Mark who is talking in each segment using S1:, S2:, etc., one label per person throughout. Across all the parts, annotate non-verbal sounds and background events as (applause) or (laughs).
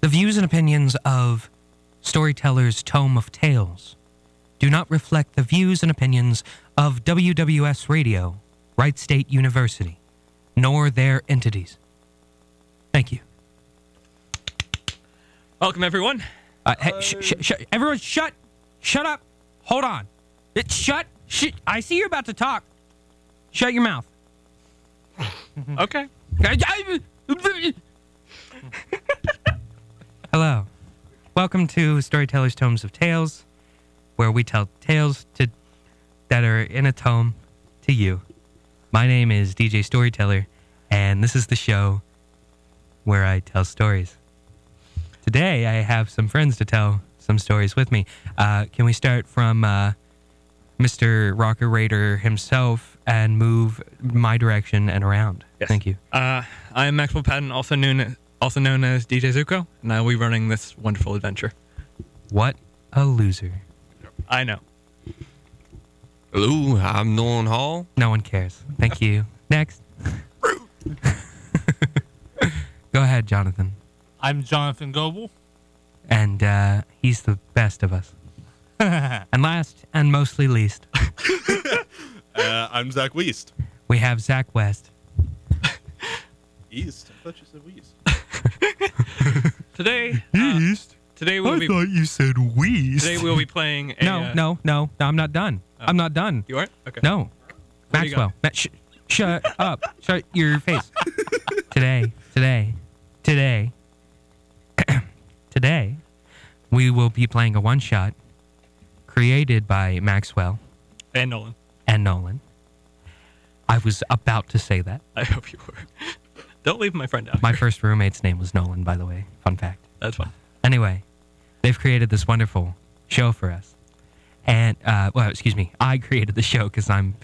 S1: The views and opinions of Storytellers Tome of Tales do not reflect the views and opinions of WWS Radio, Wright State University, nor their entities. Thank you.
S2: Welcome, everyone.
S1: Uh, hey, sh- sh- sh- everyone, shut, shut up. Hold on. It, shut. Sh- I see you're about to talk. Shut your mouth.
S2: Okay.
S1: (laughs) Hello. Welcome to Storytellers Tomes of Tales, where we tell tales to that are in a tome to you. My name is DJ Storyteller, and this is the show where I tell stories. Today, I have some friends to tell some stories with me. Uh, can we start from uh, Mr. Rocker Raider himself and move my direction and around?
S2: Yes.
S1: Thank you.
S2: Uh, I am Maxwell Patton, also known also known as DJ Zuko, and I will be running this wonderful adventure.
S1: What a loser.
S2: I know.
S3: Hello, I'm Nolan Hall.
S1: No one cares. Thank you. Next. Go ahead, Jonathan.
S4: I'm Jonathan Goble.
S1: And uh, he's the best of
S2: (laughs)
S1: us. and last and mostly least,
S5: Uh, I'm Zach Weist.
S1: we have Zach West.
S5: East. I thought you said Weist.
S2: Today, uh,
S1: East?
S2: today we'll be
S1: you said Weast.
S2: today we'll be playing. A,
S1: no,
S2: uh,
S1: no, no, no. I'm not done. I'm not done.
S2: You aren't. Okay.
S1: No.
S2: do you
S1: Maxwell.
S2: got?
S1: Ma- sh- shut up. Shut your
S2: (laughs)
S1: face. today, today, today, (clears throat) today, we will be playing a one shot created by Maxwell
S2: And Nolan.
S1: and Nolan. I was about to say that.
S2: I hope you were. (laughs) Don't leave my friend out.
S1: My first roommate's name was Nolan, by the way. Fun fact.
S2: That's fine.
S1: Anyway, they've created this wonderful show for us, and uh, well, excuse me, I (laughs) created the show because I'm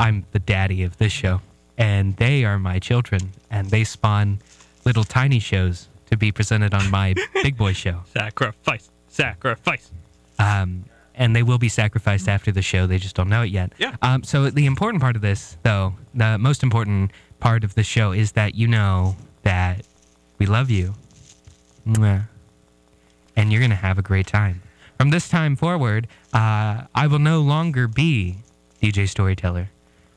S1: I'm the daddy of this show, and they are my children, and they spawn little tiny shows to be presented on my big boy show.
S2: Sacrifice. Sacrifice.
S1: Um, and they will be sacrificed after the show. They just don't know it yet.
S2: Yeah.
S1: Um, so the important part of this, though, the most important part of the show is that you know that we love you. Mwah. And you're going to have a great time. From this time forward, uh, I will no longer be DJ Storyteller,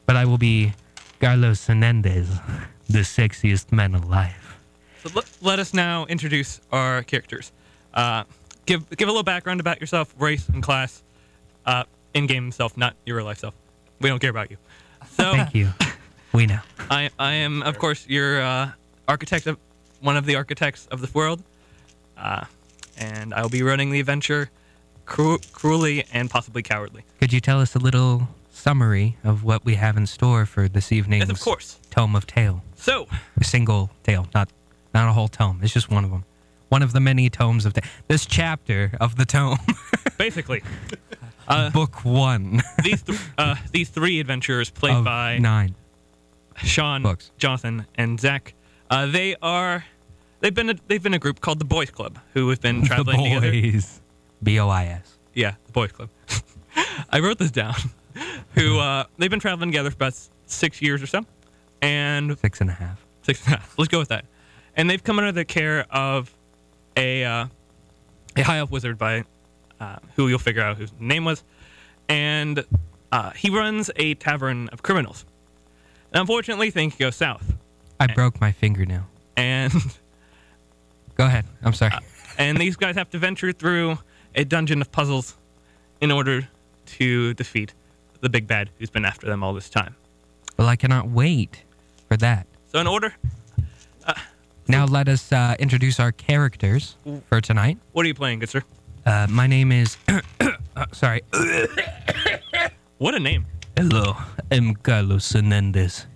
S1: but I will be Carlos Hernandez, (laughs) the sexiest man alive.
S2: So let, let us now introduce our characters. Uh, give give a little background about yourself, race and class, uh, in game self, not your real life self. We don't care about you. So
S1: Thank you. We know.
S2: I I am of course your uh, architect of one of the architects of this world, uh, and I will be running the adventure cru- cruelly and possibly cowardly.
S1: Could you tell us a little summary of what we have in store for this evening's
S2: Yes, of course.
S1: tome of tale?
S2: So
S1: A single tale, not not a whole tome. It's just one of them. One of the many tomes of ta- this chapter of the
S2: (laughs)
S1: tome,
S2: (laughs) basically, Uh,
S1: book one
S2: these th- uh, these three adventurers played
S1: of
S2: by
S1: nine.
S2: Sean,
S1: Books.
S2: Jonathan, and Zach. Uh, they are they've been a, they've been a group called the Boys Club who have (laughs) been
S1: The
S2: traveling together.
S1: boys, B O I S.
S2: Yeah, the Boys Club. (laughs) I wrote this down. (laughs) who uh, they've been traveling together for about s- six years or so, and
S1: Six and a half.
S2: six (laughs) and a half. Let's go with that. And they've come under the care of a uh, a high elf wizard by uh, who you'll figure out whose name was, and uh, he runs a tavern of criminals. And unfortunately, things go south, Uh,
S1: I broke my fingernail.
S2: and (laughs)
S1: Go ahead. I'm sorry.
S2: Uh, and these guys have to venture through a dungeon of puzzles in order to defeat the big bad who's been after them all this time.
S1: well, I cannot wait for that.
S2: So, in order,
S1: Now let us uh, introduce our characters for tonight.
S2: what are you playing, good sir?
S1: Uh, my name is. (coughs) uh, sorry.
S2: What a name!
S1: Hello, I'm Carlos Hernandez.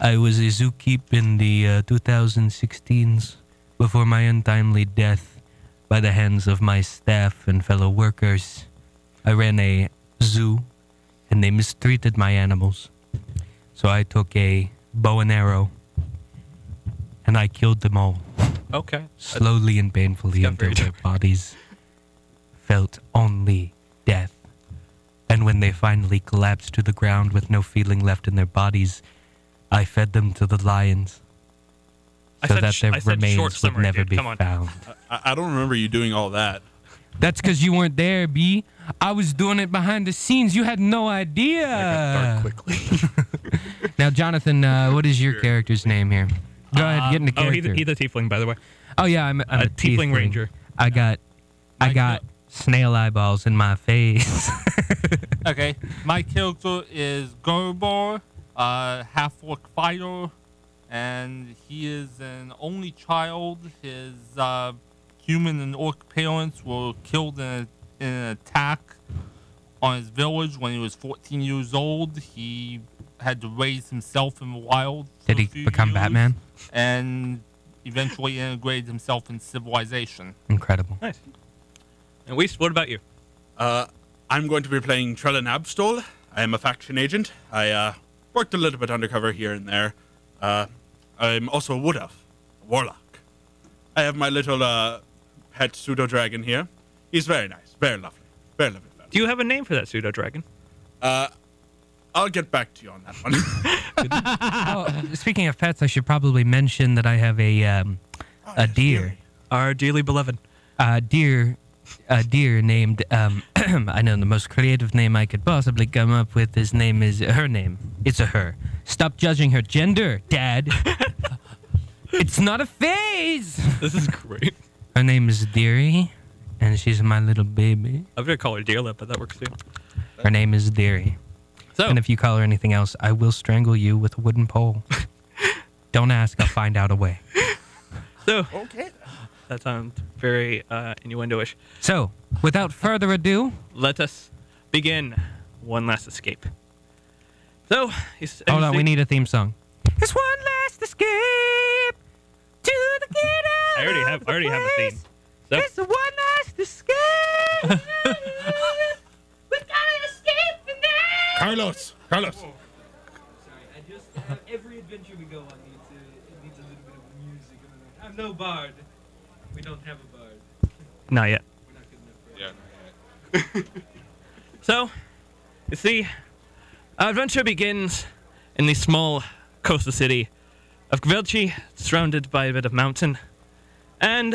S1: I was a zookeep in the uh, 2016s before my untimely death by the hands of my staff and fellow workers. I ran a zoo and they mistreated my animals. So I took a bow and arrow and I killed them all
S2: Okay.
S1: slowly and painfully
S2: got
S1: until
S2: very
S1: their bodies felt only death. And when they finally collapsed to the ground with no feeling left in their bodies, I fed them to the lions.
S2: I
S1: so
S2: said
S1: that
S2: sh-
S1: their
S2: I said
S1: remains
S2: short
S1: would
S2: summary,
S1: never
S2: dude.
S1: be
S2: Come on. (laughs)
S1: found.
S5: I, I don't remember you doing all that.
S1: That's because you weren't there, B. I was doing it behind the scenes. You had no
S2: Dark
S1: idea.
S2: quickly.
S1: (laughs) Now, Jonathan, uh, what is your
S5: Sure.
S1: character's name here? Go ahead, get into
S2: oh, he's,
S1: character.
S2: he's a tiefling, by the way.
S1: oh yeah, I'm, I'm
S2: a tiefling ranger.
S1: I got, I
S4: Mike
S1: got snail eyeballs in my
S2: (laughs)
S1: face. (laughs)
S4: Okay. My character is Gorbor, uh, half orc fighter, and he is an only child. His uh, human and orc parents were killed in, a, in an attack on his village when he was 14 years old. He had to raise himself in the wild. for
S1: Did
S4: a
S1: he
S4: few
S1: become
S4: years
S1: Batman?
S4: And eventually integrated himself in civilization.
S2: (laughs)
S1: Incredible.
S2: Nice. And Weiss, what about you?
S5: Uh, I'm going to be playing Trellin Abstol. I am a faction agent. I uh, worked a little bit undercover here and there. Uh, I'm also a wood elf, a warlock. I have my little uh, pet pseudo dragon here. He's very nice, very lovely, very lovely. fella.
S2: Do you have a name for that pseudo dragon?
S5: I'll get back to you on that
S2: (laughs)
S5: one.
S1: Oh, speaking of pets, I should probably mention that I have a um,
S2: Oh,
S1: a deer,
S2: Our dearly beloved.
S1: a deer, a deer named. Um, (clears throat) I know the most creative name I could possibly come up with. His name is her name. It's a her. Stop judging her gender,
S2: (laughs)
S1: Dad. it's not a phase.
S2: (laughs) This is great.
S1: Her name is Deary, and she's my little baby.
S2: I'm gonna call her Deerlip, but that works too.
S1: Her name is Deary.
S2: So
S1: And if you call her anything else, I will strangle you with a wooden pole. (laughs) Don't ask. I'll find out a way.
S2: so
S5: okay.
S2: that sounds very uh, innuendo-ish.
S1: So, without further ado,
S2: Let us begin one last escape. So, it's-
S1: Hold on,
S2: it's-
S1: Oh, we need a theme song. This one last escape to the get out.
S2: I already
S1: of
S2: have.
S1: the
S2: I already have a
S1: place.
S2: theme. So
S1: It's the one
S2: (laughs)
S1: last escape. we gotta escape from there.
S5: Carlos, Carlos.
S3: I just uh, every adventure we go on needs a, it needs a little bit of music. and I'm like, I'm no bard. We don't have a bard.
S2: not yet.
S3: We're not good enough for
S5: Yeah.
S2: (laughs) So, you see, our adventure begins in the small coastal city of Gvelchi, surrounded by a bit of mountain. And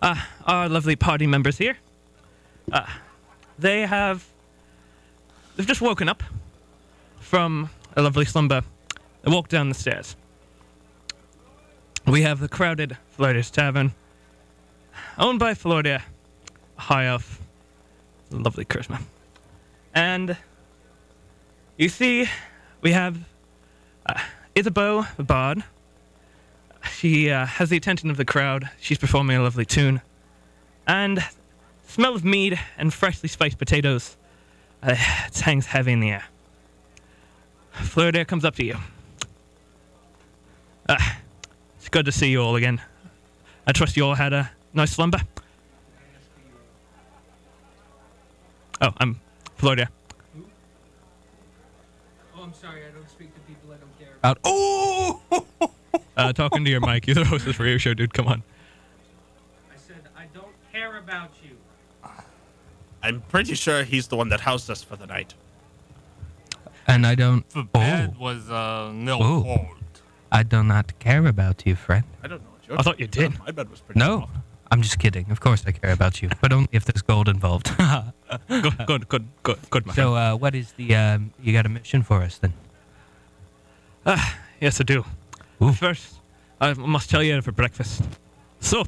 S2: uh, our lovely party members here, uh, they have they've just woken up from a lovely slumber. They walk down the stairs. We have the crowded Florida's Tavern, owned by Florida, a high elf lovely charisma. And you see, we have uh, Isabeau the Bard. She uh, has the attention of the crowd. She's performing a lovely tune. And smell of mead and freshly spiced potatoes uh, it hangs heavy in the air. Florida comes up to you. Uh, it's good to see you all again. I trust you all had a nice slumber. Oh, I'm Florida.
S3: it. Oh, I'm sorry. I don't speak to people I don't care about.
S1: Out. Oh!
S2: (laughs) Uh, talking to your mic. You're the host of this radio show, dude. Come on.
S3: I said I don't care about you.
S5: I'm pretty sure he's the one that housed us for the night.
S1: And I don't.
S4: The
S1: Oh,
S4: bed was uh, no
S1: Oh.
S4: cold.
S1: I do not care about you, friend.
S5: I don't know what you're
S2: I thought you did.
S5: My bed was pretty
S1: No,
S5: soft.
S1: I'm just kidding. Of course I care about you, but only if there's gold involved. (laughs)
S2: Good, good, good, good, good, my friend.
S1: so, uh, what is the? Um, you got a mission for us then?
S2: Yes, I do.
S1: Ooh.
S2: First, I must tell you for breakfast. So,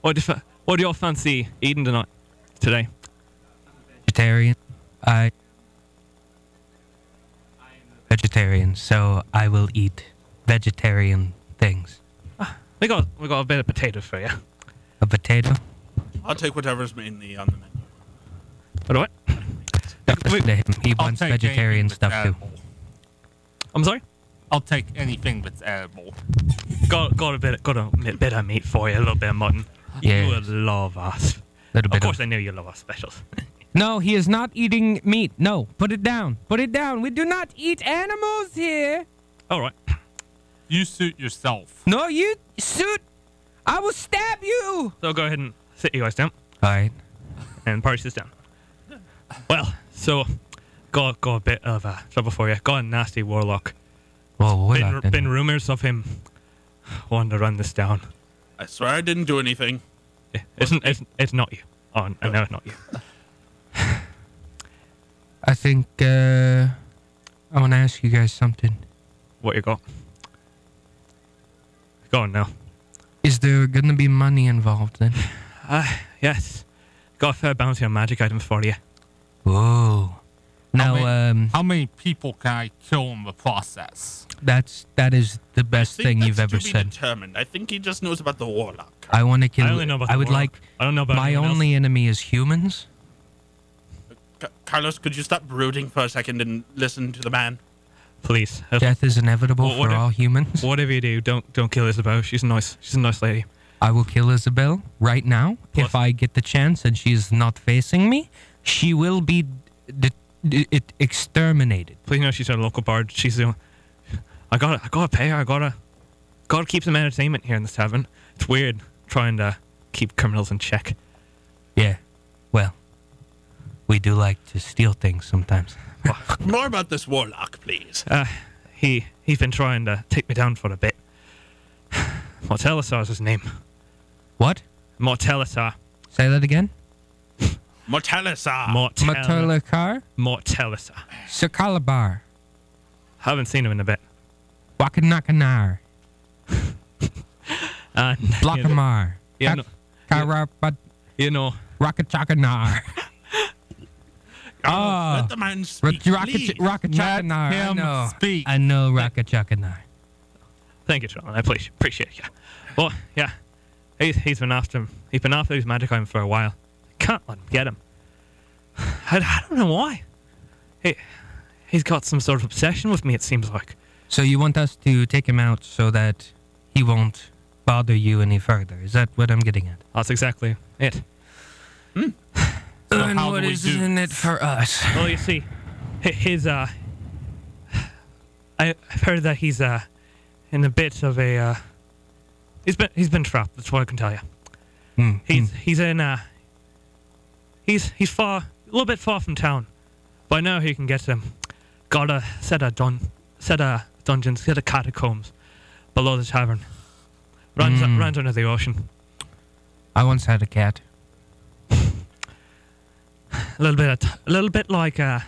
S2: what do, fa- what do y'all fancy eating tonight? Today?
S1: vegetarian. I vegetarian, so I will eat vegetarian things.
S2: We got we got a bit of potato for you.
S1: A potato.
S5: I'll take whatever's mainly on the menu.
S2: What do I?
S1: Don't listen to him. He
S4: I'll
S1: wants
S4: take anything
S1: vegetarian
S4: that's
S1: stuff too.
S4: edible.
S2: I'm sorry.
S4: I'll take anything that's edible.
S2: Got got a bit got a mi- bit of meat for you. A little bit of mutton.
S1: Yeah.
S2: You would love us.
S1: Little
S2: Of
S1: bit.
S2: course,
S1: of,
S2: I know you love our specials.
S1: no, he is not eating meat. No, put it down. Put it down. We do not eat animals here.
S2: All right.
S4: You suit yourself.
S1: No, you suit. I will stab you.
S2: So go ahead and sit you guys down.
S1: All right.
S2: and party sits down. Well, so got got a bit of uh, trouble for you. Got a nasty warlock.
S1: Well, what
S2: Been, been rumors of him one to run this down.
S5: I swear I didn't do anything.
S2: Yeah, It's, n- it's, it's not you. Oh, I know it's not you.
S1: I think uh, I want to ask you guys something.
S2: What you got? Go on now.
S1: Is there gonna be money involved
S2: (sighs)
S1: then?
S2: Yes. Got a fair bounty on magic items for you.
S1: Whoa. Now,
S4: many-
S1: um,
S4: How many people can I kill in the process?
S1: that's that is the best
S5: Think
S1: thing you've
S5: that's
S1: ever
S5: to be
S1: said.
S5: determined. I think he just knows about the warlock.
S1: I want to kill.
S2: I only know about.
S1: I
S2: the
S1: would
S2: warlock.
S1: like.
S2: I don't know about
S1: my
S2: anyone else.
S1: only enemy is humans.
S5: Ca- Carlos, could you stop brooding for a second and listen to
S1: (laughs)
S5: the man?
S2: Please,
S1: Death is inevitable
S2: What- what
S1: for
S2: if-
S1: all humans.
S2: whatever you do, don't don't kill Isabel. She's a nice. She's a nice lady.
S1: I will kill Isabel right now if
S2: What?
S1: I get the chance and she is not facing me. She will be d- d- it exterminated.
S2: Please know she's a local bard. She's the. I gotta. I gotta pay her. I gotta. Gotta keep some entertainment here in this tavern. It's weird trying to keep criminals in check.
S1: Yeah. Well, we do like to steal things sometimes.
S5: More about this warlock, please.
S2: Uh, he he's been trying to take me down for a bit. (sighs) Mortellisar's his name.
S1: What?
S2: Mortellisar.
S1: Say that again.
S5: Mortalisar.
S2: Mortel-
S1: Matalakar,
S2: Mortellisar.
S1: Sakalabar,
S2: Haven't seen him in a bit.
S1: Wakanakanar,
S2: Uh,
S1: Blockamar,
S2: Yeah, no.
S1: Karabat,
S2: you know, (laughs)
S1: Rakachakanar,
S5: Carlos,
S2: Oh,
S1: Ah.
S5: Let the man speak, please.
S4: Let
S1: Rakachakanar. I
S4: him
S1: know.
S4: speak.
S1: I know Rakachakanar.
S2: thank you, Charlie. I appreciate appreciate you. Well, yeah, he's he's been after him. He's been after his magic item for a while. Can't let him get him. (sighs) I, I don't know why. He he's got some sort of obsession with me. It seems like.
S1: So you want us to take him out so that he won't bother you any further? Is that what I'm getting at?
S2: That's exactly it.
S4: So how do we do?
S1: it for us?
S2: Well, you see, hi- his uh, I- I've heard that he's uh, in a bit of a uh, he's been he's been trapped. That's what I can tell you.
S1: Mm,
S2: He's
S1: mm.
S2: he's in uh, he's he's far a little bit far from town, but I know he can get him. Got a set of dun set of dungeons, set of catacombs below the tavern. Runs
S1: Mm.
S2: runs under the ocean.
S1: I once had a cat.
S2: A little bit, of t- a little bit like uh,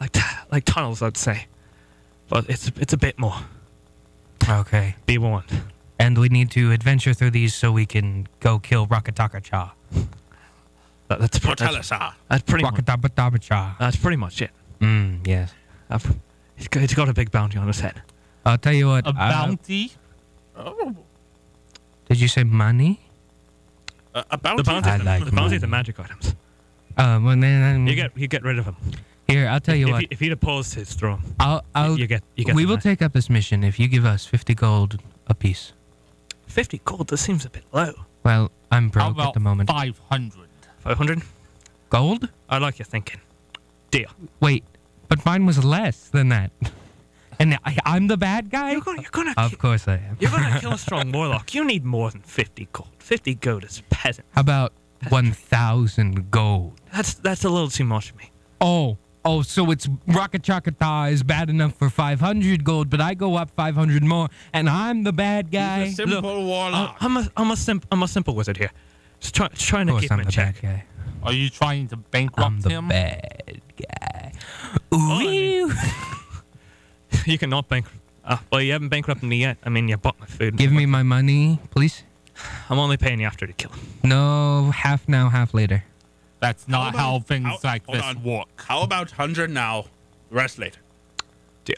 S2: like t- like tunnels, I'd say, but it's it's a bit more.
S1: Okay.
S2: Be warned.
S1: And we need to adventure through these so we can go kill Rakataka Cha.
S2: That, that's, pr- that's,
S5: Mortalisar.
S2: that's pretty much,
S1: Rakatabatabacha. Cha.
S2: that's pretty much it.
S1: Mm, yes.
S2: I've, he's, got, he's got a big bounty on his head.
S1: I'll tell you what.
S4: A
S1: uh,
S4: bounty?
S5: Oh,
S1: did you say money?
S5: a, a
S2: The
S5: bounty.
S2: bounty,
S1: I like
S2: the bounty,
S1: mine.
S2: the magic items.
S1: Uh, well, then,
S2: You get you get rid of him.
S1: here. I'll tell you
S2: if,
S1: what.
S2: He, if he'd opposed his throne,
S1: I'll. I'll
S2: you get you get.
S1: we
S2: the
S1: will
S2: magic.
S1: take up this mission if you give us fifty gold apiece.
S2: fifty gold. That seems a bit low.
S1: Well, I'm broke
S4: How about
S1: at the moment.
S4: 500?
S2: Five hundred.
S1: Gold?
S2: I like your thinking. Deal.
S1: Wait, but mine was less than that. (laughs) And I, I'm the bad guy?
S2: You're gonna you're gonna ki-
S1: Of course I am.
S2: you're gonna (laughs) kill a strong warlock. You need more than fifty gold. Fifty gold is peasant.
S1: How about 1,000 gold?
S2: That's that's a little too much for me.
S1: Oh, oh, so it's Rocket Chakata is bad enough for 500 gold, but I go up 500 more and I'm the bad
S5: He's
S1: guy? uh,
S5: a simple
S1: Ah.
S5: warlock.
S2: Oh, I'm a I'm a simp, I'm a simple wizard here. Just try, just trying
S1: Of
S2: to
S1: course
S2: keep him
S1: I'm
S2: in
S1: the
S2: check.
S1: bad guy.
S4: Are you trying to
S1: I'm
S4: bankrupt
S1: the
S4: him?
S1: bad guy.
S2: Oh, I mean-
S1: Ooh.
S2: (laughs) You cannot bankrupt. Uh, well, you haven't bankrupted me yet. I mean, you bought my food.
S1: Give me my money, please.
S2: I'm only paying you after to kill him.
S1: No, half now, half later.
S4: That's not
S5: How
S4: how,
S5: about-
S4: things
S5: how-
S4: like
S5: hold
S4: this
S5: on.
S4: work.
S5: (laughs) How about 100 now? The rest later.
S2: Deal.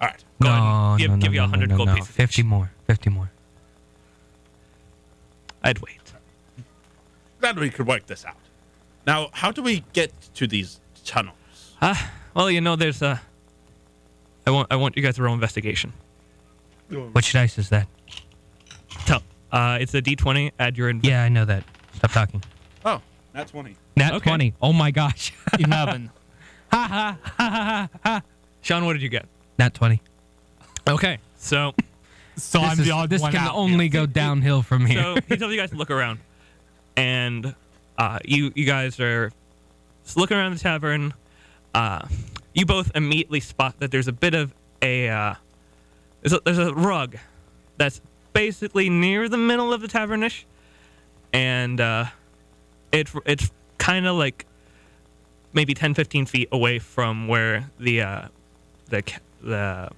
S5: All right.
S2: Go
S1: no,
S2: ahead. and Give,
S1: no, no,
S2: give you
S1: no,
S2: a hundred
S1: no,
S2: gold
S1: no.
S2: pieces.
S1: 50 more. 50 more.
S2: I'd wait.
S5: Glad we could work this out. Now, how do we get to these tunnels?
S2: Ah, well, you know, there's a. I want I want you guys to roll investigation.
S1: Which dice is that?
S2: Tell. Uh, it's a D20. Add your. Inv-
S1: Yeah, I know that. Stop talking.
S5: Oh, that's 20.
S1: Nat
S2: Okay.
S1: 20. Oh my gosh. (laughs)
S4: 11.
S2: Sean, what did you get?
S1: Nat 20.
S2: Okay. So,
S4: So I'm
S1: this
S4: the odd
S1: this
S4: one
S1: can
S4: out.
S1: only (laughs) go downhill from here.
S2: so he tells you guys to look around, and uh, you you guys are just looking around the tavern. Uh, you both immediately spot that there's a bit of a uh, there's a, there's a rug that's basically near the middle of the tavernish, and uh, it it's kind of like maybe 10, 15 feet away from where the uh, the ca- the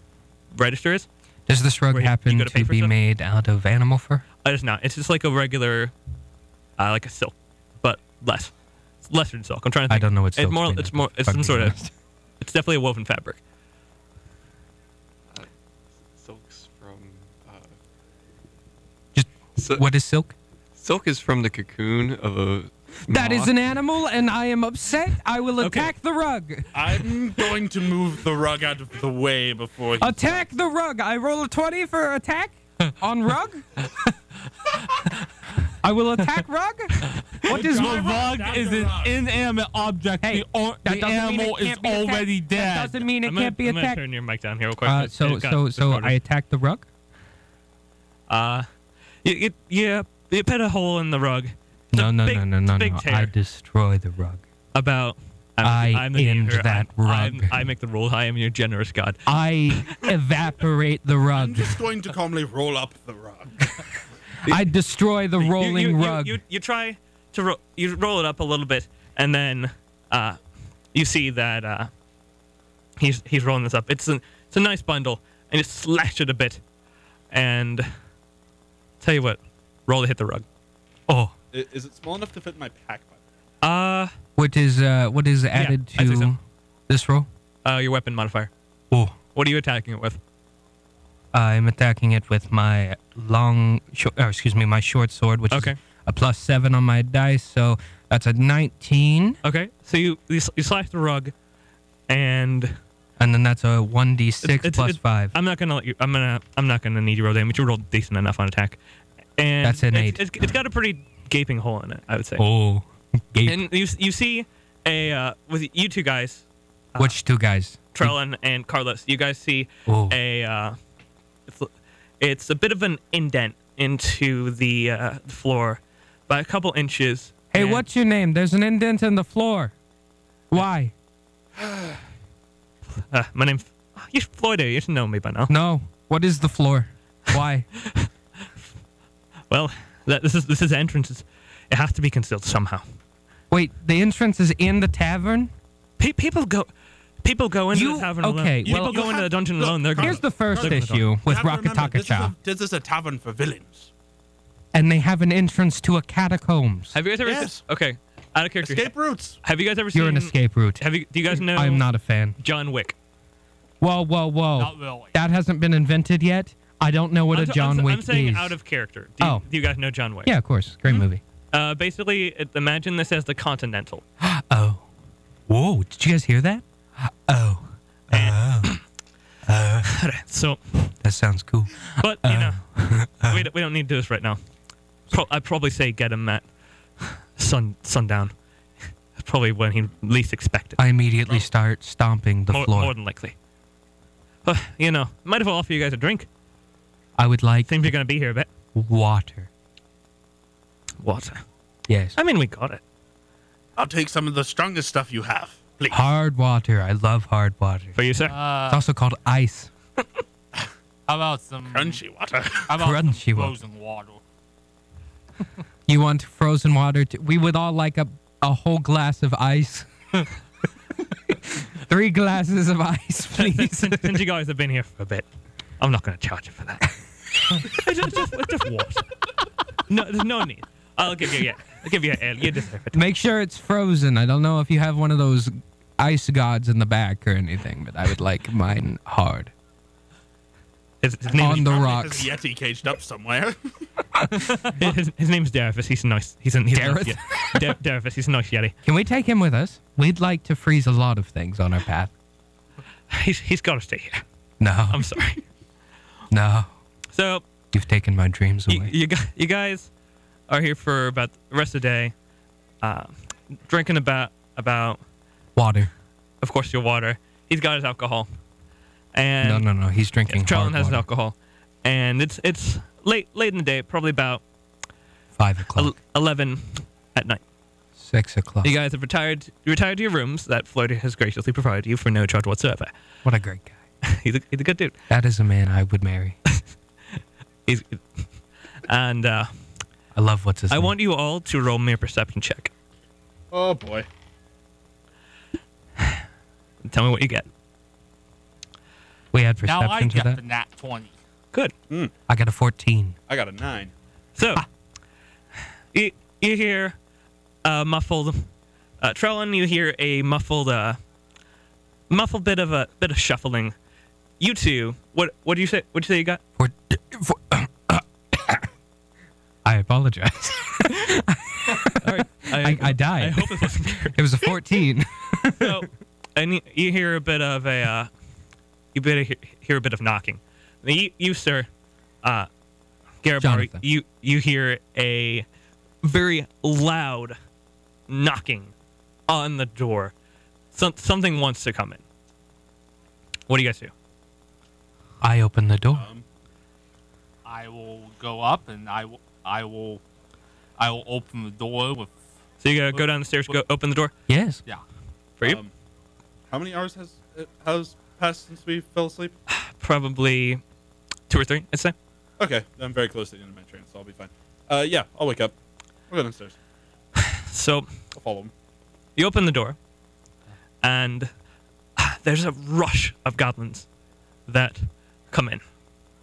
S2: register is.
S1: Does this rug
S2: Where you- you
S1: happen
S2: go
S1: to,
S2: to pay for
S1: be
S2: stuff?
S1: made out of animal fur?
S2: Uh, It's not. It's just like a regular, uh, like a silk, but less. It's lesser than silk. I'm trying to.
S1: I
S2: Think.
S1: don't know what
S2: It's
S1: silk's
S2: more.
S1: made out
S2: It's
S1: of,
S2: more.
S1: if
S2: It's
S1: I'm
S2: some
S1: being
S2: sort of.
S1: honest.
S2: (laughs) It's definitely a woven fabric.
S6: Silk's from. Uh,
S1: Just
S6: so-
S1: What is silk?
S6: Silk is from the cocoon of a.
S1: That is
S6: moth.
S1: an animal, and I am upset. I will
S2: Okay.
S1: attack the rug.
S5: I'm going to move the rug out of the way
S1: Oh,
S5: before he.
S1: Attack the rug. I roll a 20 for attack (laughs) on rug. I will attack rug. What is
S4: The rug
S5: That's
S4: is
S5: the
S4: an
S5: rug.
S4: inanimate object.
S1: Hey,
S4: the or,
S1: that
S4: the
S1: doesn't mean
S4: animal
S1: it
S4: is
S1: can't be attacked.
S4: already
S1: That
S4: dead.
S1: doesn't mean it
S2: I'm
S1: can't
S2: gonna,
S1: be
S2: I'm
S1: attacked.
S2: gonna turn your mic down here real quick.
S1: Uh,
S2: It
S1: so
S2: got
S1: so so
S2: distorted.
S1: I attack the rug.
S2: Uh, you, you, yeah, you put a hole in the rug. It's
S1: No
S2: a
S1: no
S2: big-
S1: no no
S2: it's a
S1: no
S2: big
S1: no. I
S2: tear.
S1: destroy the rug.
S2: About.
S1: I end
S2: gamer.
S1: that
S2: I'm,
S1: rug.
S2: I'm- i make the rules. I am your generous god.
S1: I (laughs) evaporate the
S5: I'm
S1: rug.
S5: just going to calmly roll up the rug.
S1: I destroy the
S2: You- you-
S1: rolling
S2: you, you,
S1: rug.
S2: You, you try to ro- you roll it up a little bit, and then uh, you see that uh, he's he's rolling this up. It's an it's a nice bundle, and you slash it a bit, and tell you what, roll to hit the rug. Oh,
S6: I- Is it small enough to fit in my pack? bag?
S2: uh,
S1: what is uh what is added
S2: I'd say
S1: to
S2: so.
S1: this roll?
S2: uh, your weapon modifier.
S1: Oh.
S2: What are you attacking it with?
S1: I'm attacking it with my long, short, or excuse me, my short sword, which
S2: Okay.
S1: is a plus seven on my dice. So that's a 19,
S2: Okay, so you you, s- you slash the rug, and
S1: and then that's a 1d6
S2: it's-
S1: plus
S2: it's-
S1: five.
S2: I'm not gonna let you. I'm gonna. I'm not gonna need you roll damage. You rolled decent enough on attack, and
S1: That's an
S2: it's-
S1: eight.
S2: it's- it's got a pretty gaping hole in it. I would say.
S1: oh, gape.
S2: And you you see a uh, with you two guys,
S1: Which two guys?
S2: Trellin and Carlos. You guys see
S1: Oh.
S2: a uh, it's, it's a bit of an indent into the uh, floor by a couple inches.
S1: Hey,
S2: and-
S1: what's your name? There's an indent in the floor. Why?
S2: Uh, my name. You Floyd. You should know me by now.
S1: No. What is the floor?
S2: (laughs)
S1: Why?
S2: Well, that, this is this is entrances. It has to be concealed somehow.
S1: Wait, the entrance is in the tavern?
S2: Pe- people go. People go into
S1: You-
S2: the tavern
S1: okay,
S2: alone. People
S1: well-
S2: go
S5: You
S2: into
S5: have-
S2: the dungeon
S5: look,
S2: alone. They're
S1: Here's the
S2: gone.
S1: first
S2: Look,
S1: issue with
S5: You have to remember,
S1: Rakataka
S5: this is
S1: Cha.
S5: a- This is a tavern for villains.
S1: And they have an entrance to a catacombs.
S2: Have you guys ever?
S5: Yes.
S2: Okay, out of character.
S5: Escape routes.
S2: Have you guys ever
S1: You're an
S2: seen?
S1: escape route.
S2: Have you? Do you guys know?
S1: I'm not a fan.
S2: John Wick.
S1: Whoa, whoa, whoa.
S4: Not really.
S1: That hasn't been invented yet. I don't know what
S2: I'm
S1: a
S2: t- I'm
S1: John
S2: s- I'm,
S1: Wick
S2: saying
S1: is.
S2: out of character. Do you,
S1: Oh.
S2: do you guys know John Wick?
S1: yeah, of course. Great movie.
S2: Uh, basically, it, imagine this as the Continental.
S1: Oh. Whoa, did you guys hear that? Oh, (laughs)
S2: So,
S1: that sounds cool.
S2: but you know,
S1: Uh.
S2: we, don't, we don't need to do this right now. Pro- I'd probably say get him at sun sundown. probably when he least expected.
S1: I immediately start stomping the
S2: Oh. more,
S1: floor.
S2: more than likely. Uh, you know, might as well offer you guys a drink.
S1: I would like
S2: Seems you're gonna be here a bit.
S1: water.
S2: Water.
S1: Yes.
S2: I mean, we got it.
S5: I'll take some of the strongest stuff you have, please.
S1: hard water. I love hard water.
S2: For you, sir.
S1: It's
S4: Uh,
S1: also called ice.
S4: how about some
S5: Crunchy water.
S4: How about some
S1: Crunchy water.
S4: frozen water?
S1: You want frozen water? To, we would all like a, a whole glass of ice. (laughs) Three glasses of
S2: (laughs)
S1: ice, please.
S2: since, since you guys have been here for a bit, I'm not going to charge you for that. (laughs) it's, just, just, it's just water. No, there's no need. I'll give you yeah. I'll give you a You deserve it.
S1: Make sure it's frozen. I don't know if you have one of those ice gods in the back or anything, but I would like mine hard.
S2: His, his name
S1: On
S2: is,
S1: the
S5: (laughs) There's
S1: rocks.
S5: a Yeti caged up somewhere. (laughs)
S2: his, his name's Darius. He's a nice. He's a he's a nice
S1: Dareth?
S2: yeti. Dar- Darius. He's a nice yeti.
S1: Can we take him with us? We'd like to freeze a lot of things on our path.
S2: He's he's got to stay here.
S1: No,
S2: I'm sorry.
S1: no.
S2: So
S1: You've taken my dreams
S2: you,
S1: away.
S2: you gu- you guys are here for about the rest of the day, um, drinking about about
S1: Water.
S2: of course your water. He's got his alcohol, and
S1: No, no, no. He's drinking hard
S2: Charlton has
S1: water.
S2: alcohol, and it's it's late late in the day, probably about
S1: Five
S2: el-
S1: o'clock.
S2: eleven at night.
S1: Six o'clock.
S2: You guys have retired you retired to your rooms that Floyd has graciously provided you for no charge whatsoever. (laughs)
S1: What a great guy.
S2: he's, a, he's a good dude.
S1: That is a man I would marry.
S2: He's, (laughs) and uh,
S1: I love what's his
S2: I
S1: name.
S2: want you all to roll me a perception check.
S5: Oh boy.
S2: Tell me what you get.
S1: we had
S4: Now I
S1: perception to
S4: get
S1: that.
S4: the nat 20.
S2: Good.
S1: I got a 14.
S5: I got a nine.
S2: So,
S1: Ah.
S2: you, you hear a muffled, uh, Trellin, you hear a muffled, uh, muffled bit of a bit of shuffling. You two, what what do you say? What do you say you got?
S1: Four, four, (coughs) I apologize. I, I
S2: I
S1: died.
S2: hope it
S1: (laughs)
S2: wasn't Gary.
S1: it was a
S2: (laughs)
S1: 14.
S2: so, and you, you hear a bit of a, uh, you better hear, hear a bit of knocking. Now, You, you sir, uh, Garibaldi,
S1: Jonathan.
S2: you you hear a very loud knocking on the door. Some, something wants to come in. What do you guys do?
S1: I opened the door.
S5: Um,
S4: I will go up and I will, I will, I will open the door with,
S2: So you gotta go down the stairs, go open the door
S1: Yes.
S4: yeah.
S2: for you.
S5: Um, how many hours has uh, has passed since we fell asleep?
S2: Probably two or three, I'd say.
S5: Okay, I'm very close to the end of my train, so I'll be fine. Uh, yeah, I'll wake up. I'll go downstairs.
S2: So
S5: I'll follow him.
S2: You open the door, and (sighs) ah, there's a rush of goblins that come in.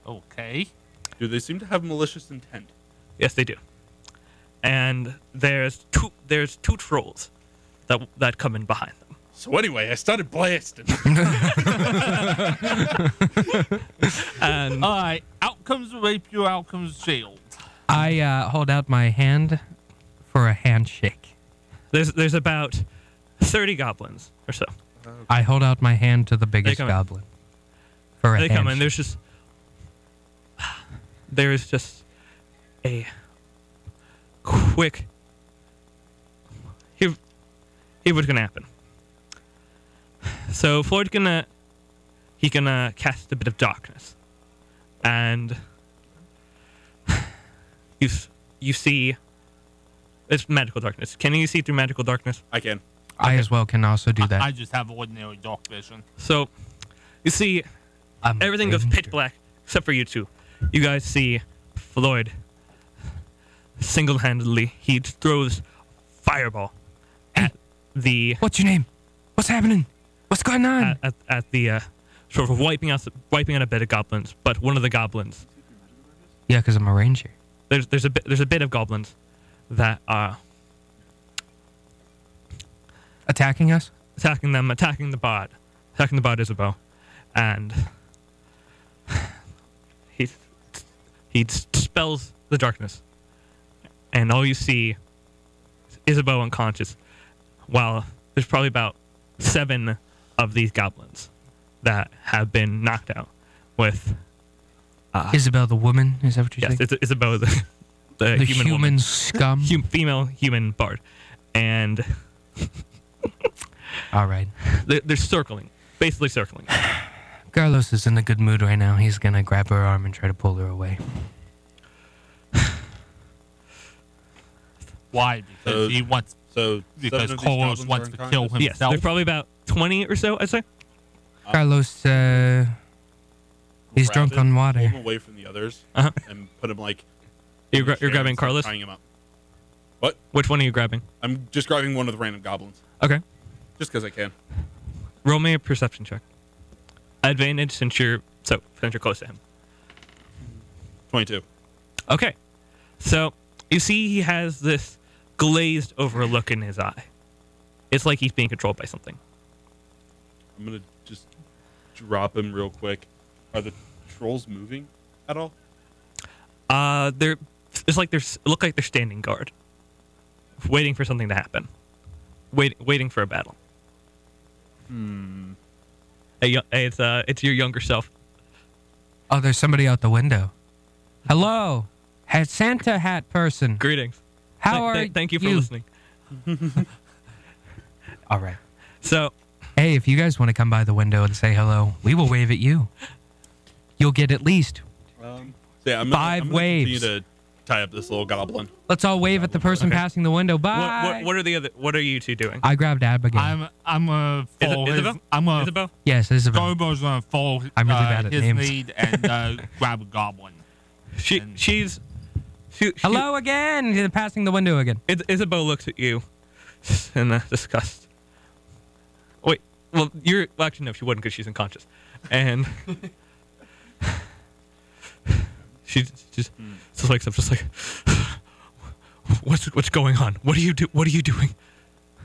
S4: Okay.
S5: Do they seem to have malicious intent?
S2: Yes, they do. And there's two there's two trolls that that come in behind them.
S5: So anyway, I started blasting.
S2: And
S4: All right. Out comes the rapier, out comes the shield.
S1: I uh, hold out my hand for a handshake.
S2: there's there's about thirty goblins or so.
S1: I hold out my hand to the biggest
S2: come in.
S1: goblin for a
S2: They come in.
S1: handshake.
S2: There's just (sighs) ah, there is just a quick. Here, here what's gonna happen. So Floyd's gonna he's gonna cast a bit of darkness, and (sighs) you s- you see it's magical darkness. Can you see through magical darkness?
S5: (laughs) I can.
S1: I as well can also do that.
S4: I just have ordinary dark vision.
S2: So you see
S1: I'm
S2: Everything goes
S1: danger.
S2: pitch black except for you two. You guys see Floyd single handedly, he throws fireball at the
S1: What's your name? What's happening? What's going on?
S2: at, at, at the uh, sort of wiping out wiping out a bit of goblins, but one of the goblins
S1: yeah, because I'm a ranger.
S2: there's there's a bit there's a bit of goblins that uh, are
S1: Attacking us?
S2: attacking them, attacking the bard, attacking the bard Isabel, and (sighs) he he spells the darkness, and all you see is Isabel unconscious. While there's probably about seven of these goblins that have been knocked out with
S1: Isabel the woman? Is that what you're
S2: Ah. yes,
S1: saying?
S2: it's Isabel is the, the,
S1: the
S2: human,
S1: human,
S2: woman,
S1: scum?
S2: (laughs) hum, female human bard, and
S1: All right.
S2: they're, they're circling, basically circling.
S1: Carlos is in a good mood right now. He's going to grab her arm and try to pull her away.
S4: Why? Because
S5: Uh,
S4: he wants,
S5: So
S4: because
S5: seven of these
S4: Koros
S5: goblins
S4: wants
S5: are
S4: to kill
S5: unconscious?
S2: Yes,
S4: himself.
S2: they're probably about twenty or so, I'd say. Ah.
S1: Carlos, uh, he's
S5: Grab
S1: drunk
S5: him,
S1: on
S5: Pull
S1: water.
S5: him away from the others
S2: Uh-huh.
S5: and put him like.
S2: You're,
S5: in the
S2: gra- you're
S5: chair
S2: grabbing
S5: and start
S2: Carlos.
S5: Tying him up.
S2: Which one are you grabbing?
S5: I'm just grabbing one of the random goblins,
S2: Okay.
S5: just because I can.
S2: Roll me a perception check. Advantage since you're so since you're close to him.
S5: Twenty-two.
S2: Okay. So you see he has this glazed over look in his eye. It's like he's being controlled by something.
S5: I'm gonna just drop him real quick. Are the trolls moving at all?
S2: Uh they're it's like they're s- look like they're standing guard. Waiting for something to happen. Wait waiting for a battle. Hmm. it's uh it's your younger self.
S1: Oh, there's somebody out the window. Hello, hat Santa hat person.
S2: Greetings.
S1: How
S2: Th-
S1: are
S2: th- thank you for listening.
S1: All right.
S2: So
S1: Hey, if you guys want to come by the window and say hello, we will wave at you. You'll get at least.
S5: Um, so yeah, I'm
S1: Five
S5: gonna, I'm gonna
S1: waves.
S5: Continue to tie up this little goblin.
S1: Let's all wave at the person passing the window. Bye.
S2: what, what what are the other what are you two doing?
S1: I grabbed Abigail.
S4: I'm, I'm gonna
S2: Is-
S4: follow his,
S2: Isabel?
S4: I'm gonna,
S2: Isabel?
S1: yes, Isabel.
S4: Garbo's gonna follow
S1: I'm really
S4: uh,
S1: bad at
S4: his
S1: names.
S4: lead and uh, grab a goblin.
S2: She
S4: And-
S2: she's she, she,
S1: Hello again. You're passing the window again.
S2: Is- Isabeau looks at you in uh, disgust. Wait, well, you're well, actually no, she wouldn't because she's unconscious, and (laughs) she just just wakes up, just like, (laughs) what's what's going on? What are you do? What are you doing?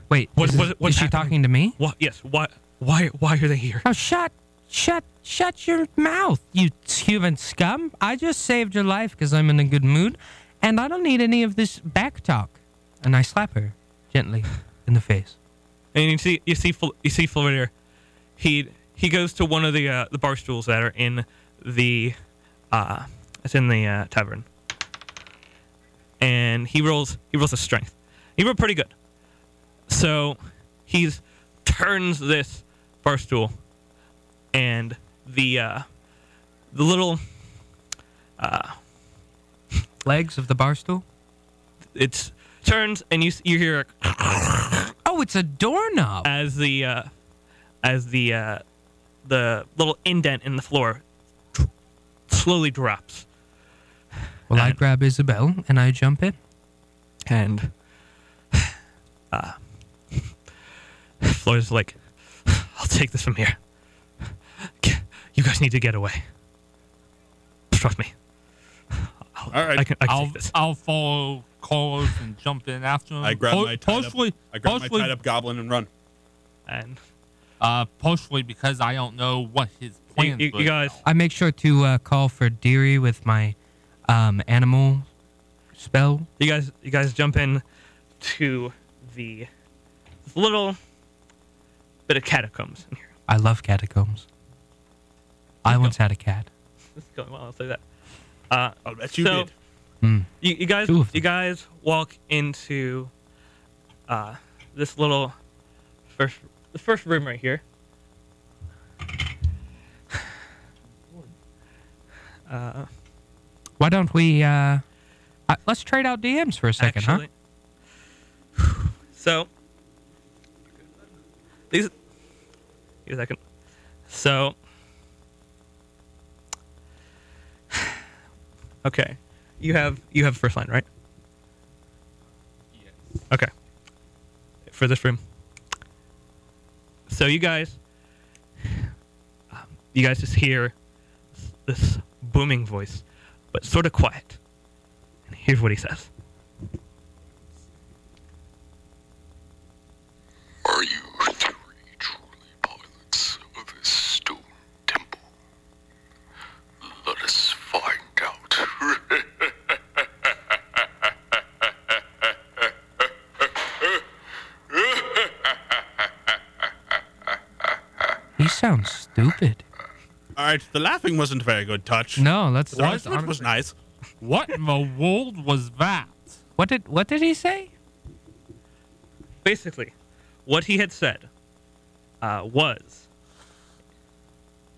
S1: Wait.
S2: What-
S1: is,
S2: what-
S1: is
S2: what's
S1: she
S2: happening?
S1: talking to me?
S2: What? Yes. Why? Why? Why are they here?
S1: Oh, shut, shut, shut your mouth, you human scum. I just saved your life because I'm in a good mood, and I don't need any of this back talk. And I slap her gently in the face.
S2: and you see you see Fl- you see Florida. He he goes to one of the uh, the bar stools that are in the uh it's in the uh, tavern, and he rolls he rolls a strength. He rolled pretty good, so he's turns this bar stool, and the uh, the little
S1: Legs of the barstool.
S2: it's turns and you s- you hear a
S1: Oh, it's a doorknob.
S2: as the uh, as the uh, the little indent in the floor slowly drops,
S1: Well, I
S2: and-
S1: grab Isabel and I jump in.
S2: and (sighs) uh, Flora's like, (sighs) "I'll take this from here. G- You guys need to get away. Trust me. I'll,
S5: All right.
S2: Oh, I can, I can
S4: I'll
S2: take this.
S4: I'll follow Carlos and jump in after him.
S5: I grab
S4: Po-
S5: my tied
S4: partially,
S5: up, I grab
S4: partially,
S5: my tied up goblin and run.
S2: And
S4: uh, partially because I don't know what his
S2: you,
S4: plans.
S2: you,
S4: were.
S2: you guys,
S1: I make sure to uh, call for Deary with my um, animal spell.
S2: you guys, you guys jump in to the little bit of catacombs in here.
S1: I love catacombs. I once had a cat.
S2: this (laughs) is going well. I'll say that. Uh,
S5: I'll bet you
S2: So-
S5: did.
S1: Mm.
S2: you, you guys,
S1: Two of
S2: you guys walk into uh, this little first, the first room right here. Uh,
S1: Why don't we? Uh, uh, let's trade out DMs for a second, huh?
S2: actually, so these. Give me a second. So. Okay, you have you have first line right. Okay. For this room. So you guys, um, you guys just hear this booming voice, but sort of quiet. And here's what he says.
S7: Are you three truly pilots of this stone temple? Let us find
S6: (laughs)
S7: out.
S1: He sounds stupid.
S5: All right, the laughing wasn't a very good touch.
S1: No, let's.
S5: The
S1: let's
S5: argument was
S1: honestly-
S5: nice.
S4: What in the world was that?
S1: What did What did he say?
S2: Basically, what he had said uh, was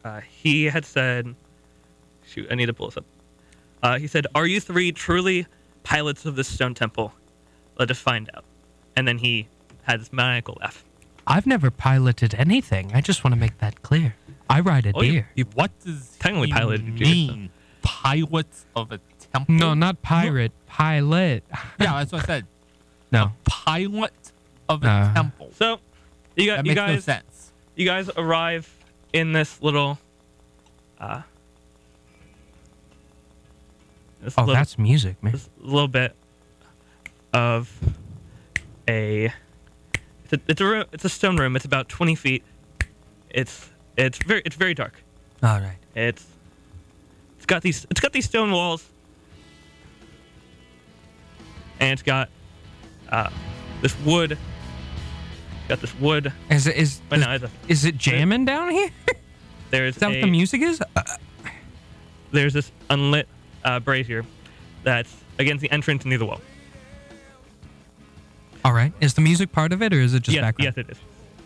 S2: uh, he had said, shoot, I need to pull this up. Uh, he said, Are you three truly pilots of this stone temple? Let us find out. And then he had this maniacal laugh.
S1: I've never piloted anything. I just want to make that clear. I ride a
S2: Oh, you-
S1: deer.
S4: What does
S2: Technically
S4: he
S2: piloted you, so-
S4: mean? Pilots of a temple?
S1: no, not pirate. Pilot.
S4: Yeah, that's what I said.
S1: No.
S4: Pilot of a
S1: Uh,
S4: temple.
S2: So, you, got,
S4: That
S2: you
S4: makes no
S2: guys,
S4: sense.
S2: you guys arrive in this little uh this
S1: Oh,
S2: little,
S1: that's music, man.
S2: this little bit of a it's a, it's a room, it's a stone room it's about 20 feet it's it's very it's very dark
S1: All right.
S2: it's it's got these it's got these stone walls, and it's got uh, this wood. Got this wood.
S1: Is it is
S2: But no, it's a,
S1: is it jamming down here?
S2: there's
S1: Is that what
S2: a-
S1: the music is? Uh,
S2: there's this unlit uh, brazier that's against the entrance near the wall.
S1: all right. Is the music part of it, or is it just
S2: yes,
S1: background?
S2: yes, it is.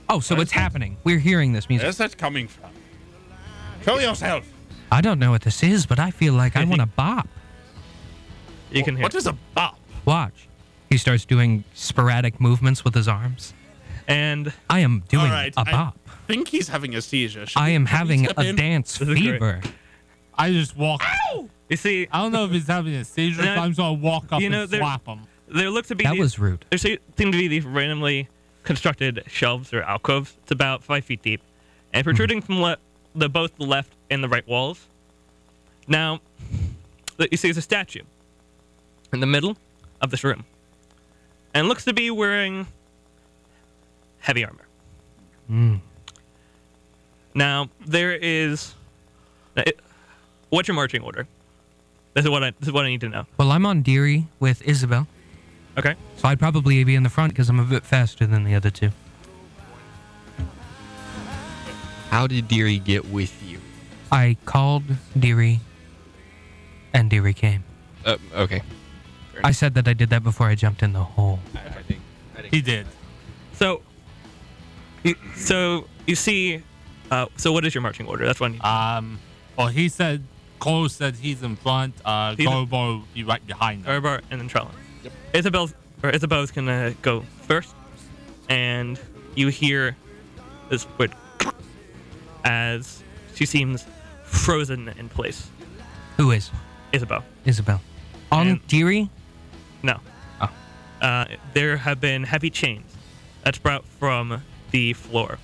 S1: Oh, so it's happening. We're hearing this music.
S5: Where's that coming from? Show yourself.
S1: I don't know what this is, but I feel like I
S2: I
S1: want to
S2: think-
S1: bop.
S2: You can hear.
S5: What
S2: it.
S5: is a bop?
S1: Watch. He starts doing sporadic movements with his arms.
S2: and
S1: I am doing
S5: All right,
S1: a
S5: I-
S1: bop.
S5: Think he's having a seizure. Should
S1: I,
S5: we-
S1: am
S5: should we
S1: having
S5: step
S1: a
S5: in?
S1: dance
S2: This is great.
S1: fever.
S4: I just walk.
S2: You see,
S4: I don't know if he's having a seizure,
S2: No,
S4: so I'm just gonna walk up
S2: you know,
S4: and
S2: there-
S4: slap him.
S2: there look to be
S1: That
S2: the-
S1: was rude.
S2: there se- seem to be these randomly constructed shelves or alcoves. It's about five feet deep,
S1: Hmm.
S2: and protruding from le- the both the left and the right walls. Now, that you see is a statue in the middle of this room, and looks to be wearing heavy armor.
S1: Hmm.
S2: Now there is. now, it- What's your marching order? This is what I this is what I need to know.
S1: Well, I'm on Deary with Isabel,
S2: Okay.
S1: so I'd probably be in the front because I'm a bit faster than the other two.
S6: How did Deary get with you?
S1: I called Deary, and Deary came.
S6: Uh, okay.
S1: I said that I did that before I jumped in the hole.
S6: I, I think. I think
S4: He did.
S2: So, you, so you see, uh, so what is your marching order? That's what I need.
S4: Um, well, he said Cole said he's in front. Uh,
S2: He's in-
S4: Gobo will be right behind him.
S2: Urbar and then Trello. Isabel's or Isabeau's gonna go first, and you hear this word as she seems frozen in place.
S1: Who is
S2: Isabel,
S1: Isabel? On
S2: And-
S1: Deary?
S2: no.
S1: Oh.
S2: Uh, there have been heavy chains that's brought from the floor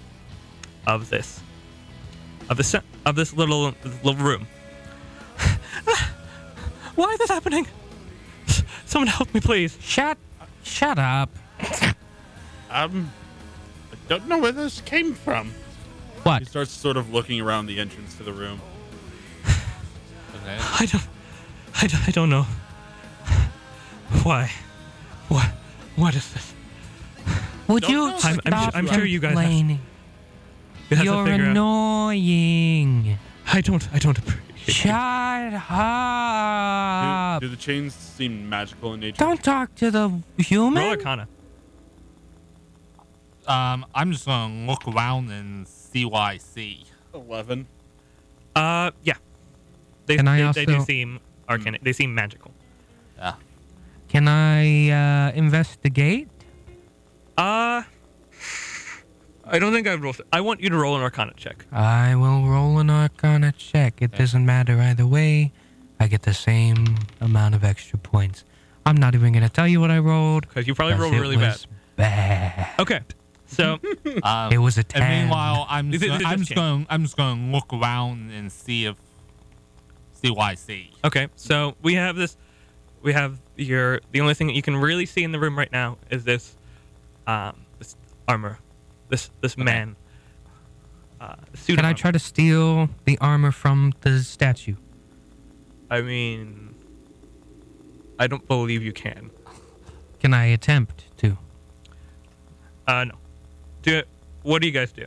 S2: of this of this of this little little room. (laughs) Why is this happening? (laughs) S- Someone help me, please.
S1: Shut, shut up.
S5: Um, I don't know where this came from.
S1: What?
S5: He starts sort of looking around the entrance to the room.
S4: Okay.
S2: I don't, I don't, I don't know. (sighs) Why? What? What is this?
S1: Would
S5: Don't
S1: you
S5: know. I'm-
S2: I'm
S1: stop
S2: su- I'm sure you guys have-
S1: complaining?
S2: You have to
S1: You're
S2: figure out-
S1: annoying.
S2: I don't, I don't appreciate.
S1: Shut
S5: Do,
S1: up.
S5: do the chains seem magical in nature?
S1: Uh, Don't talk to the human.
S2: Roll Arcana.
S4: Um, I'm just gonna look around and see what I see.
S5: 11.
S2: Uh, yeah. They,
S1: Can
S2: they,
S1: I
S2: they do
S1: also- Hmm.
S2: seem arcane. They seem magical.
S4: Yeah.
S1: Can I uh, investigate?
S2: Uh, I don't think I rolled. I want you to roll an Arcana check.
S1: I will roll an Arcana check. It doesn't matter either way. I get the same amount of extra points. I'm not even going to tell you what I rolled.
S2: Because you probably
S1: 'cause
S2: rolled
S1: it
S2: really
S1: was bad.
S2: bad. Okay.
S1: (laughs)
S2: So,
S4: Um,
S1: It was a
S4: and
S1: 10.
S4: meanwhile, I'm
S2: This is
S4: just, gonna,
S2: just
S4: I'm just
S2: change.
S4: gonna I'm just gonna look around and see if see what I see.
S2: okay. So we have this. We have your. The only thing that you can really see in the room right now is this, um, this armor, this this man. Uh, suit
S1: Can
S2: of
S1: I
S2: armor.
S1: try to steal the armor from the statue?
S2: I mean, I don't believe you can.
S1: Can I attempt to?
S2: Uh, no. Do it. What do you guys do?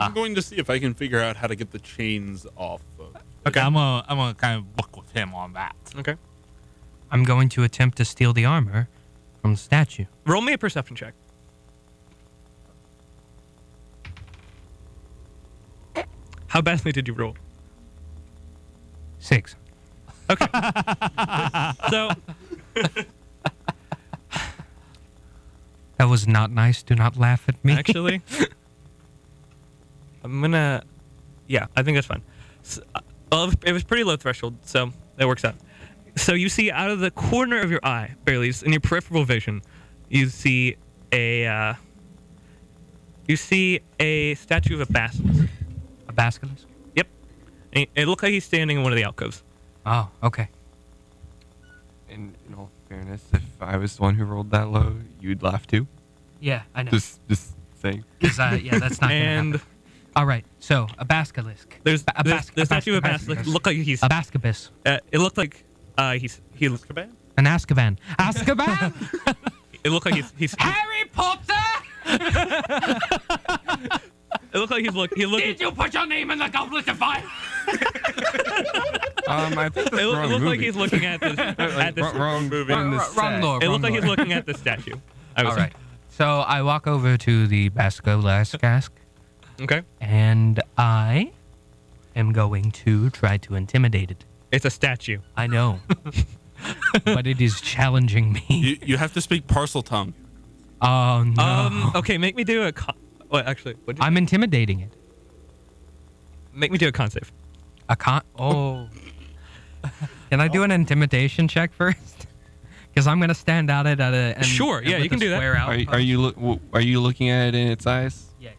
S5: I'm going to see if I can figure out how to get the chains off of.
S4: Okay. I'm gonna I'm gonna kind of work with him on that.
S2: Okay.
S1: I'm going to attempt to steal the armor from the statue.
S2: Roll me a perception check. How badly did you roll?
S1: Six.
S2: (laughs) So,
S1: That was not nice. Do not laugh at me.
S2: actually, I'm gonna. Yeah, I think that's fine. S uh, well, it was pretty low threshold, so that works out. So you see out of the corner of your eye, barely it's in your peripheral vision, you see a. Uh, you see a statue of a basilisk.
S1: a (laughs) basilisk.
S2: Yep. It, it looked like he's standing in one of the alcoves.
S1: Oh, okay.
S6: In, in all fairness, if I was the one who rolled that low, you'd laugh too.
S1: Yeah, I know.
S6: Just, just (laughs) saying.
S1: 'Cause, uh, yeah, that's not. gonna
S2: and
S1: happen. all right, so a basilisk.
S2: There's
S1: a,
S2: there's,
S1: bas-
S2: there's statue of a
S1: bas-
S2: basilisk. Look like he's.
S1: A bascobus.
S2: Uh, it looked like uh, he's he. It
S1: An Azkaban. Azkaban.
S2: (laughs) looked like he's,
S1: (laughs)
S2: he's
S1: Harry Potter.
S2: It looked like he's look. He looked.
S1: you put your name in the goblet of fire?
S8: Um, I think
S2: It,
S8: that's
S2: loo-
S8: wrong
S2: it looked like
S8: movie.
S2: he's looking
S8: (laughs)
S2: at this. at this
S8: Wrong- wrong movie.
S1: Wrong-
S8: in this
S1: wrong- wrong
S8: set.
S1: lore,
S2: it
S1: wrong
S2: looked like he's
S1: lore.
S2: looking at the statue. I was
S1: All right. So I walk over to the basilisk
S2: Okay.
S1: and I am going to try to intimidate it.
S2: It's a statue.
S1: I know. (laughs) but it is challenging me.
S5: You, you have to speak parcel tongue.
S1: Oh no.
S2: Um. Okay. Make me do a. Con- well, actually, what
S1: I'm intimidating it.
S2: make me do a con save.
S1: A con. Oh. Can I do an intimidation check first? (laughs) Because I'm gonna stand at it at a and,
S2: Sure,
S1: and
S2: yeah,
S1: with
S2: you can
S1: a
S2: do that.
S1: square out
S6: Are, you-
S1: punch.
S6: are you look? w- Are you looking at it in its eyes?
S1: Yes.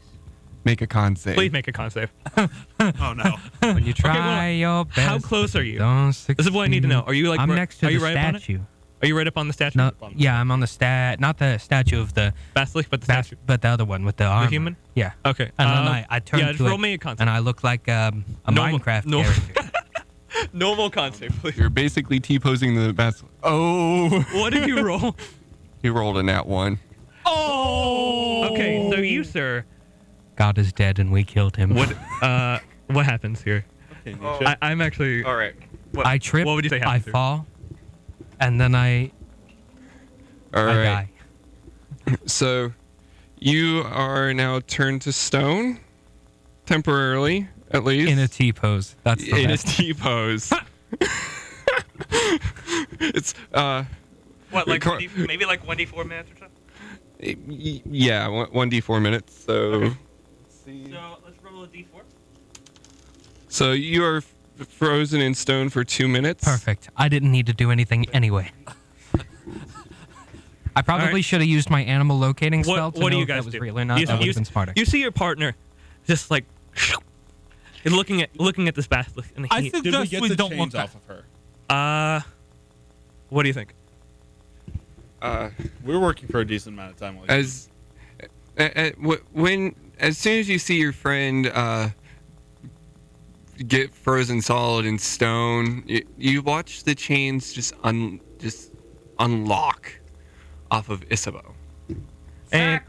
S6: Make a con save.
S2: Please make a con save.
S5: (laughs) Oh no.
S2: (laughs)
S1: When you try
S2: well,
S1: your best,
S2: How close are you?
S1: Don't
S2: This is what I need to know. Are you like
S1: Mm-hmm. I'm
S2: ri-
S1: next to
S2: are
S1: the
S2: you right up on it?
S1: statue.
S2: Are you right up on the statue?
S1: No, yeah, I'm on the stat, not the statue of the,
S2: Basilisk, but the
S1: bas-
S2: statue.
S1: but the other one with the armor.
S2: human?
S1: Yeah.
S2: Okay.
S1: And
S2: um,
S1: then I, I turn
S2: yeah,
S1: to
S2: just roll
S1: it,
S2: me a con save.
S1: and I look like um, a
S2: Normal-
S1: Minecraft
S2: normal- (laughs)
S1: character.
S2: Normal con save,
S1: (laughs)
S2: please.
S6: You're basically T-posing the basilisk. Oh,
S2: What did you roll?
S6: he rolled a nat one.
S2: Oh. Okay, so you, sir,
S1: God is dead, and we killed him.
S2: what uh, what happens here? I, I'm actually.
S6: All right.
S1: I trip.
S2: what would you say
S1: I
S2: happened, sir?
S1: fall, and then I,
S6: All
S1: I
S6: right.
S1: die.
S6: So, you are now turned to stone, temporarily at least.
S1: in a T pose. That's the
S6: in a
S1: best.
S6: T pose. (laughs) it's uh
S2: What,
S6: like, Cor-
S2: maybe like 1d4 minutes or something?
S6: y- y- yeah, one- one d four minutes. So
S2: So let's roll a d4.
S6: so you are f- frozen in stone for two minutes.
S1: Perfect. I didn't need to do anything anyway. I probably
S2: right.
S1: should have used my animal locating spell
S2: What,
S1: to
S2: what
S1: know
S2: do you
S1: if that
S2: guys
S1: was
S2: do?
S1: real or not.
S2: You,
S1: that would
S2: you-
S1: have been smarter.
S2: you see your partner, just like, (laughs) and looking at looking at this basilisk, and he,
S4: I think-
S5: Did we
S4: Just
S5: get
S4: we
S5: the
S4: don't want
S5: chains off
S4: that.
S5: of her?
S2: uh, what do you think?
S6: Uh,
S5: We're working for a decent amount of time. Like,
S6: as uh, uh, wh- when as soon as you see your friend uh, get frozen solid in stone, you, you watch the chains just un just unlock off of Isabeau.
S2: And,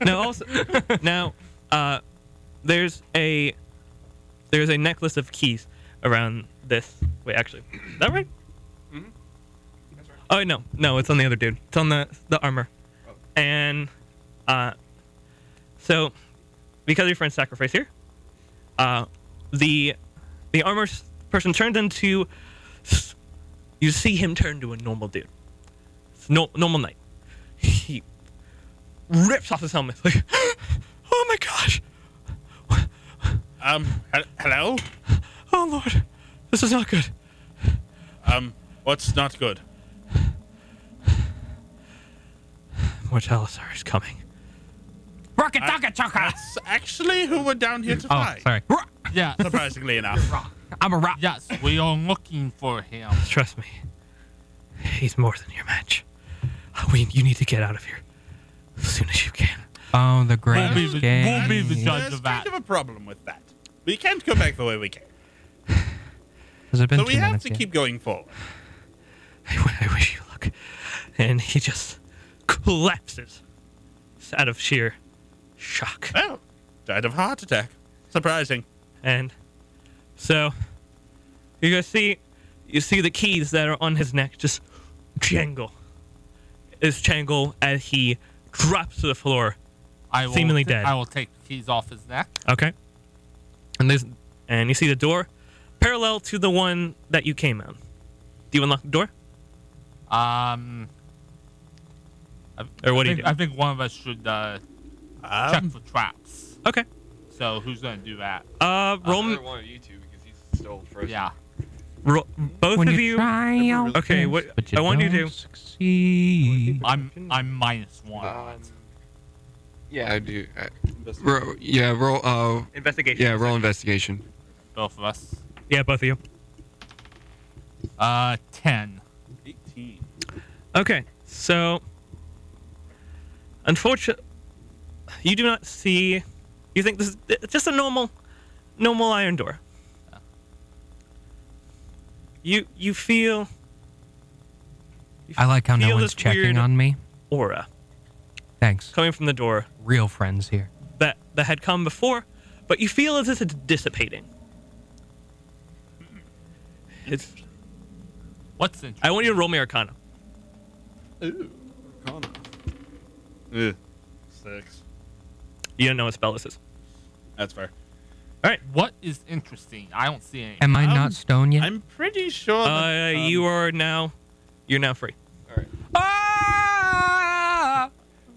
S2: now also now uh, there's a there's a necklace of keys around this. Wait, actually, is that right? Oh no, no, it's on the other dude. It's on the the armor, and uh, so because of your friend's sacrifice here, uh, the the armor s- person turns into s- you see him turn to a normal dude, It's no normal knight. He rips off his helmet. Like, (gasps) oh my gosh,
S5: um, hel- hello.
S2: oh lord, this is not good.
S5: Um, what's not good?
S2: Mortalisar is coming.
S1: Rocket Rocket Chaka!
S5: That's actually who we're down here to
S1: Oh,
S5: fight.
S1: sorry.
S4: Yes,
S5: Surprisingly enough.
S1: I'm a rock.
S4: yes, we are looking for him.
S2: Trust me, he's more than your match. We, you need to get out of here as soon as you can.
S1: Oh, the
S4: We'll be
S1: great
S4: the-
S1: game.
S4: we'll be the judge.
S5: There's
S4: of
S5: kind
S4: that.
S5: of a problem with that. We can't go back the way we came,
S1: Has it been
S5: so
S1: two
S5: we have
S1: minutes
S5: to
S1: yet?
S5: keep going forward.
S2: I, w- I wish you luck. And he just collapses out of sheer shock.
S5: Oh, died of heart attack. Surprising.
S2: And so you guys see you see the keys that are on his neck just jangle. Is jangle as he drops to the floor.
S4: I will
S2: Seemingly
S4: ta-
S2: dead.
S4: I will take the keys off his neck.
S2: Okay. And there's and you see the door parallel to the one that you came out. Do you unlock the door?
S4: Um,
S2: Or what
S4: I
S2: do you
S4: think,
S2: do?
S4: I think one of us should uh, check
S5: Um,
S4: for traps.
S2: Okay.
S4: So who's gonna do that?
S2: Uh roll,
S6: one of you two because he's still frozen.
S4: Yeah.
S2: roll both
S1: When
S2: of
S1: you,
S2: you
S1: try your
S2: Okay,
S1: best,
S2: what-
S1: but you
S2: I want you
S1: don't
S2: to-
S1: succeed.
S4: I'm I'm minus one.
S6: yeah, I do. I, roll, yeah, roll. Uh,
S2: investigation.
S6: yeah, roll investigation.
S4: both of us.
S2: Yeah, both of you.
S4: Uh, ten.
S5: 18.
S2: Okay, so unfortunately, you do not see. You think this is it's just a normal, normal iron door. You you feel
S1: I like how no
S2: Feel
S1: one's
S2: this
S1: checking
S2: weird-
S1: on me.
S2: aura
S1: Thanks.
S2: coming from the door
S1: Real friends here.
S2: that that had come before, but you feel as if it's dissipating. It's,
S4: What's in?
S2: I want you to roll me Arcana.
S5: Ooh, Connor. Ugh. Six.
S2: You don't know what spell this is.
S5: That's fair.
S4: What is interesting? I don't see any.
S1: Am I
S5: Um,
S1: not stone yet?
S5: I'm pretty sure.
S2: Uh,
S5: that, um,
S2: you are now, you're now free.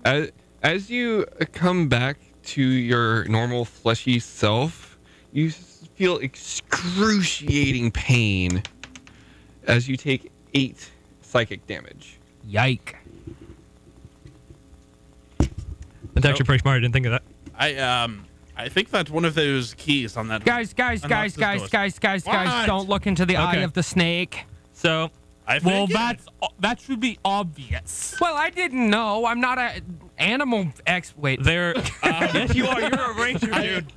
S6: As, as you come back to your normal fleshy self, you s- feel excruciating pain as you take eight psychic damage.
S1: Yike.
S2: That's actually pretty smart. I didn't think of that.
S1: Uh,
S5: I um, I think that's one of those keys on that.
S1: Guys, guys,
S5: Unlock
S1: guys,
S5: this
S1: guys,
S5: door.
S1: guys, guys, guys,
S5: What?
S1: don't look into the eye
S2: Okay.
S1: of the snake.
S2: So
S5: I think
S4: Well,
S5: it-
S4: that's uh, that should be obvious.
S1: Well, I didn't know. I'm not a animal ex. Wait.
S2: (laughs) there. Uh, yes, you are. You're a ranger, dude.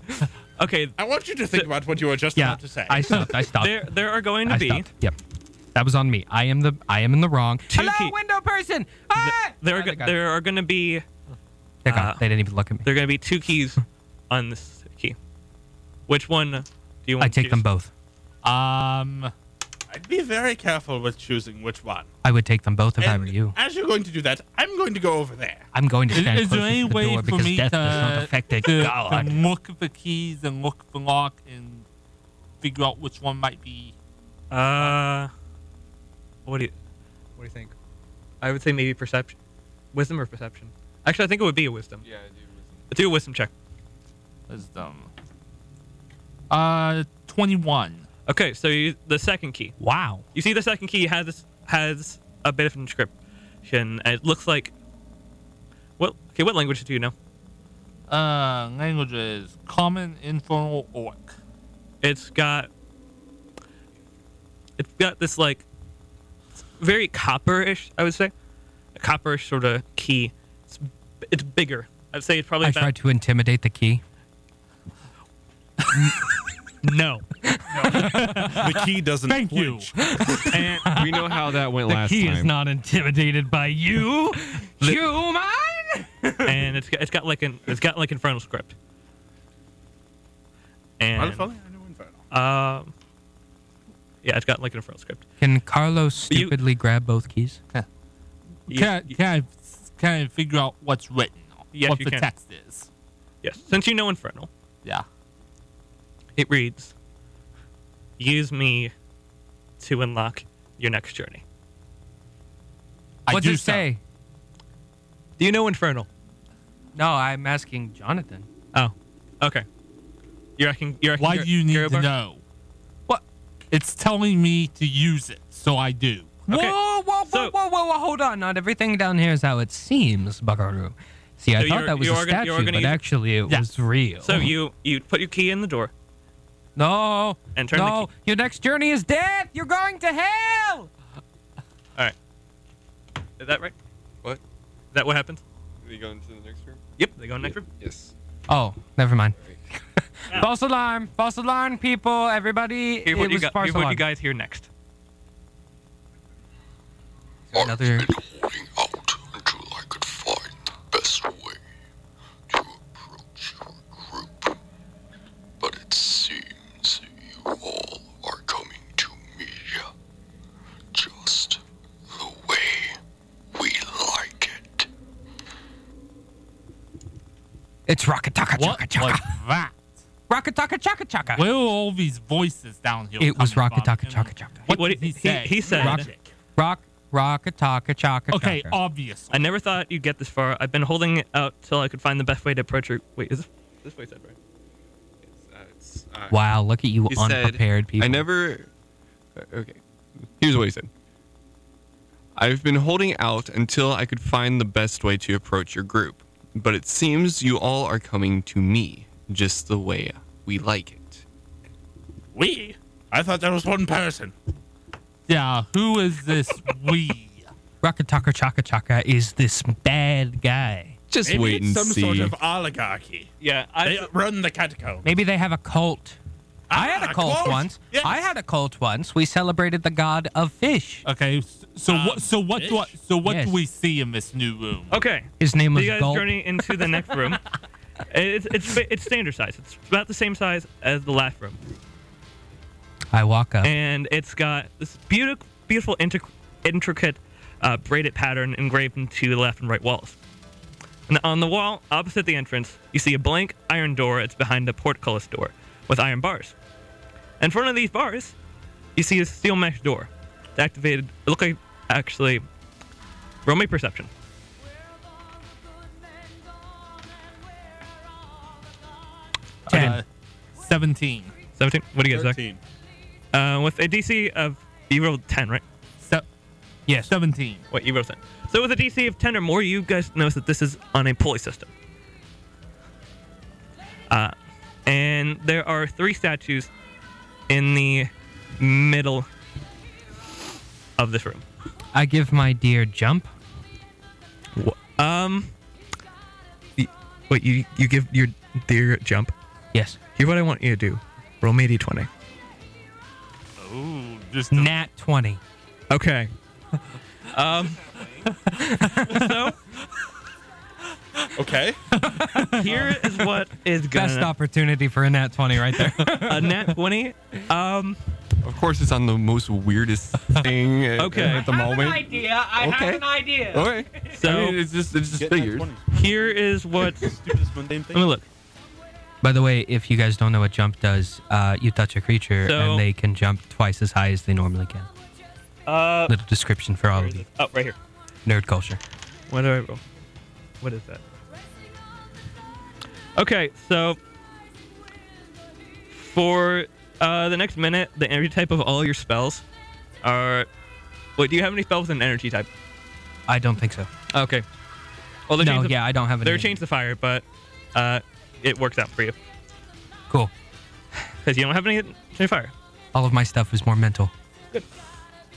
S2: Okay.
S5: I want you
S1: (laughs)
S5: to think about what you were just
S1: yeah,
S5: about to say.
S1: I stopped. (laughs) I stopped.
S2: There, there are going to
S1: I
S2: be.
S1: stopped. Yep. That was on me. I am the I am in the wrong. Hello,
S2: key-
S1: window person. Ah!
S2: There are,
S1: Oh, they're
S2: go-
S1: gone.
S2: there are going to be.
S1: They're gone.
S2: uh,
S1: they didn't even look at me.
S2: There are going to be two (laughs) keys on this key. Which one do you want?
S1: I
S2: to
S1: take them
S2: choose?
S1: both.
S4: Um,
S5: I'd be very careful with choosing which one.
S1: I would take them both if I were
S5: And
S1: you.
S5: As you're going to do that, I'm going to go over there.
S1: I'm going to
S4: is,
S1: stand
S4: is there
S1: closer
S4: any
S1: to the
S4: way
S1: door
S4: for
S1: because
S4: me
S1: death does not
S4: to,
S1: affect it.
S4: to- to
S1: God.
S4: look at the keys and look for lock and figure out which one might be?
S2: Uh, what do you, what do you think? I would say maybe perception, wisdom or perception. Actually, I think it would be a wisdom.
S6: Yeah, I do.
S2: Do a wisdom check.
S4: Wisdom. Uh, twenty-one.
S2: Okay, so you, the second key.
S1: Wow.
S2: You see, the second key has has a bit of an inscription. and It looks like. What? Okay, what language do you know?
S4: Uh, languages: common, infernal, orc.
S2: It's got. It's got this like. Very copper-ish, I would say, a copper-ish sort of key. It's it's bigger. I'd say it's probably
S1: I
S2: about
S1: tried to intimidate the key.
S2: (laughs) no.
S5: The key doesn't.
S4: Thank you.
S1: (laughs)
S2: And
S8: We know how that went last time.
S1: not intimidated by (laughs) you, human. (laughs)
S2: and it's got, it's got like an it's got like infernal script. And
S5: Well, if only I knew Inferno.
S2: um, yeah, it's got like an infernal script.
S1: Can Carlos
S2: You-
S1: stupidly grab both keys?
S2: You-
S4: Can, I- can I can I figure out what's written?
S2: Yes,
S4: what
S2: you
S4: the
S2: can.
S4: text is?
S2: Yes, since you know infernal,
S4: Yeah.
S2: it reads, "Use me to unlock your next journey."
S4: I
S1: What's
S4: do
S1: it
S4: so.
S1: say?
S2: Do you know infernal?
S1: No, I'm asking Jonathan.
S2: Oh, okay. You're acting. You're acting.
S4: Why do you need to know?
S1: What?
S4: It's telling me to use it, so I do.
S2: Okay,
S1: Whoa, whoa, whoa,
S2: so-
S1: whoa, whoa, whoa, hold on. Not everything down here is how it seems, Buckaroo. See, I
S2: So
S1: thought
S2: you're-
S1: that was
S2: you
S1: a
S2: are gonna- you are
S1: statue,
S2: gonna
S1: but
S2: use-
S1: actually it
S4: Yeah.
S1: was real.
S2: So you you put your key in the door.
S1: No.
S2: And turn the
S1: no,
S2: key.
S1: your next journey is death. You're going to hell.
S2: All right. Is that right?
S6: What?
S2: Is that what happens?
S6: Are you going to the next room?
S2: Yep. They go in the next room.
S6: Yes.
S1: Oh, never mind. false alarm. False alarm, people. Everybody,
S2: Here's
S1: it
S2: what you
S1: was
S2: got.
S1: false
S2: Here's what you
S1: alarm.
S2: guys hear next.
S7: I've
S1: Another-
S7: been holding out until I could find the best way to approach your group. But it seems you all are coming to me just the way we like it.
S1: It's rocket taka
S4: What
S1: chaka
S4: like
S1: chaka.
S4: that?
S1: Rocket taka chaka chaka.
S4: Where are all these voices down here?
S1: It was
S4: coming
S1: rocket
S4: from?
S1: taka chaka chaka.
S4: What,
S2: What
S4: did
S2: did-
S4: he
S2: he-
S4: say?
S2: he said-
S4: Magic.
S1: Rock, rocket taka chaka.
S4: Okay,
S1: chaka.
S4: obviously.
S2: I never thought you'd get this far. I've been holding it out till I could find the best way to approach your. Wait, is this, this way said right?
S6: Uh, it's, uh,
S1: Wow, look at you
S6: He said,
S1: unprepared people.
S6: I never. uh, Okay. Here's what he said I've been holding out until I could find the best way to approach your group, but it seems you all are coming to me just the way we like it.
S5: We? I thought that was one person.
S4: Yeah, who is this we?
S1: Rocket taka chaka chaka is this bad guy.
S6: Just
S5: Maybe
S6: wait
S5: it's
S6: and
S5: some
S6: see.
S5: sort of oligarchy.
S2: Yeah,
S5: They run the catacomb.
S1: Maybe they have a cult. I had
S5: Ah,
S1: a cult
S5: cult.
S1: once.
S5: Yes.
S1: I had a cult once. We celebrated the god of fish.
S4: Okay, s- so what? So what do I,
S5: fish?
S4: So what
S1: Um, Yes.
S4: do we see in this new room?
S2: Okay.
S1: His name
S2: So
S1: was
S2: you guys
S1: Gulp.
S2: journey into the next room. It's, it's it's standard size. It's about the same size as the last room,
S1: I walk up.
S2: and it's got this beautiful beautiful intric- intricate uh, braided pattern engraved into the left and right walls. And on the wall opposite the entrance, you see a blank iron door. It's behind a portcullis door with iron bars. In front of these bars, you see a steel mesh door. It's activated. It look like actually. Roll me perception.
S4: Uh, Seventeen. Uh,
S2: Seventeen. What do you guys? Zach?
S5: 13.
S2: Uh, with a DC of You rolled 10, right?
S4: Se-
S1: Yes.
S4: 17.
S2: Wait, you rolled 10. So with a DC of 10 or more, you guys notice that this is on a pulley system. Uh, and there are three statues in the middle of this room.
S1: I give my deer jump.
S2: Um, y- wait, you, you give your deer a jump.
S1: Yes.
S2: Here's what I want you to do. Roll me a d20.
S4: Oh, just a-
S1: Nat 20.
S2: Okay. Um, so
S5: Okay.
S2: here is what is going
S1: Best opportunity for a nat 20 right there.
S2: a nat 20. Um,
S6: Of course, it's on the most
S5: (laughs)
S6: weirdest thing at,
S2: Okay.
S6: at the
S3: I have an
S6: moment.
S3: idea. I
S6: Okay.
S3: have an idea.
S6: Okay.
S2: so
S6: I mean, it's just it's just
S5: Get that
S6: figures.
S5: 20.
S2: here is what.
S5: Stupidest mundane thing.
S2: Let me look.
S1: By the way, if you guys don't know what jump does, uh, you touch a creature
S2: So-
S1: and they can jump twice as high as they normally can.
S2: Uh,
S1: Little description for all
S2: where
S1: of you.
S2: is it? Oh, right here.
S1: Nerd culture.
S2: What do I roll? What is that? Okay, so for uh, the next minute, the energy type of all your spells are. Wait, do you have any spells with an energy type?
S1: I don't think so.
S2: Okay. Well, they
S1: no,
S2: changed the,
S1: yeah, I don't have any.
S2: they changed the fire, but uh, it works out for you
S1: Cool.
S2: because you don't have any, any fire.
S1: All of my stuff is more mental.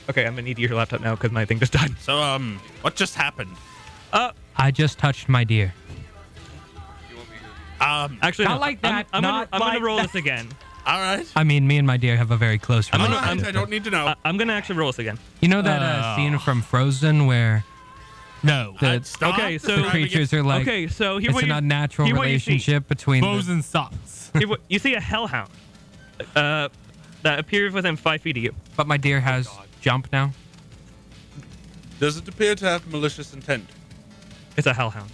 S2: Okay, I'm gonna need your laptop now because my thing just died.
S5: So, um, what just happened?
S2: Uh,
S1: I just touched my deer.
S5: Um,
S2: actually,
S1: Not
S2: no.
S1: like
S2: I'm-
S1: that,
S2: I'm,
S1: not
S2: gonna, I'm
S1: like
S2: gonna roll
S1: that. (laughs)
S2: this again.
S5: all right.
S1: I mean, me and my deer have a very close
S5: All
S1: relationship.
S5: right, I don't need to
S1: Oh.
S5: know.
S2: Uh, I'm gonna actually roll this again.
S1: You know that
S2: Oh.
S1: uh, scene from Frozen where
S4: no.
S1: the,
S5: Stop
S2: okay, so-
S1: the
S5: describing
S1: creatures are like,
S2: okay, so here
S1: it's
S2: what
S1: an
S2: you,
S1: unnatural
S2: here what you see.
S1: relationship between.
S4: Bows
S1: The,
S4: and socks.
S2: Here what- you see a hellhound uh, that appears within five feet of you.
S1: but my deer has
S2: Oh,
S1: jump now.
S5: it. Does it appear to have malicious intent?
S2: It's a hellhound.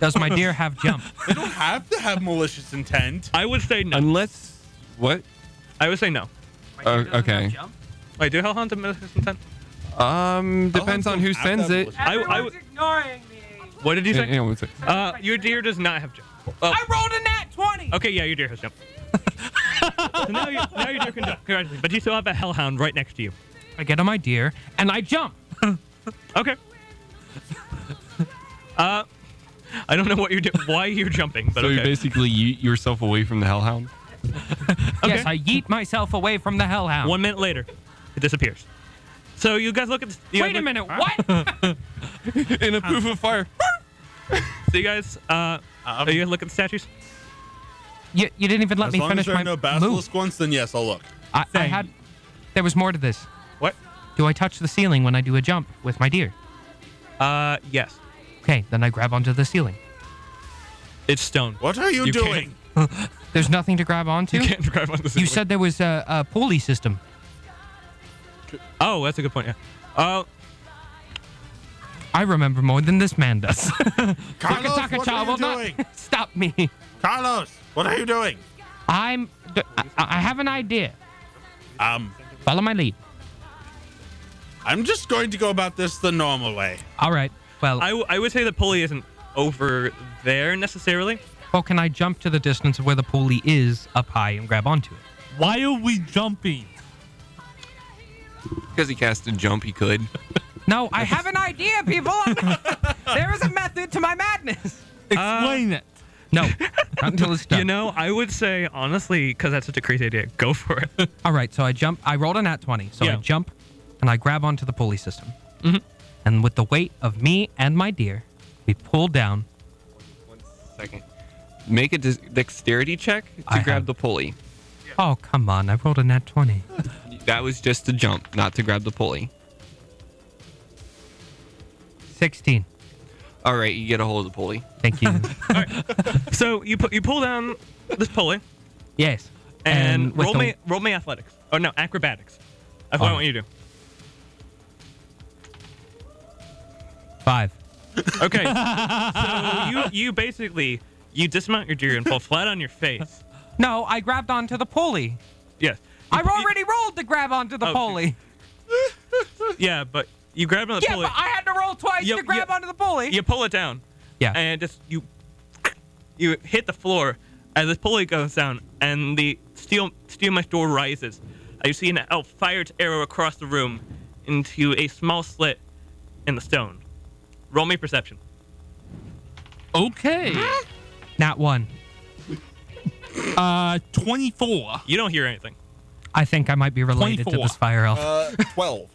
S1: Does my deer have
S2: (laughs)
S1: jump?
S5: They don't have to have malicious intent.
S2: I would say no.
S6: Unless what?
S2: I would say no.
S3: My deer
S6: Oh,
S3: doesn't have
S6: okay.
S3: jump.
S2: Wait, do hellhounds have malicious intent?
S6: Um, depends
S1: Oh,
S6: on who
S5: I'll have
S6: sends
S5: to
S6: it.
S5: look.
S2: I- I
S3: Everyone's
S2: would-
S3: ignoring me.
S2: What did you
S6: Yeah,
S2: say?
S6: yeah, what's it?
S2: Uh, your deer does not have jump. Oh,
S3: I rolled a nat 20.
S2: okay, yeah, your deer has jump. so now, you, now your deer can jump. Congratulations. But you still have a hellhound right next to you.
S1: I get on my deer and I jump.
S2: Okay. Uh, I don't know what you're doing. Why you're jumping, but
S6: So you
S2: okay.
S6: basically yeet yourself away from
S2: (laughs)
S6: the hellhound.
S1: Yes, I yeet myself away from the hellhound.
S2: One minute later, it disappears. So you guys look at this. you guys
S1: Wait a
S2: look-
S1: minute, what?
S6: In a poof of fire.
S2: So you guys, uh, are you guys look at the statues?
S1: you, you didn't even let
S5: As
S1: me
S5: long
S1: finish
S5: as there
S1: my
S5: are no
S1: move.
S5: basilisk ones, then yes, I'll look.
S1: I, I
S4: Same.
S1: had. There was more to this.
S2: What?
S1: Do I touch the ceiling when I do a jump with my deer?
S2: Uh, yes.
S1: Okay, then I grab onto the ceiling.
S2: It's stone.
S5: What are you,
S2: You can't-
S5: doing?
S1: There's nothing to grab onto.
S2: You (laughs) can't grab on the
S1: You
S2: ceiling.
S1: said there was a, a pulley system.
S2: Oh, that's a good point. Yeah. Oh,
S1: I remember more than this man does. (laughs)
S5: Carlos,
S1: Taka
S5: what
S1: Cha
S5: are you
S1: will
S5: doing?
S1: not (laughs) stop me.
S5: Carlos, what are you doing?
S1: I'm. I, I have an idea.
S5: Um,
S1: Follow my lead.
S5: I'm just going to go about this the normal way.
S1: All right. Well,
S2: I, w- I would say the pulley isn't over there necessarily.
S1: well, can I jump to the distance of where the pulley is up high and grab onto it?
S4: Why are we jumping?
S6: Because he cast a jump, he could.
S1: No, I have an
S2: (laughs)
S1: idea, people. there is a method to my madness.
S4: Explain it.
S1: No, not until it's done.
S2: You know, I would say honestly, because that's such a crazy idea. Go for
S1: (laughs)
S2: it.
S1: All right, so I jump. I rolled a nat 20. So I
S2: Yeah.
S1: jump and I grab onto the pulley system. Mm-hmm. And with the weight of me and my deer, we pull down.
S6: Second. Make a de- dexterity check to
S1: I
S6: grab
S1: have-
S6: the pulley.
S1: Oh, come on. I rolled a nat 20.
S6: That was just to jump, not to grab the pulley.
S1: 16.
S6: All right, you get a hold of the pulley.
S1: Thank
S2: (laughs)
S1: you.
S2: so you pu- you pull down this pulley
S1: yes.
S2: and,
S1: with
S2: roll
S1: the-
S2: me roll me athletics. Oh no, acrobatics. That's what I
S1: Oh.
S2: want you to do.
S1: Five.
S2: Okay. so you you basically you dismount your deer and fall flat on your face.
S1: No, I grabbed onto the pulley.
S2: Yes.
S1: I already rolled to grab onto the
S2: Oh,
S1: pulley.
S2: Yeah, but you grab on the
S1: Yeah,
S2: pulley.
S1: but I had to roll twice
S2: Yep,
S1: to grab
S2: yep.
S1: onto the pulley.
S2: you pull it down
S1: Yeah.
S2: and just you you hit the floor as this pulley goes down and the steel steel mesh door rises Uh, you see an elf fire its arrow across the room into a small slit in the stone. Roll me perception.
S4: Okay.
S1: Not one.
S4: Uh, 24.
S2: You don't hear anything.
S1: I think I might be related to
S4: 24.
S1: this fire elf.
S9: Uh, 12.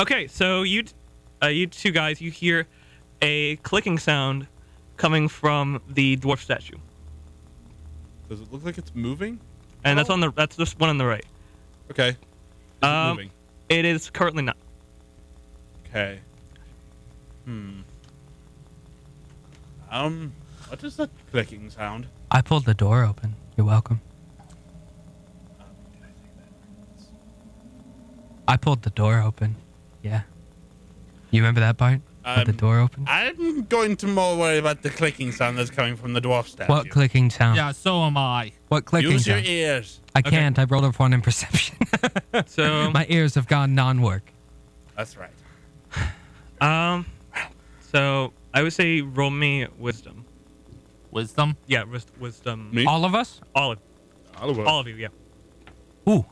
S2: Okay, so you, t- uh, you two guys, you hear a clicking sound coming from the dwarf statue,
S5: Does it look like it's moving?
S2: and that's on the that's this one on the right.
S5: Okay. Is it
S2: Um,
S5: moving?
S2: It is currently not.
S5: Okay. Hmm. Um, what is that clicking sound?
S1: I pulled the door open. You're welcome. I pulled the door open. Yeah. You remember that part? With the
S5: Um,
S1: door open?
S5: I'm going to more worry about the clicking sound that's coming from the dwarf statue.
S1: What clicking sound?
S4: Yeah, so am I.
S1: What clicking
S5: Use your e-
S1: sound?
S5: ears.
S1: I can't. I rolled a one in perception. (laughs)
S2: So
S1: My ears have gone non-work.
S5: That's right.
S2: um, so I would say roll me wisdom.
S4: Wisdom.
S2: Yeah, wis- wisdom.
S5: Me?
S1: All of us?
S2: All of
S5: Oliver.
S2: all of you. Yeah.
S1: Ooh.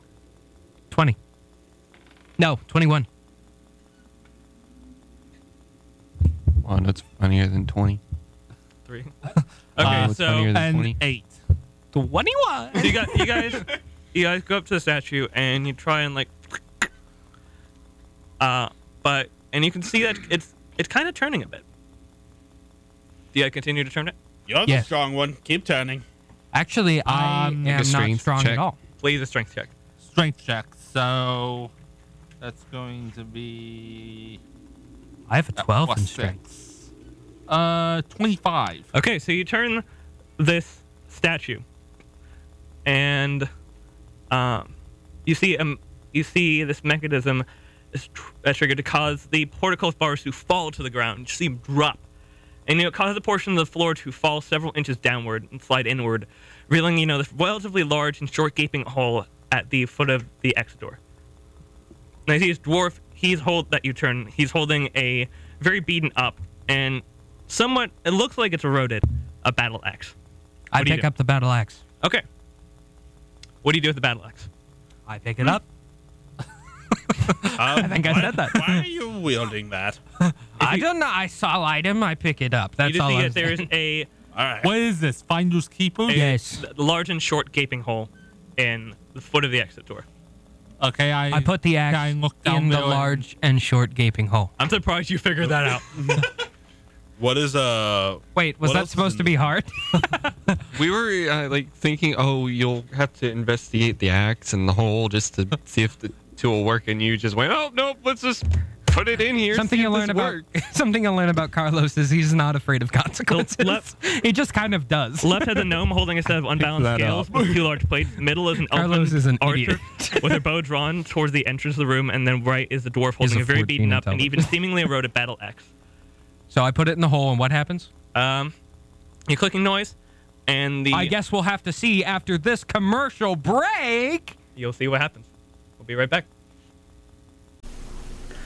S1: 20. No, 21.
S6: Wow, that's funnier than 20.
S2: Three. Okay,
S4: Uh,
S6: What's
S2: so
S6: funnier than
S4: And
S6: 20?
S4: 8.
S1: 21?
S2: So you got you guys you guys go up to the statue and you try and like uh but and you can see that it's it's kind of turning a bit. Do you continue to turn it?
S5: You're the
S1: Yes.
S5: strong one. Keep turning.
S1: Actually, I
S4: Um,
S1: am not
S6: strength
S1: strong
S6: check.
S1: at all.
S2: Please a strength check.
S4: Strength check. So that's going to be.
S1: I have a 12 in
S4: plus
S1: strength.
S4: six. Uh, 25.
S2: Okay, so you turn this statue and um you see um you see this mechanism is tr- uh, triggered to cause the portico bars to fall to the ground. You see them drop and you know, it causes a portion of the floor to fall several inches downward and slide inward, revealing, you know, this relatively large and short gaping hole at the foot of the exit door. Now you see this dwarf, he's hold that you turn, he's holding a very beaten up and somewhat it looks like it's eroded a battle axe.
S1: I
S2: What do you
S1: pick
S2: do?
S1: up the battle axe.
S2: Okay. What do you do with the battle axe?
S1: I pick it up.
S5: I
S1: think (laughs) I said that.
S5: Um, Why are you wielding that?
S1: I don't know. I saw item. I pick it up. That's
S2: you just
S1: all
S2: see
S1: I'm
S2: that there is
S1: saying.
S2: a
S5: All right.
S4: What is this? Finders Keepers?
S1: Yes.
S2: large and short gaping hole in the foot of the exit door.
S4: Okay, I,
S1: I put the axe
S4: I looked down
S1: in the
S4: there and-
S1: large and short gaping hole.
S2: I'm surprised you figured that out.
S5: (laughs) What is uh?
S1: Wait, was
S5: What
S1: that
S5: else is
S1: supposed
S5: in
S1: to be hard?
S6: We were uh, like thinking, oh, you'll have to investigate the axe and the hole
S2: (laughs)
S6: just to see if the tool will work, and you just went, oh nope, let's just put it in here.
S1: something
S6: see
S1: you
S6: if
S1: learn
S6: this
S1: about
S6: works."
S1: (laughs) something you learn about Carlos is he's not afraid of consequences.
S2: left-
S1: (laughs) he just kind of does.
S2: Left has a gnome holding a set of unbalanced
S4: that
S2: scales
S4: up.
S2: with two large plates. Middle is an
S1: Carlos
S2: elfin
S1: is an
S2: archer
S1: idiot.
S2: with her bow drawn towards the entrance of the room, and then right is the dwarf holding
S1: a
S2: a, very
S1: 14
S2: beaten up and even
S1: intelligence.
S2: seemingly eroded battle axe.
S1: So I put it in the hole, and what happens?
S2: Um, your clicking noise, and the
S1: I guess we'll have to see after this commercial break.
S2: you'll see what happens. We'll be right back.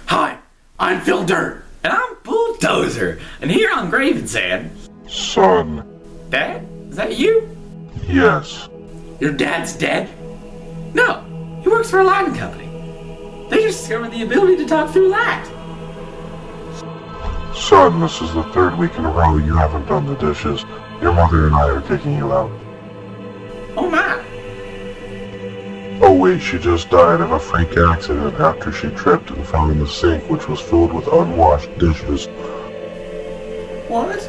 S10: Hi, I'm Phil Dirt, and I'm Bulldozer, and here on Gravensand.
S7: Son,
S10: Dad? Is that you?
S7: yes,
S10: Your dad's dead? No, he works for a lighting company. They just discovered the ability to talk through light.
S7: son, this is the third week in a row you haven't done the dishes. Your mother and I are taking you out.
S10: Oh my.
S7: Oh wait, she just died of a freak accident after she tripped and fell in the sink, which was filled with unwashed dishes.
S10: What?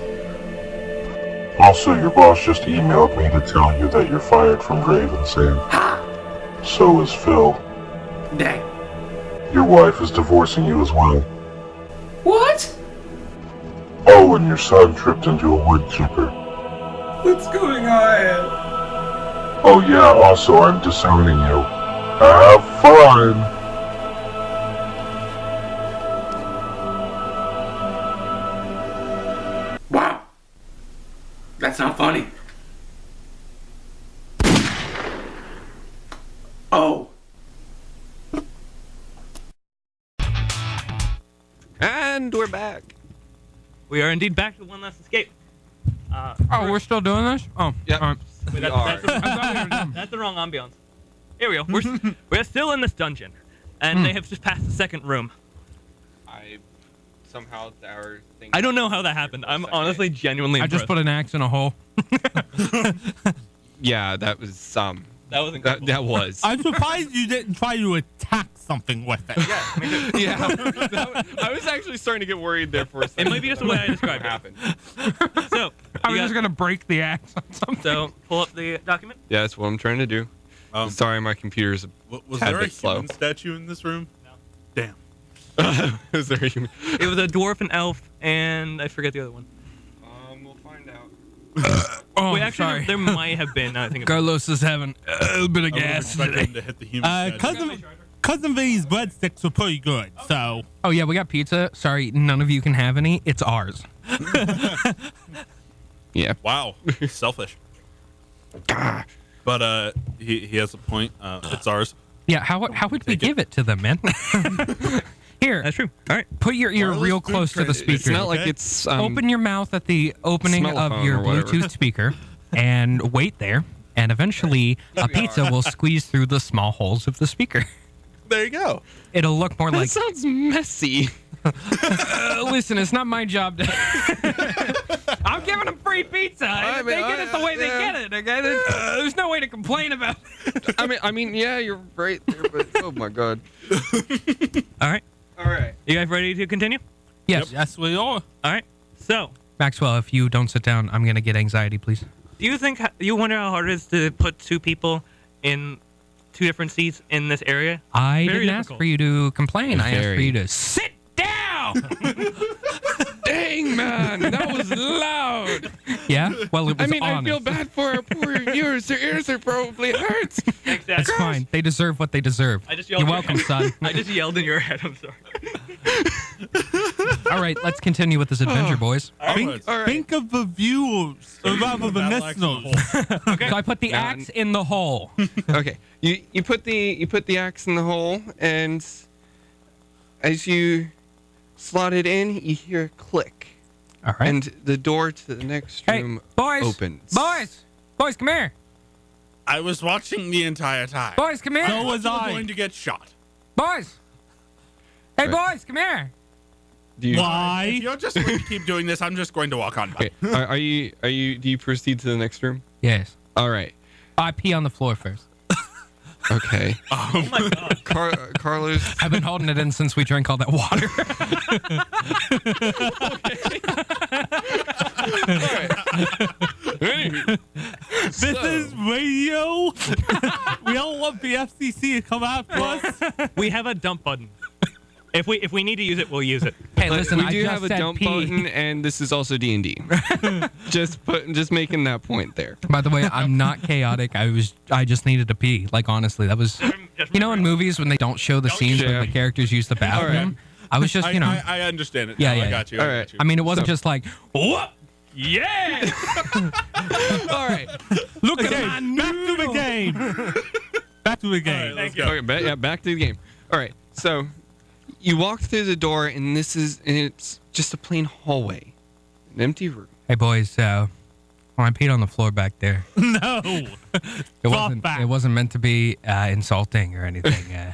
S7: Also, your boss just emailed me to tell you that you're fired from Gravensand.
S10: Ha!
S7: So is Phil.
S10: Dang.
S7: Your wife is divorcing you as well.
S10: What?
S7: Oh, and your son tripped into a wood chipper.
S10: What's going on?
S7: Oh yeah, also I'm disowning you. Ah, Have fun!
S10: Wow. That's not funny. Oh.
S6: And we're back.
S2: We are indeed back to one last escape.
S1: Oh, we're still doing this? Oh,
S6: Yep.
S1: all right.
S2: Wait,
S6: We
S1: (laughs)
S2: that's,
S6: are.
S2: that's the, that's the wrong ambiance. Here we go. We're,
S1: (laughs)
S2: s- we're still in this dungeon, and
S1: Hmm.
S2: they have just passed the second room.
S11: I somehow our thing.
S2: I don't know how that happened. I'm honestly genuinely
S1: I
S2: impressed.
S1: just put an axe in a hole.
S6: Yeah, that was um,
S2: that was incredible.
S6: that, that was.
S4: I'm surprised you didn't try to attack something with it.
S11: Yeah, I mean, it-
S6: (laughs) yeah, That-
S2: (laughs)
S6: I was actually starting to get worried there for a
S2: it
S6: second.
S2: might be just the way I described it.
S11: happened.
S2: So,
S1: (laughs) I
S2: you
S1: was just
S2: got-
S1: gonna break the axe on something.
S2: so pull up the document.
S6: Yeah, that's what I'm trying to do.
S5: Um,
S6: Sorry, my computer's. (laughs)
S5: w- was
S6: Tad
S5: there a
S6: bit slow.
S5: human statue in this room? No. Damn.
S6: Is there a human-
S2: It was a dwarf, an elf, and I forget the other one.
S11: Um, we'll find out.
S1: Oh,
S2: Wait,
S1: I'm
S2: actually,
S1: sorry.
S2: there might have been. now
S1: (laughs)
S2: I think. about it.
S1: Carlos is having a little bit of
S5: I would've
S1: gas
S5: expected
S1: today.
S5: him to hit the human statue.
S4: Uh, cousin, cousin Vinny's breadsticks were pretty good, so
S1: Oh yeah, we got pizza. Sorry, none of you can have any. It's ours.
S6: Yeah.
S5: Wow, selfish. but uh, he he has a point. Uh, it's ours.
S1: Yeah,
S2: Oh,
S1: how how would we
S5: Take it.
S1: give it to them,
S2: (laughs)
S1: man? Here,
S2: That's true. All right.
S1: put your ear
S5: Wireless
S1: real
S5: food
S1: close to the
S5: credit.
S1: speaker.
S6: It's not like
S5: Okay.
S6: it's um,
S1: Open your mouth at the opening
S6: smell
S1: of
S6: phone
S1: your
S6: or whatever.
S1: Bluetooth
S6: (laughs)
S1: speaker, and wait there. And eventually, a pizza will squeeze through the small holes of the speaker.
S5: There you go.
S1: It'll look more
S6: That
S1: like.
S6: sounds messy.
S1: Uh, listen, it's not my job to.
S6: (laughs)
S1: I'm giving them free pizza.
S6: I
S1: they
S6: mean,
S1: get it the
S6: I-
S1: way they
S6: yeah.
S1: get it. Okay, there's, there's no way to complain about.
S6: I mean, I mean, yeah, you're right there, but oh my god.
S2: All right.
S11: All right.
S2: You guys ready to continue?
S1: Yes,
S4: yes, we are.
S2: All right. So,
S1: Maxwell. If you don't sit down, I'm gonna get anxiety, please.
S2: do you think you wonder how hard it is to put two people in two different seats in this area?
S1: I
S2: Very
S1: didn't ask
S2: difficult.
S1: for you to complain. I asked for
S6: Very.
S1: you to sit down.
S6: Dang (laughs) man, that was loud.
S1: yeah. Well, it
S6: I
S1: was
S6: mean, I
S1: honest.
S6: feel bad for our poor (laughs) viewers. Their ears are probably hurt.
S1: That's
S2: Exactly.
S1: fine. They deserve what they deserve.
S2: I just yelled
S1: You're
S2: at
S1: welcome,
S2: you.
S1: son.
S2: (laughs) I just yelled in your head. I'm sorry.
S1: All right, let's continue with this
S6: (sighs)
S1: adventure, boys.
S5: Onwards.
S6: All right.
S4: Think of the viewers or rather the
S5: That likes the
S4: listeners.
S5: hole.
S1: So I put the
S6: Now-
S1: axe in the hole.
S6: okay. You you put the you put the axe in the hole, and as you slot it in, you hear a click,
S1: All right.
S6: and the door to the next
S1: hey,
S6: room
S1: boys.
S6: opens.
S1: Boys. Boys, come here.
S5: I was watching the entire time.
S1: Boys, come here.
S4: So was
S5: You were
S4: I.
S5: going to get shot.
S1: Boys. Hey,
S6: Right.
S1: boys, come here.
S6: Do you,
S5: If
S4: Why?
S5: you're just going to keep doing this, I'm just going to walk on by.
S6: okay. Are, are you are you do you proceed to the next room?
S1: Yes.
S6: All right.
S1: I pee on the floor first.
S6: Okay.
S2: (laughs) Oh
S1: (laughs)
S2: my god.
S6: Car- uh, Carlos.
S1: I've been holding it in since we drank all that
S6: (laughs)
S1: water.
S4: This is radio. (laughs) we don't want the FCC to come after us.
S2: We have a dump button. If we if we need to use it, we'll use it.
S1: hey, listen,
S6: we
S1: I
S6: do
S1: just
S6: have a
S1: said
S6: dump
S1: pee.
S6: button, and this is also
S1: (laughs)
S6: D and D. Just put just making that point there.
S1: By the way, I'm not chaotic. I was I just needed to pee. Like honestly, that was you know in movies when they don't show the scenes where
S6: share.
S1: the characters use the bathroom. I was just
S5: I,
S1: you know.
S5: I,
S1: I,
S5: I understand it.
S1: Yeah,
S5: now.
S1: yeah,
S5: I got you.
S6: yeah.
S5: I
S6: All
S5: got
S6: right.
S5: you.
S1: mean, it wasn't just like
S2: What? Yeah.
S6: All right.
S4: Look at my Back to the game. Back to the game.
S5: Let's go.
S6: Okay, ba- yeah, back to the game. All right, so you walk through the door, and this is and it's just a plain hallway, an empty room.
S1: Hey boys, uh, when I peed on the floor back there, (laughs) it
S4: No.
S1: wasn't
S4: back.
S1: it wasn't meant to be uh, insulting or anything. Uh,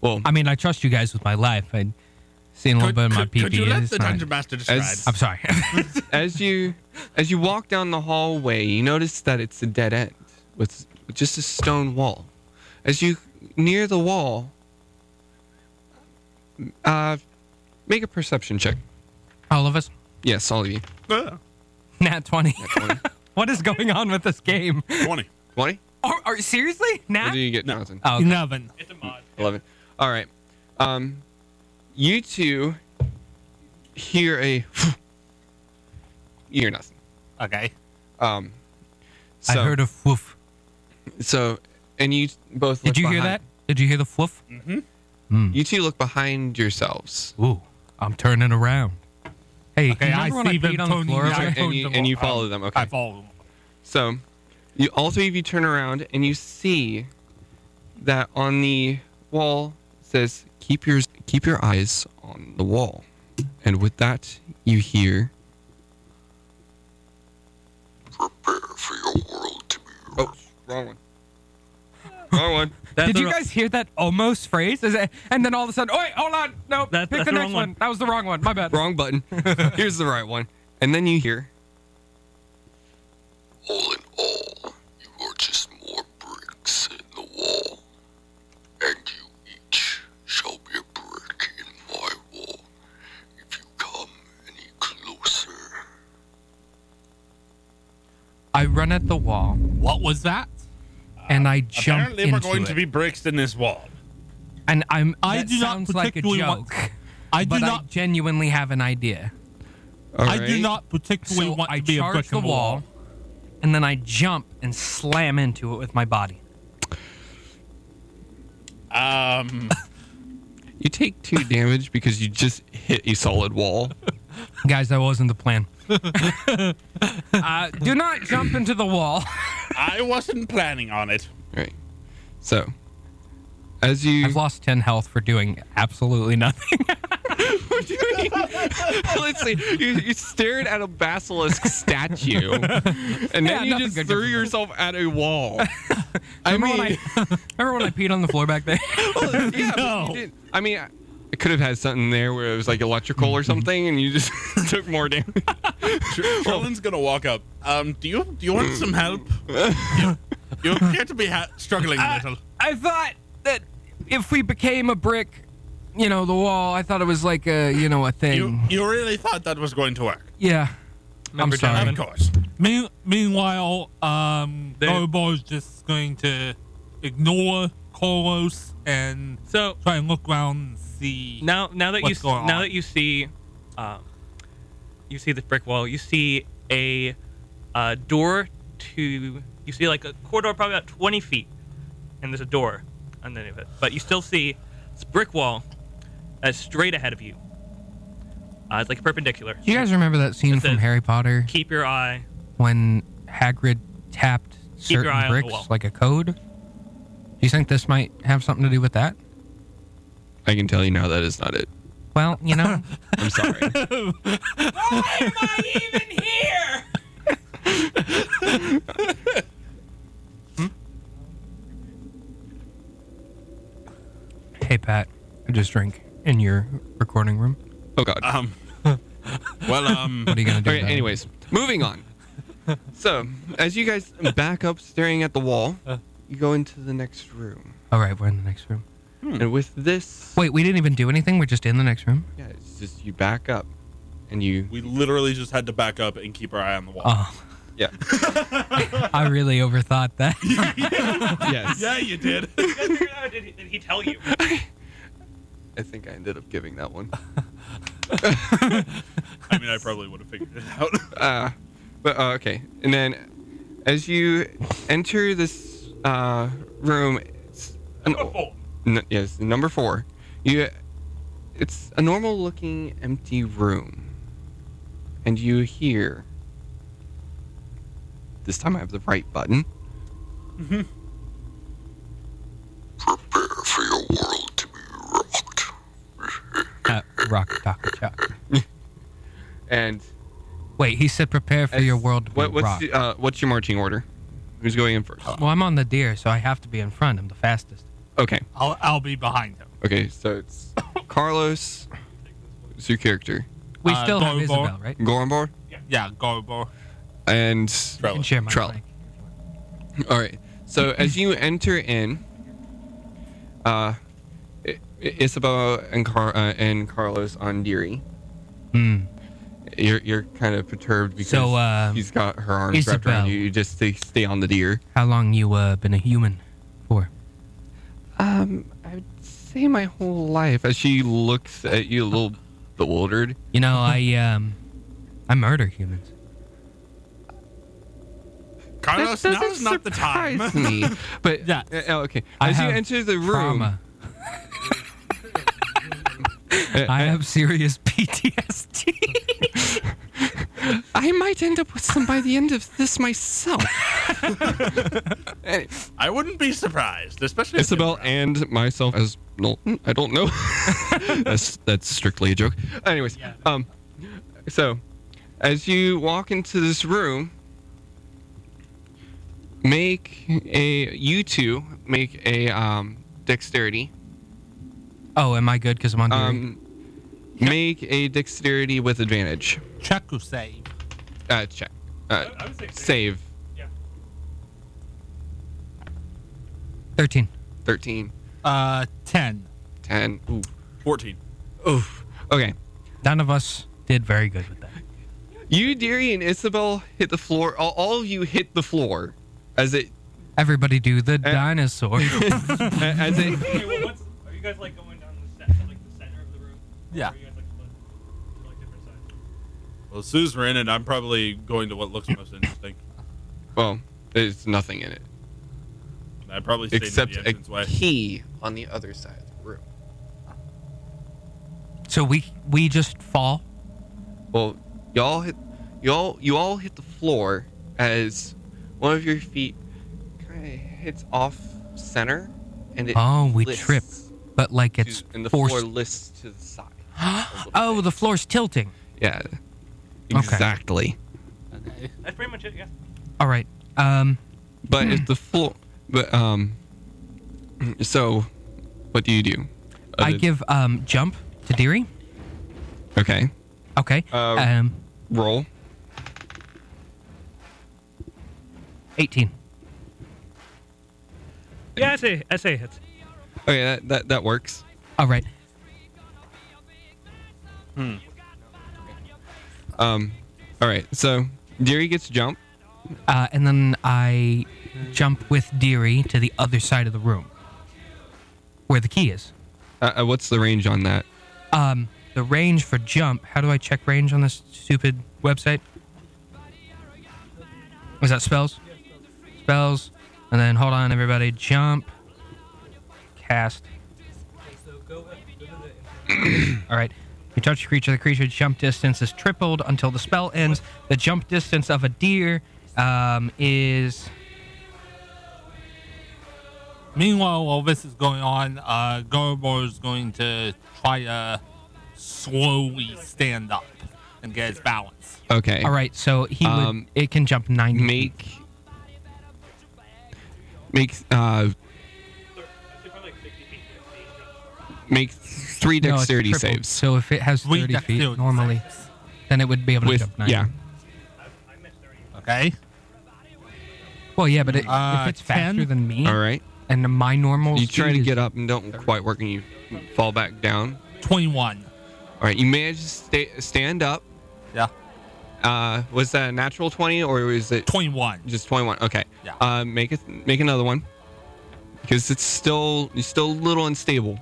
S6: Well,
S1: I mean, I trust you guys with my life. I'd seen a little bit of my
S5: could, could you
S1: PP.
S5: let
S1: It's
S5: the
S1: not-
S5: dungeon master describe?
S6: As-
S1: I'm sorry. (laughs)
S6: as you as you walk down the hallway, you notice that it's a dead end with just a stone wall. As you near the wall, uh, make a perception check.
S1: All of us.
S6: Yes, all of you.
S1: Nat twenty. (laughs)
S6: Twenty.
S1: what is going on with this game?
S5: Twenty.
S6: Twenty?
S1: Are, are seriously
S6: What
S1: Nat?
S6: do you get, Jonathan?
S1: Oh, okay.
S4: Eleven.
S2: It's a mod.
S6: 11. All right. Um, you two hear a. (laughs) you hear nothing.
S4: Okay.
S6: Um,
S1: I
S6: so,
S1: heard a woof.
S6: So, and you both.
S1: Did
S6: look
S1: you hear that? Hmm.
S6: behind-
S1: Did you hear the woof?
S6: You two look behind yourselves.
S1: Ooh, I'm turning around. Hey,
S4: Okay, I
S1: remember when I
S4: see them
S1: peed on the
S4: turning
S1: floor?
S4: around.
S1: over
S6: And,
S1: there?
S4: told
S6: you,
S4: them
S6: and you
S4: all-
S6: follow them.
S4: I
S6: Okay.
S4: follow.
S6: So, you all three of you turn around and you see that on the wall it says keep your keep your eyes on the wall, and with that you hear.
S7: Prepare for your world to be
S6: Oh, wrong one. Wrong one.
S2: That's
S1: Did
S2: the
S1: you
S2: wrong-
S1: guys hear that almost phrase? Is it, and then all of a sudden, oh, wait, hold on. No,
S2: That-
S1: pick
S2: that's
S1: the
S2: the
S1: next
S2: wrong
S1: one.
S2: one.
S1: That was the wrong one. My bad.
S6: Wrong
S4: (laughs)
S6: button. Here's the right one. And then you hear,
S7: All in all, you are just more bricks in the wall, and you each shall be a brick in my wall if you come any closer.
S1: I run at the wall
S4: What was that?
S1: and I jump
S5: Apparently,
S1: into
S5: we're going
S1: it.
S5: to be bricks in this wall.
S1: and I'm.
S4: I
S1: that
S4: do not
S1: sounds like a
S4: particularly want-
S1: joke,
S4: I do
S1: but
S4: not.
S1: I genuinely have an idea.
S6: All
S4: I do
S6: right,
S4: not particularly
S1: So
S4: want
S1: I
S4: to be a brick
S1: charge the
S4: in the
S1: wall, and then I jump and slam into it with my body.
S5: Um,
S6: You take two damage because you just hit a solid
S4: (laughs)
S6: wall.
S1: Guys, that wasn't the plan. (laughs) uh, do not jump into the wall.
S5: I wasn't planning on it.
S6: All right. So, as you
S1: I've lost 10 health for doing absolutely nothing.
S6: Let's see. You, you stared at a basilisk
S1: (laughs)
S6: statue, and
S1: Yeah,
S6: then you
S1: nothing
S6: just
S1: good
S6: threw
S1: comes of it.
S6: yourself at a
S1: (laughs)
S6: wall. I mean,
S1: Remember (laughs) when I, (laughs) remember when I peed on the floor back there?
S6: well, yeah, but you didn't- I mean, I- it could have had something there where it was like electrical
S1: Mm-hmm.
S6: or something, and you just (laughs) took more damage.
S5: Trillin's gonna walk up. Um, do you do you want some help? You- You appear to be ha- struggling a little.
S1: I thought that if we became a brick, you know, the wall, I thought it was like a, you know, a
S5: You
S1: thing.
S5: you really thought that was going to work?
S1: yeah. I'm
S2: Remember,
S1: sorry.
S5: Of course.
S4: Mean, meanwhile, um,
S2: They-
S4: Gobo is just going to ignore Koros and
S2: So
S4: try and look around and see.
S2: now now that you
S4: What's
S2: s-
S4: going on?
S2: now that you see um, you see this brick wall you see a uh, door to you see like a corridor probably about 20 feet and there's a door underneath it but you still see this brick wall that's straight ahead of you uh, it's like perpendicular
S1: Do you guys remember that scene
S2: It
S1: from
S2: says-
S1: Harry Potter
S2: keep your eye
S1: when Hagrid tapped
S2: your eye on
S1: certain
S2: the wall.
S1: bricks like a code? Do you think this might have something to do with that?
S6: I can tell you now that is not it.
S1: Well, you
S2: (laughs)
S1: know, (laughs)
S6: I'm sorry.
S3: (laughs)
S1: hey Pat, I just drank in your recording room.
S6: Oh God.
S1: Uh-huh.
S5: Um. Well, um.
S1: What are you gonna do?
S6: Okay,
S1: about it?
S6: anyways, moving on. So, as you guys back up staring at the wall,
S1: Uh.
S6: you go into the next room.
S1: All right, we're in the next room.
S6: And with this,
S1: Hmm. Wait, we didn't even do anything. We're just in the next room.
S6: yeah, it's just you back up and you.
S5: We literally just had to back up and keep our eye on the wall.
S1: Oh,
S6: Yeah.
S1: I really overthought that. (laughs)
S6: yes.
S5: Yeah, (laughs) you did.
S2: did, he, tell you
S6: I think I ended up giving that one. (laughs)
S5: I mean, I probably would have figured it out.
S6: Uh, but uh, okay. And then as you enter this uh, room, it's an, N- yes, number four. You, it's a normal looking empty room, and you hear. This time I have the right button.
S7: Prepare for your world to be rocked.
S1: Uh, rock, talk, chuck.
S6: And
S1: Wait, he said prepare for your world to be
S6: what, what's
S1: rocked.
S6: the, uh, what's your marching order? Who's going in first?
S1: well, I'm on the deer, so I have to be in front. I'm the fastest.
S6: Okay.
S4: I'll, I'll be behind him.
S6: Okay, so it's Carlos. It's your character,
S1: We
S4: Uh,
S1: still have
S4: Goldborn.
S1: Isabel, right?
S6: Gormbor,
S4: Yeah, Gobo.
S1: You can
S6: and
S5: Trello.
S1: share my
S6: Trello.
S1: mic.
S6: all right. So as you enter in, uh, I- I- Isabel and Car- uh, and Carlos on Deary.
S1: Hmm.
S6: You're you're kind of perturbed because
S1: So, uh,
S6: he's got her arms wrapped
S1: Isabel.
S6: around you. You just stay, stay on the deer.
S1: How long you uh, been a human for?
S6: Um, I would say my whole life. As she looks at you, a little bewildered.
S1: You know,
S6: (laughs)
S1: I um, I murder humans.
S5: (laughs) Carlos, now is not the time.
S6: surprise
S1: (laughs)
S6: me. But
S4: Yeah.
S6: uh, okay.
S1: I
S6: As you
S1: have
S6: enter the room, (laughs)
S1: Trauma. I have serious (laughs) PTSD.
S6: I might end up with some by the end of this myself. Anyway,
S5: I wouldn't be surprised, especially if they
S6: Isabel
S5: were out.
S6: and myself as Knowlton. I don't know. (laughs) that's that's strictly a joke. Anyways, um, so as you walk into this room, Make a you two make a um, dexterity.
S1: Oh, am I good because I'm on um,
S6: Um, make a dexterity with advantage.
S4: Check or save.
S6: Uh, check. Uh,
S12: I would say
S6: save.
S1: thirteen?
S6: Thirteen.
S4: Uh, 10.
S6: Ten. Ooh.
S5: 14.
S6: Oof. Okay.
S1: None of us did very good with that.
S6: You, Deary, and Isabel hit the floor. All, all of you hit the floor as it
S1: Everybody do
S6: Eh.
S1: the
S6: (laughs)
S1: dinosaur.
S6: as
S2: Hey,
S6: it (laughs)
S2: wha- what's, are you guys like going down the steps, like the center of the room?
S4: Yeah.
S2: Or are you guys like split, or, like different sides?
S5: Well, Sue's in it. I'm probably going to what looks most interesting.
S6: well, there's nothing in it
S5: I probably stayed
S6: except
S5: in the
S6: a
S5: entrance way.
S6: key on the other side of the room.
S1: so we we just fall.
S6: Well, y'all hit, y'all you all hit the floor as one of your feet kind of hits off center, and it
S1: Oh, we
S6: lists
S1: trip, but like
S6: to-
S1: it's
S6: and the
S1: forced.
S6: floor lists to the side. (gasps) a little
S1: (gasps) oh,
S6: bit.
S1: the floor's tilting.
S6: yeah, exactly.
S2: That's pretty much it, yeah.
S1: All right. Um,
S6: But if the floor, but um, so what do you do?
S1: I
S6: Other-
S1: give um jump to Deary.
S6: okay
S1: Okay.
S6: Uh,
S1: um,
S6: roll.
S1: eighteen.
S12: Yeah, I say, I say hits.
S6: Okay, that that, that works.
S1: All right.
S6: Um, all right. So Deary gets jump.
S1: Uh, and then I jump with Deary to the other side of the room, where the key is.
S6: Uh, uh, what's the range on that?
S1: Um, the range for jump. How do I check range on this stupid website? Is that spells? Spells. And then hold on, everybody. Jump. Cast. (clears throat) All right. You touch a creature. The creature's jump distance is tripled until the spell ends. The jump distance of a deer um, is
S4: Meanwhile, while this is going on, uh, Garbo is going to try to slowly stand up and get his balance.
S6: Okay.
S1: all right. So he
S6: Um,
S1: would. It can jump ninety. feet.
S6: Make make uh make three
S1: No, it's
S6: dexterity
S1: tripled.
S6: saves
S1: So if it has
S4: Three
S1: thirty feet
S4: dexterity
S1: normally,
S4: saves.
S1: then it would be able to
S6: with
S1: jump ninety.
S6: yeah.
S4: Okay.
S1: Well, yeah, but it,
S4: Uh,
S1: if it's faster
S4: 10?
S1: than me
S6: All right.
S1: and my normal,
S6: You try to
S1: speed is-
S6: get up and don't quite work, and you fall back down.
S4: 21.
S6: All right. You manage to stay, stand up.
S4: Yeah.
S6: Uh, was that a natural twenty or was it
S4: 21.
S6: just twenty one? Okay.
S4: Yeah.
S6: Uh, make it make another one because it's still you're still a little unstable.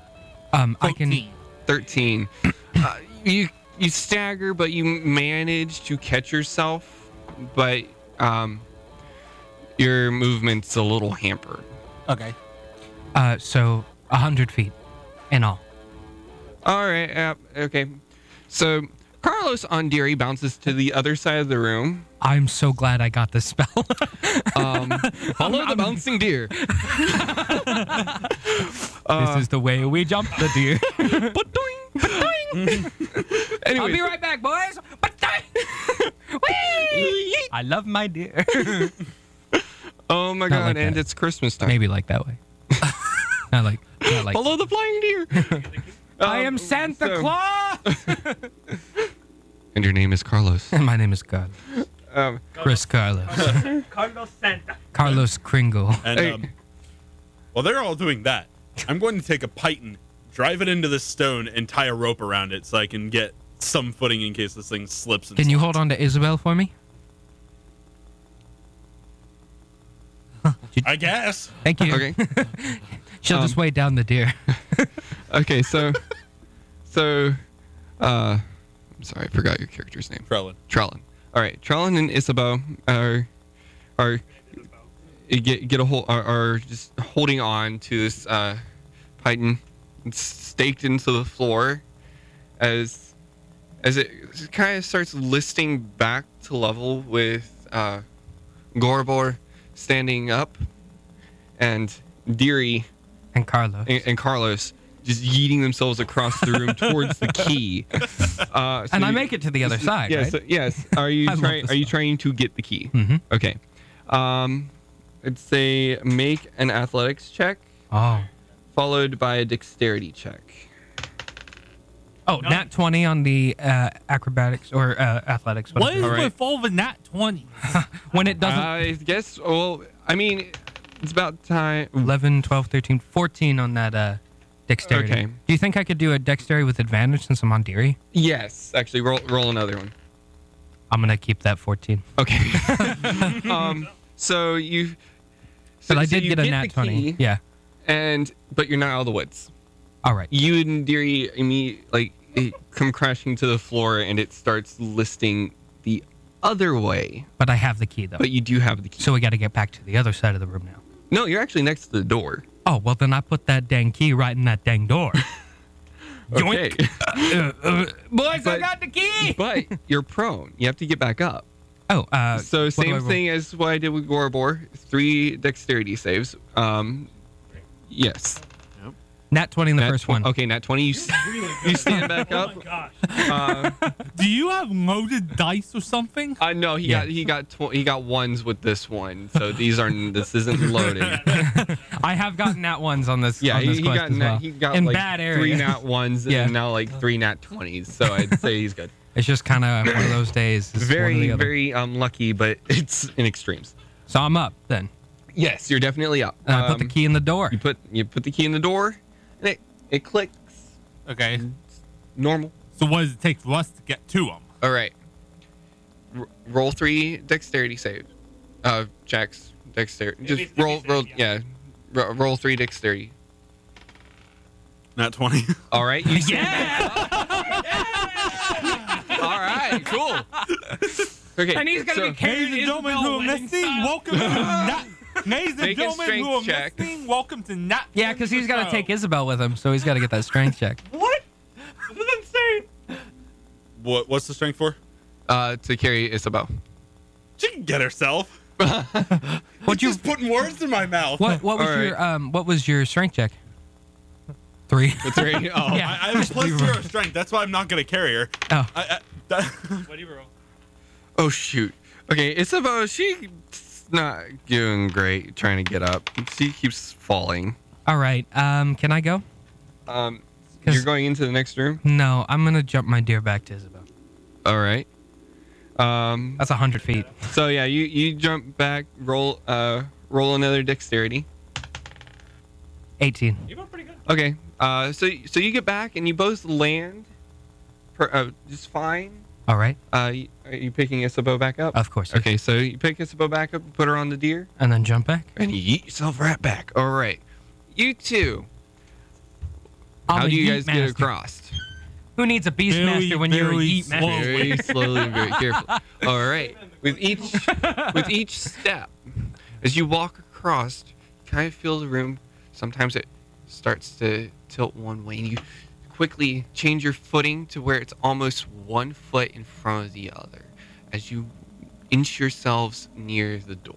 S1: Um, I can.
S4: 14.
S6: 13 uh, you you stagger but you manage to catch yourself but um your movement's a little hampered
S4: Okay.
S1: Uh, so hundred feet in all.
S6: all right uh, okay so carlos on deary bounces to the other side of the room
S1: I'm so glad I got this spell. (laughs)
S6: um follow the bouncing deer Uh,
S1: this is the way we jump the (laughs) deer. I'll be
S6: anyway
S1: right back, boys.
S6: (laughs)
S1: Whee! I love my deer.
S6: oh my
S1: Not
S6: god
S1: like
S6: and
S1: that.
S6: it's christmas time
S1: Maybe like that way. (laughs) not like. Not like.
S6: follow the
S1: (laughs)
S6: flying deer
S1: I am Santa
S6: Um, so-
S1: Claus.
S6: and your name
S1: (laughs)
S6: is carlos
S1: and my name is God.
S6: um
S1: Chris Carlos.
S2: Carlos Santa.
S1: Carlos Kringle.
S5: And
S6: Hey.
S5: um, while they're all doing that, I'm going to take a python, drive it into the stone, and tie a rope around it so I can get some footing in case this thing slips. And
S1: Can you hold on to Isabel for me?
S5: I guess.
S1: Thank you.
S6: okay Um,
S1: She'll just weigh down the deer. (laughs)
S6: Okay, so, so, uh, I'm sorry, I forgot your character's name.
S5: Trellin.
S6: Trellin. All right, Trellin and Isabeau are, are, get get a hold are, are just holding on to this uh, python It's staked into the floor, as, as it kind of starts listing back to level with uh, Gorbor standing up, and Deary
S1: And Carlos.
S6: and, and Carlos just yeeting themselves across
S1: (laughs)
S6: the room towards the key. Uh, so
S1: and I
S6: you-
S1: make it to the other side, (laughs)
S6: Yes,
S1: right?
S6: yes. Are you
S1: I love Mm-hmm.
S6: trying?
S1: this
S6: Are you
S1: song.
S6: trying to get the key?
S1: Mhm.
S6: Okay. Um, I'd say make an athletics check,
S1: Oh.
S6: followed by a dexterity check.
S1: Oh, nat 20 on the uh, acrobatics or uh, athletics.
S4: What is
S1: whatever.
S4: with all the nat 20?
S1: When it doesn't.
S6: I guess. Well, I mean, it's about time.
S1: 11, 12, 13, 14 on that uh, dexterity.
S6: Okay.
S1: Do you think I could do a dexterity with advantage since I'm on Deary?
S6: Yes, actually, roll roll another one.
S1: I'm going to keep that 14.
S6: Okay. (laughs) um. So you. So,
S1: but I
S6: so
S1: did
S6: you
S1: get a
S6: the
S1: nat 20.
S6: key,
S1: Yeah.
S6: And but you're not out of the woods.
S1: All right.
S6: You and Deary immediately like it come crashing to the floor, and it starts listing the other way.
S1: But I have the key, though.
S6: But you do have the key.
S1: so we got to get back to the other side of the room now.
S6: No, you're actually next to the door.
S1: Oh, well, then I put that dang key right in that dang (laughs) door.
S6: Okay.
S1: Uh, uh, boys, I
S6: But-
S1: got the key!
S6: but you're prone. You have to get back up.
S1: Oh, uh,
S6: So
S1: what do I
S6: same
S1: roll?
S6: thing as what I did with Gorobor. Three dexterity saves. Um, yes.
S1: Nat 20 in the
S6: Nat
S1: first
S6: tw-
S1: one.
S6: Okay, nat twenty. You, s- (laughs) you stand back up.
S9: Gosh.
S6: Uh,
S4: Do you have loaded dice or something?
S6: uh, no, he
S1: Yeah.
S6: got he got tw- he got ones with this one. So these are this isn't loaded.
S1: I have gotten nat ones on this.
S6: Yeah,
S1: on
S6: he,
S1: this
S6: he
S1: quest
S6: got
S1: as
S6: nat,
S1: well.
S6: he got
S1: in
S6: like
S1: bad areas.
S6: three nat ones
S1: Yeah.
S6: and now like three nat twenties. So I'd say
S1: (laughs)
S6: he's good.
S1: (laughs) It's just kind of one of those days. It's one or the
S6: Very
S1: other.
S6: very um lucky, but (laughs) it's in extremes.
S1: So I'm up then.
S6: Yes, you're definitely up.
S1: And I put the
S6: Um,
S1: key in the door.
S6: You put you put the key in the door, and it it clicks
S4: Okay.
S6: normal.
S4: So what does it take for us to get to them?
S6: All right. R- roll three dexterity save. Uh, Jack's dexterity.
S9: needs
S6: Just
S9: to be
S6: roll
S9: saved,
S6: roll yeah. Ro- roll three dexterity.
S13: Not 20.
S6: All right.
S1: (laughs)
S6: You yeah. (laughs) All right. Cool. Okay.
S1: And he's gonna
S6: so,
S1: be carrying
S4: Ladies and
S1: his
S4: gentlemen who are
S1: bell wedding
S4: listening,
S1: style.
S4: welcome to Nat. Ladies and
S6: Make a
S4: gentlemen who are
S6: strength check.
S4: listening, welcome to Nat.
S1: Yeah, because he's got to take Isabel with him, so he's got to get that strength (laughs) check.
S9: What? This is insane.
S13: (laughs) What, what's the strength for?
S6: uh, to carry Isabel.
S13: She can get herself.
S1: What you?
S13: Just putting words in my mouth.
S1: What what was
S6: All right.
S1: your um? What was your strength check? Three.
S6: (laughs)
S1: (laughs)
S6: Three. Oh.
S1: Yeah.
S13: I, I have a
S1: (laughs)
S13: plus zero strength. That's why I'm not going to carry her.
S1: Oh.
S13: I, I, that- (laughs)
S9: What do you roll?
S6: Oh shoot. Okay, Isabel. She's not doing great trying to get up. She keeps falling.
S1: All right. Um, can I go?
S6: Um,
S1: 'Cause-
S6: you're going into the next room.
S1: No, I'm gonna jump my deer back to Isabel.
S6: All right. Um.
S1: That's hundred feet.
S6: So yeah, you you jump back, roll uh roll another dexterity.
S1: Eighteen.
S9: You roll pretty good.
S6: Okay. Uh. So so you get back and you both land, per, uh, just fine.
S1: All right.
S6: Uh. You, are you picking Isabeau back up?
S1: Of course. yes.
S6: Okay. So you pick Isabeau back up, put her on the deer,
S1: And then jump back.
S6: and you eat yourself right back. All right. You two.
S1: I'm
S6: how
S1: a
S6: do you
S1: yeet
S6: guys get
S1: master.
S6: across?
S1: Who needs a beast master when you're a
S4: very
S1: yeet master?
S4: slow.
S6: Very slowly,
S1: (laughs)
S6: very carefully. All right. With each with each step, as you walk across, you kind of feel the room. Sometimes it starts to tilt one way, and you quickly change your footing to where it's almost one foot in front of the other as you inch yourselves near the door.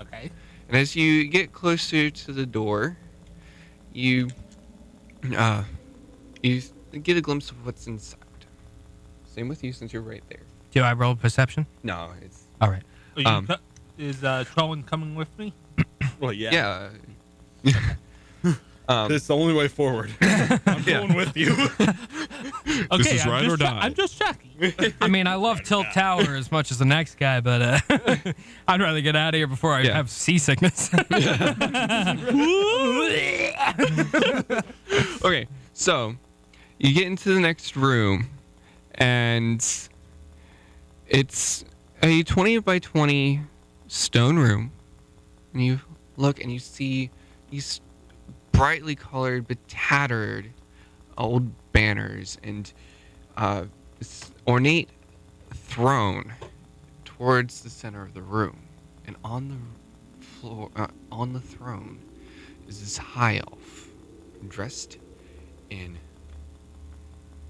S4: Okay.
S6: And as you get closer to the door, you uh, you s- get a glimpse of what's inside. Same with you, since you're right there.
S1: Do I roll perception?
S6: No, it's
S1: All right.
S4: Are you
S6: Um,
S4: co- is uh, Trowan coming with me?
S13: well, yeah.
S6: yeah. (laughs) um,
S13: It's the only way forward. I'm going with you.
S4: Okay,
S13: is
S4: I'm
S13: ride
S4: just
S13: or
S4: check-
S13: die.
S4: I'm just checking.
S6: (laughs)
S1: I mean, I love Tilt Tower as much as the next guy, but uh, (laughs) I'd rather get out of here before I
S6: Yeah.
S1: have seasickness. (laughs)
S6: okay, so you get into the next room, and it's a 20 by 20 stone room. And you look and you see these brightly colored but tattered old banners and uh, this ornate throne towards the center of the room. And on the floor, uh, on the throne, is this high elf dressed in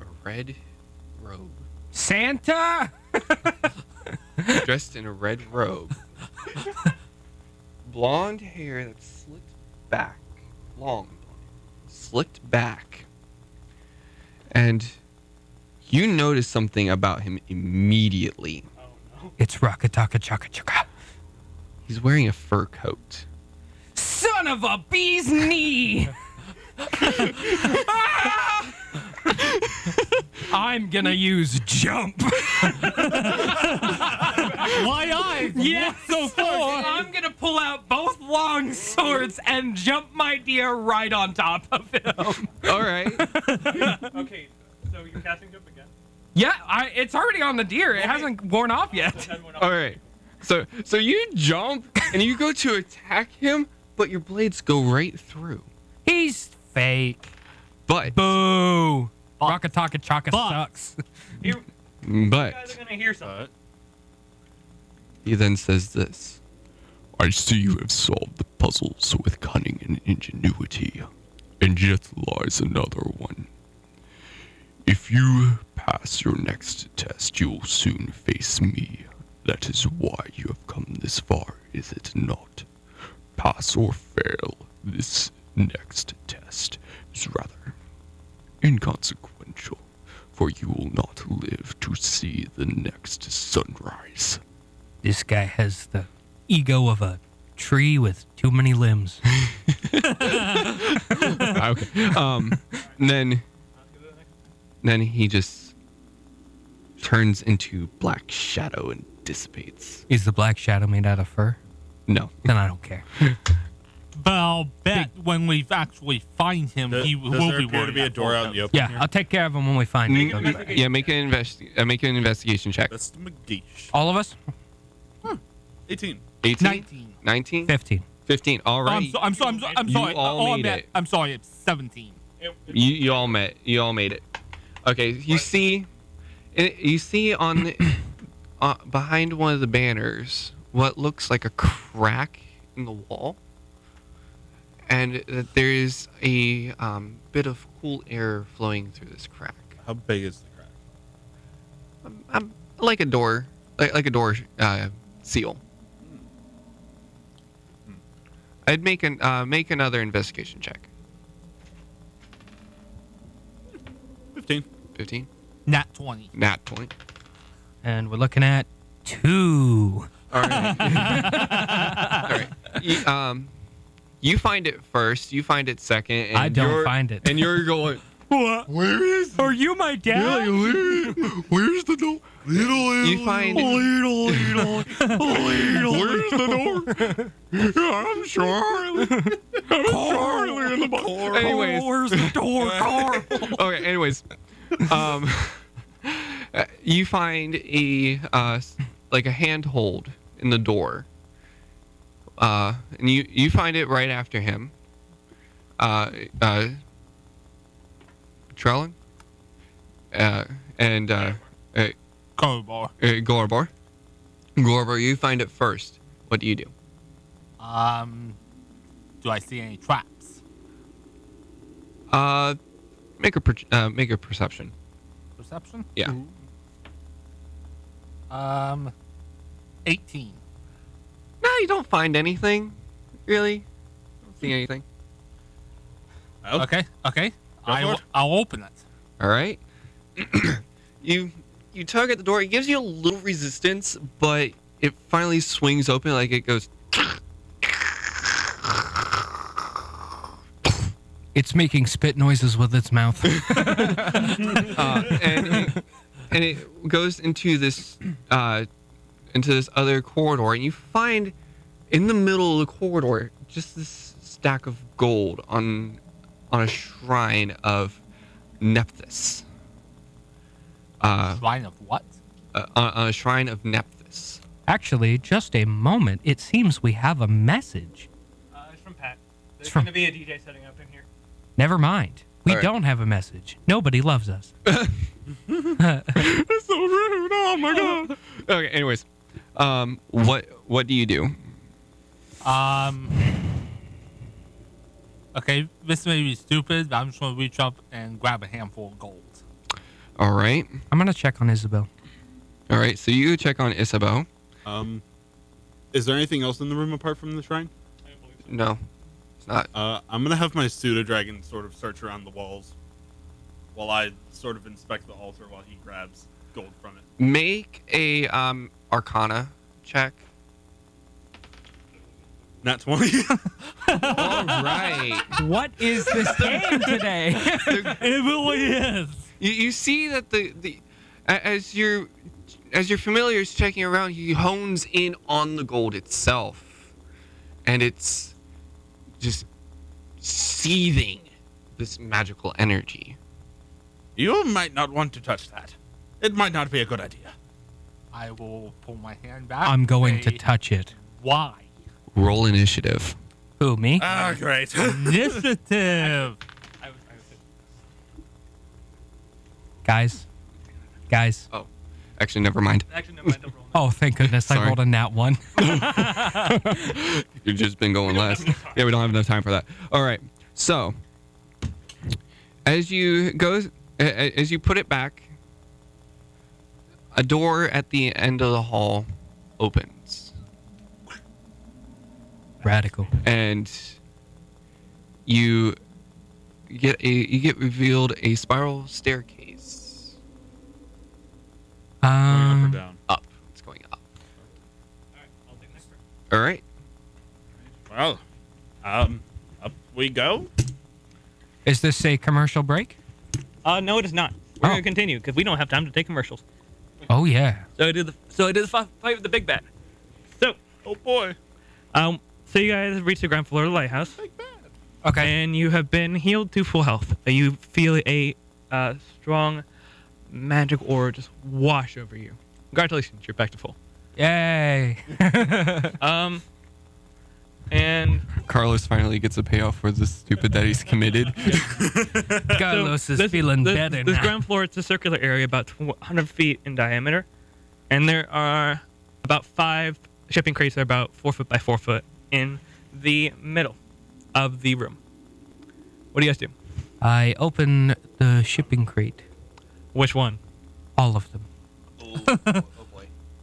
S6: a red robe.
S1: Santa?
S6: dressed in a red robe. Blonde hair that's slicked back. Long, slicked back. And you notice something about him immediately.
S1: It's Rockataka Chaka Chaka.
S6: He's wearing a fur coat.
S8: Son of a bee's knee! I'm gonna use jump.
S4: Why I?
S8: Yes,
S4: so far?
S8: I'm gonna pull out both long swords and jump my deer right on top of him.
S6: All right.
S9: okay, so you're casting jump again?
S8: Yeah, I, it's already on the deer. It hasn't worn off yet.
S6: (laughs) All right. So so you jump and you go to attack him, but your blades go right through.
S8: He's fake.
S6: But
S8: Boo. Rocka Taka Chaka
S4: Fuck.
S8: sucks.
S9: You guys
S6: but
S9: are gonna hear something.
S6: he then says this. I see you have solved the puzzles with cunning and ingenuity, and yet lies another one. If you pass your next test, you will soon face me. That is why you have come this far, is it not? Pass or fail, this next test is rather inconsequential, for you will not live to see the next sunrise.
S1: (laughs) This guy has the ego of a tree with too many limbs.
S6: okay. Um, and then, then he just turns into black shadow and dissipates.
S1: Is the black shadow made out of fur?
S6: No.
S1: Then I don't
S6: (laughs)
S1: care.
S4: But I'll bet when we actually find
S13: (laughs)
S4: him,
S13: Does,
S4: he
S13: does
S4: will
S13: there
S4: be
S13: appear
S4: wearing
S13: to be a
S4: that
S13: door
S4: full
S13: out in the
S4: coat.
S13: open?
S1: Yeah, I'll take care of him when we find him. He'll be back.
S6: Yeah, make an investi- uh, make an investigation check.
S13: That's McGeesh.
S1: All of us?
S13: 18.
S6: 18?
S4: 19.
S6: 19?
S1: 15.
S6: 15.
S4: Oh,
S6: All
S4: I'm,
S6: right.
S4: so, I'm, so, I'm, so, I'm
S6: You
S4: sorry.
S6: all
S4: oh,
S6: made
S4: I'm, at,
S6: it.
S4: I'm sorry. It's 17.
S6: You, you all met. You all made it. Okay, you see, it, you see on the, (coughs) uh, behind one of the banners what looks like a crack in the wall, and that there is a um, bit of cool air flowing through this crack,
S13: How big is the crack?
S6: um, like a door, like, like a door uh, seal. I'd make an uh, make another investigation check.
S13: 15.
S6: Fifteen.
S4: Not 20.
S6: Nat point.
S1: And we're looking at two.
S6: All right.
S1: (laughs)
S6: All right. (laughs) You, um, you find it first. You find it second. And
S1: I don't
S6: you're-
S1: find it.
S6: And you're going.
S1: What?
S6: Where is?
S1: Are you my dad?
S6: where's the door? Little, little, you find little, little, little. Where's the door? I'm Charlie. I'm Charlie in the bar. Anyways,
S1: where's the
S6: (laughs)
S1: door?
S6: okay. Anyways, um, (laughs) uh, you find a uh, s- like a handhold in the door, uh, and you you find it right after him. Uh, uh, Trellin, uh, and uh, uh,
S4: Crowbar.
S6: uh, Gorbor. Gorbor, you find it first. What do you do?
S4: Um, do I see any traps?
S6: Uh, make a per- uh, make a perception.
S4: Perception? Mm-hmm.
S6: Yeah.
S4: Um, 18.
S6: No, you don't find anything, really. Don't see anything. Oh.
S13: Well,
S4: Okay, okay.
S13: Go
S4: I,
S13: for
S4: will
S13: it.
S4: I'll open it.
S6: All right. (clears throat) you you tug at the door. It gives you a little resistance, but it finally swings open. Like it goes.
S8: It's making spit noises with its
S6: (laughs)
S8: mouth.
S6: uh, and, it, and it goes into this uh, into this other corridor, and you find in the middle of the corridor just this stack of gold on on a shrine of Nephthys, uh,
S4: Shrine of what?
S6: uh, on a shrine of Nephthys.
S1: Actually, just a moment. It seems we have a message.
S9: Uh, it's from Pat. There's
S1: from-
S9: gonna be a DJ setting up in here.
S1: Never mind. We
S6: All right.
S1: don't have a message. Nobody loves us.
S6: (laughs) That's so rude! Oh my god! Okay, anyways, um, what what do you do?
S4: Um. Okay, this may be stupid, but I'm just gonna reach up and grab a handful of gold.
S6: All right,
S1: I'm gonna check on Isabel.
S6: all right. So you check on Isabeau.
S13: Um, is there anything else in the room apart from the shrine?
S6: No, it's not.
S13: Uh, I'm gonna have my pseudo dragon sort of search around the walls, while I sort of inspect the altar while he grabs gold from it.
S6: (laughs) Make a um, Arcana check.
S5: Not (laughs) 20.
S6: All right.
S1: What is
S2: (laughs)
S1: this game today?
S4: It really is.
S6: You, you see that the, the a- as your as your familiar is checking around, he hones in on the gold itself, and it's just seething this magical energy.
S14: You might not want to touch that. It might not be a good idea.
S4: I will pull my hand back.
S1: I'm going
S4: and
S1: to
S4: say,
S1: touch it.
S4: Why?
S6: Roll initiative.
S1: Who, me?
S14: Ah, great.
S4: Initiative.
S1: Guys. Guys.
S6: Oh, actually, never mind.
S15: Actually, no, mind, don't roll.
S1: Oh, thank goodness I
S6: Sorry.
S1: rolled a nat one.
S6: You've just been going last. Yeah, we don't have enough time for that. All right. So, as you go, a- a- as you put it back, a door at the end of the hall opens,
S1: Radical.
S6: and you get a you get revealed a spiral staircase
S5: Going up or
S1: Um,
S5: down?
S6: up. It's going up. All right.
S5: Well, um, up we go.
S1: Um, is this a commercial break?
S2: Uh, no, it is not. We're
S1: Oh.
S2: gonna continue because we don't have time to take commercials.
S1: Oh, yeah.
S2: So I did the so I did the fi- fight with the big bat. So
S5: Oh boy.
S2: um, so you guys have reached the ground floor of the lighthouse.
S1: Okay.
S2: and you have been healed to full health. And You feel a uh, strong magic aura just wash over you. Congratulations, you're back to full. (laughs)
S1: Yay.
S2: Um, and
S6: Carlos finally gets a payoff for the stupid that he's (laughs) committed.
S1: Carlos
S2: so
S1: is
S2: this-
S1: feeling
S2: this-
S1: better
S2: This
S1: now.
S2: ground floor, it's a circular area about 100 feet in diameter, and there are about five shipping crates that are about four foot by four foot in the middle of the room. What do you guys do?
S1: I open the shipping crate.
S2: Which one?
S1: All of them.
S14: (laughs)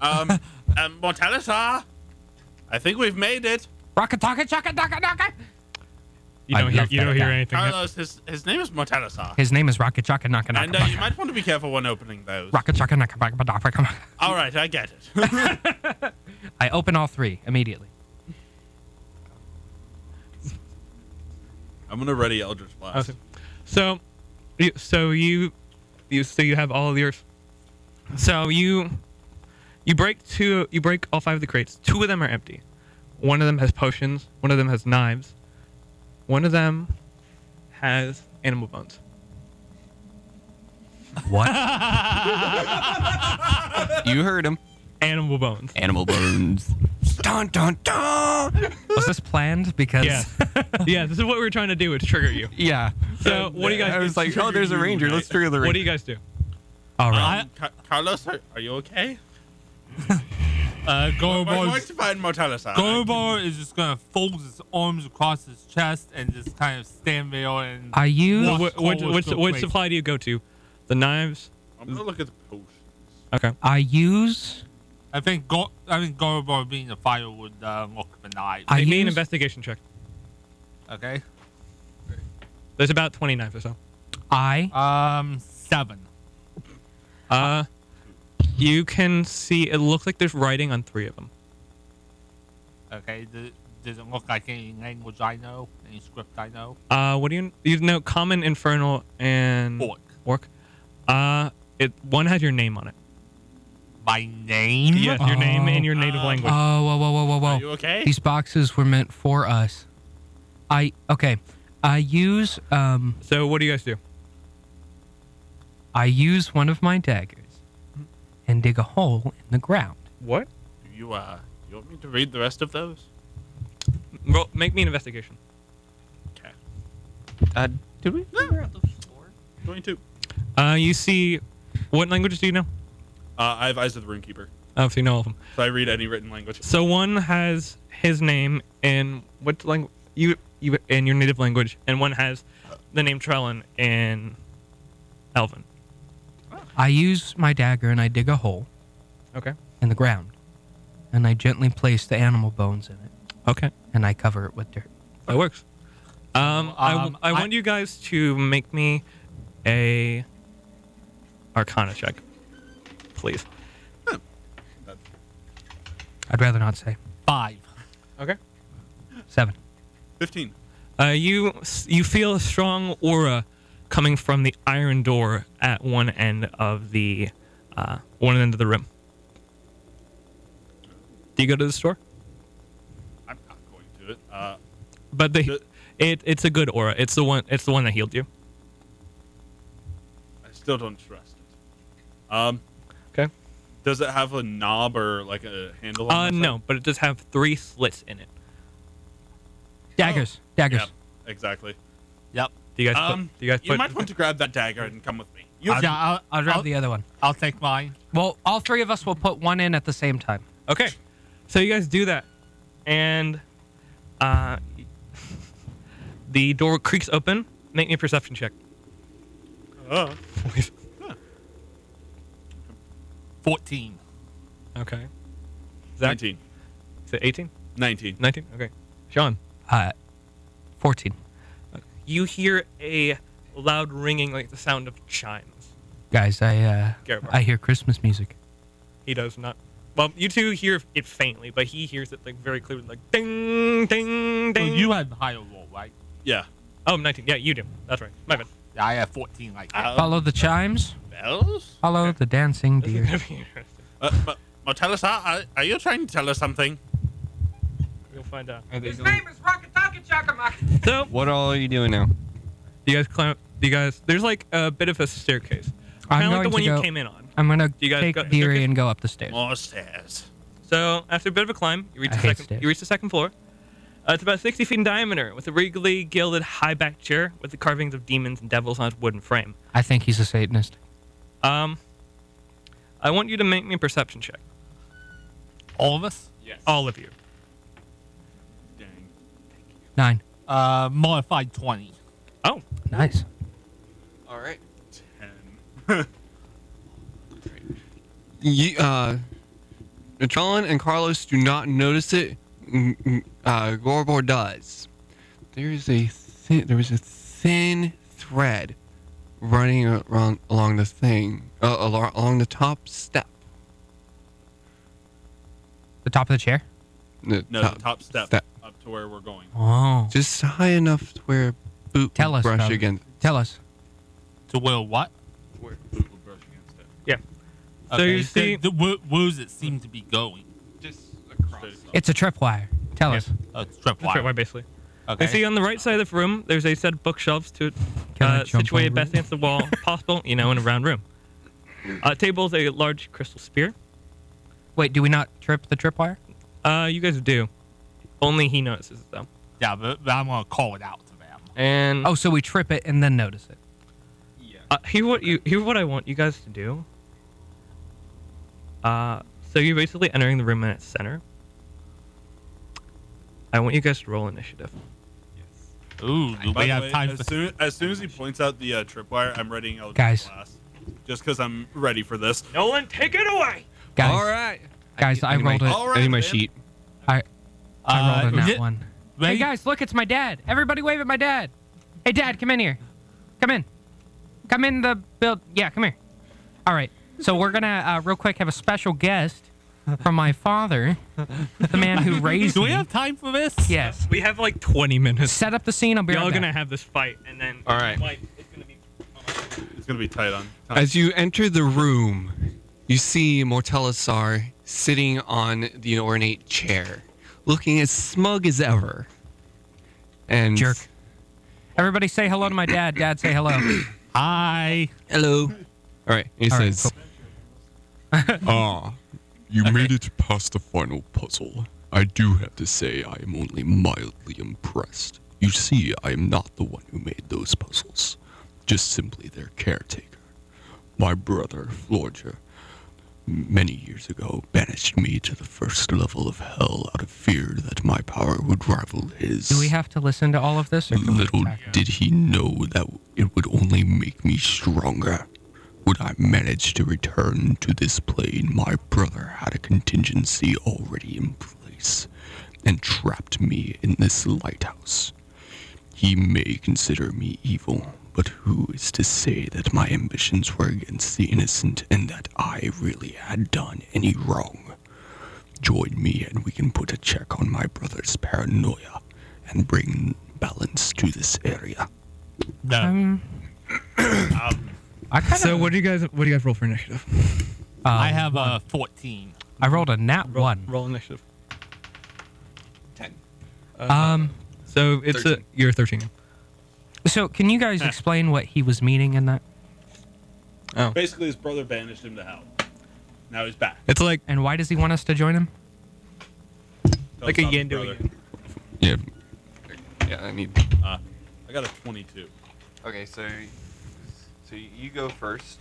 S5: Um, um, Mortalitar, I think we've made it.
S1: Rocket, talking, chaka, daka, daka.
S2: You
S1: I
S2: don't hear,
S1: love
S2: you
S1: that
S2: don't hear
S1: guy.
S2: anything.
S5: Carlos, his, his name is Mortalitar.
S1: His name is Rocket Chaka Naka Naka.
S5: And uh, you
S1: Baka.
S5: might want to be careful when opening those.
S1: Rocket Chaka Naka Baka Baka. Come on.
S5: All right, I get
S14: (laughs)
S5: it.
S1: I open all three immediately.
S5: I'm gonna ready Eldritch Blast.
S2: Okay. So, you, so you, you, so you have all of yours. So you, you break two, you break all five of the crates. Two of them are empty. One of them has potions. One of them has knives. One of them has animal bones.
S1: What?
S6: you heard him.
S2: Animal bones.
S6: Animal bones. (laughs) dun dun dun.
S1: Was this planned? Because (laughs)
S2: Yeah. (laughs) yeah, this is what we were trying to do. Is trigger you.
S6: Yeah.
S2: So what do you guys?
S6: (laughs) I
S2: do?
S6: was like, oh, there's a
S5: Trigger you,
S6: ranger. Let's trigger the
S2: what do
S6: ranger.
S2: you guys do?
S1: all right.
S5: Um, Ca- Carlos, are, are you okay?
S4: Uh,
S5: We're going
S4: Gorbor's
S5: to find Mortalitar.
S4: Gorbor is just gonna fold his arms across his chest and just kind of stand there and
S1: I use
S4: What-
S2: What, what,
S4: Always
S2: what,
S4: go
S2: what
S4: crazy.
S2: supply do you go to? The knives.
S5: I'm gonna look at the potion.
S2: Okay.
S1: I use
S4: I think Go- I think Gorbor being a fire would uh, look benign.
S1: I
S2: Make me an
S1: use-
S2: investigation check.
S4: okay.
S2: There's about 20 knives or so.
S1: I
S4: Um, seven.
S2: Uh, you can see it looks like there's writing on three of them.
S4: Okay. Th- does it look like any language I know? Any script I know?
S2: Uh, what do you you know? Common, infernal, and
S4: Orc.
S2: Orc. Uh, it one has your name on it.
S4: By name? Oh.
S2: Yes, your name and your native
S1: Oh,
S2: language.
S1: whoa, whoa, whoa, whoa,
S5: Are you
S1: whoa.
S5: okay?
S1: These boxes were meant for us. I okay. I use um
S2: so what do you guys do?
S1: I use one of my daggers and dig a hole in the ground.
S2: What?
S5: You uh, you want me to read the rest of those?
S2: Roll, make me an investigation.
S5: Okay.
S6: Uh, did we?
S5: Going to.
S2: Uh, you see, what languages do you know?
S5: Uh, I have eyes of the Runekeeper,
S2: Oh, so you know all of them.
S5: so I read any written language.
S2: So one has his name in what language you you in your native language, and one has the name Trellin in Elven.
S1: I use my dagger and I dig a hole
S2: Okay.
S1: in the ground and I gently place the animal bones in it
S2: Okay.
S1: and I cover it with dirt.
S2: That works. Um, I,
S4: Um,
S2: I
S4: I-
S2: want you guys to make me a Arcana check, please.
S1: I'd rather not say.
S4: Five.
S2: Okay.
S16: Seven.
S5: 15.
S2: Uh, you you feel a strong aura coming from the iron door at one end of the uh, one end of the room. Do you go to the store?
S5: I'm not going to it.
S2: (laughs)
S5: Uh,
S2: But the
S5: The-
S2: it it's a good aura. It's the one it's the one that healed you.
S5: I still don't trust it. Um,
S2: Okay.
S5: Does it have a knob or like a handle?
S2: Uh
S5: on the
S2: no, but it does have three slits in it.
S1: Daggers. Daggers.
S5: side? Yeah, exactly.
S4: Yep.
S2: Do you guys put,
S5: Um,
S2: do you guys
S5: you
S2: put
S5: might want to grab that dagger and come with me. You
S1: yeah, I'll, I'll grab the other one.
S4: I'll take mine.
S1: Well, all three of us will put one in at the same time.
S2: Okay. So you guys do that. And uh, (laughs) the door creaks open. Make me a perception check.
S5: Uh,
S4: 14.
S2: (laughs) Okay. Zach,
S5: 19.
S2: is it 18?
S5: 19.
S2: 19? Okay. Sean,
S1: Uh, 14.
S2: you hear a loud ringing like the sound of chimes.
S1: Guys, I uh,
S2: Garibar.
S1: I hear Christmas music.
S2: He does not. Well, you two hear it faintly, but he hears it like very clearly, like ding, ding,
S4: So
S2: ding.
S4: you had higher roll, right?
S5: Yeah.
S2: oh, 19. Yeah, you do. That's right. My bad.
S4: Yeah, I have 14 like that.
S5: Uh.
S1: Follow the chimes.
S5: Bells?
S1: Follow the dancing
S2: This is
S1: deer.
S2: gonna be interesting.
S5: Uh, but, but tell us, are- are, are you trying to tell us something?
S2: (laughs) You'll find out.
S3: His name is Rockataka Chakamaka.
S2: So,
S6: What all are you doing now?
S2: do you guys climb? Do you guys? There's like a bit of a staircase,
S1: I'm
S2: kind of like the
S1: going
S2: one
S1: to
S2: you
S1: go-
S2: came in on.
S1: I'm gonna
S2: You guys
S1: take
S2: go-
S1: Deary
S2: okay.
S1: and go up the stairs.
S5: More stairs.
S2: So after a bit of a climb, you reach
S1: I
S2: the
S1: hate
S2: second.
S1: stairs.
S2: You reach the second floor. Uh, it's about 60 feet in diameter, with a regally gilded high-backed chair with the carvings of demons and devils on its wooden frame.
S1: I think he's a Satanist.
S2: Um, I want you to make me a perception check,
S4: All of us?
S5: Yes.
S2: all of you.
S5: Dang.
S1: Nine.
S4: Uh, modified 20.
S2: Oh,
S1: Nice.
S6: All right.
S5: Ten.
S6: (laughs) You, uh, Natron and Carlos do not notice it. Mm, mm, Uh, Gorbor does. There is a thin, there is a thin thread running around along the thing, uh, along, along the top step.
S1: The top of the chair.
S6: The
S5: No,
S6: top-
S5: the top step,
S6: step.
S5: up to where we're going.
S1: Oh.
S6: Just high enough to where boot
S1: Tell us.
S6: brush
S1: Tom.
S6: against.
S1: Tell us.
S4: To will what?
S5: Where boot will brush against it.
S2: So you see-
S4: The, the, where, where's it seem to be going?
S5: Just across.
S1: It's a tripwire. Tell
S2: Yeah.
S1: us.
S4: Uh, tripwire.
S2: that's right. Why basically?
S4: Okay.
S2: I see uh, on the right side of the room, there's a set of bookshelves to
S1: Can I
S2: uh,
S1: jump
S2: situated
S1: over
S2: best
S1: it?
S2: against
S1: (laughs)
S2: the wall possible, you know, in a round room. Uh, table is a large crystal spear.
S1: Wait, do we not trip the tripwire?
S2: Uh, you guys do. Only he notices it though.
S4: Yeah, but, but I'm gonna call it out to them.
S2: And
S1: Oh, so we trip it and then notice it.
S2: uh, here what you here what I want you guys to do. Uh, so you're basically entering the room in its center. I want you guys to roll initiative.
S4: Ooh, do
S5: By
S4: we
S5: the
S4: have
S5: way,
S4: time
S5: as
S4: for
S5: soon as soon as he points out the uh, tripwire, I'm ready. Eldritch
S1: Guys.
S5: Blast, just because I'm ready for this.
S17: Nolan, take it away.
S1: Guys,
S6: All right.
S1: guys, I,
S6: need my-
S1: rolled it.
S5: All right,
S6: I need my
S5: man.
S6: sheet.
S1: I, I rolled
S4: Uh,
S1: a nat
S4: yeah,
S1: one.
S4: wait,
S1: Hey guys, look, it's my dad. Everybody wave at my dad. Hey dad, come in here. Come in. Come in the build. Yeah, come here. All right. So we're gonna uh, real quick have a special guest from my father, the man who raised
S4: (laughs) Do we
S1: me.
S4: have time for this?
S1: Yes.
S2: We have like 20
S18: (laughs)
S2: minutes.
S1: Set up the scene. I'll be
S2: Y'all
S1: right
S2: gonna
S1: back.
S2: have this fight, and then
S6: All right.
S2: like, it's gonna be
S5: It's gonna be tight on. Time.
S6: As you enter the room, you see Mortellasar sitting on the ornate chair, looking as smug as ever. And
S1: Jerk. Everybody say hello to my dad. Dad, say hello.
S4: (coughs) Hi.
S6: Hello. All right. He
S1: All right,
S6: says, (laughs)
S7: Ah, you made it past the final puzzle. I do have to say I am only mildly impressed. You see, I am not the one who made those puzzles, just simply their caretaker. My brother, Florger, many years ago banished me to the first level of hell out of fear that my power would rival his.
S1: Do we have to listen to all of this? Or can
S7: Little
S1: we back?
S7: did he know that it would only make me stronger. Would I manage to return to this plane, my brother had a contingency already in place and trapped me in this lighthouse. He may consider me evil, but who is to say that my ambitions were against the innocent and that I really had done any wrong? Join me and we can put a check on my brother's paranoia
S6: and bring balance to this area.
S4: No.
S1: Um, I kind
S18: So
S1: of
S18: what do you guys what do you guys roll for initiative?
S4: I have a 14.
S1: I rolled a nat one.
S2: Roll initiative. Uh,
S6: Ten.
S1: Um,
S2: So it's
S6: Thirteen.
S18: You're 13.
S1: so can you guys explain what he was meaning in that,
S5: Basically, his brother banished him to hell. Now he's back.
S18: It's like
S1: and why does he want us to join him?
S5: Tell
S2: Like
S5: us
S2: a
S5: about the
S2: yin to a
S5: brother.
S2: yang.
S6: Yeah. Yeah, I need.
S5: Uh, I got a 22.
S19: Okay, so so you go first.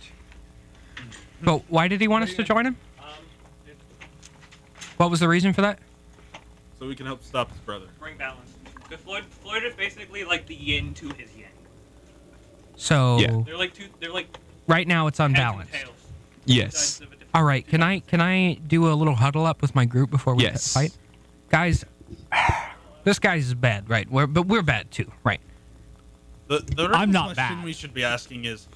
S1: But why did he want us to join him? What was the reason for that?
S5: So we can help stop his brother.
S3: Bring balance. Because Floyd, Floyd is basically like the yin to his yang.
S1: So
S6: Yeah.
S3: They're like two. They're like
S1: right now it's
S3: heads and
S1: unbalanced.
S3: tails.
S6: Yes.
S3: Sides of a different-
S1: All right, can I can I do a little huddle up with my group before we
S6: Yes.
S1: fight, guys? This guy's bad, right? We're, but we're bad too, right?
S5: The, the real
S4: I'm not
S5: question
S4: bad.
S5: we should be asking is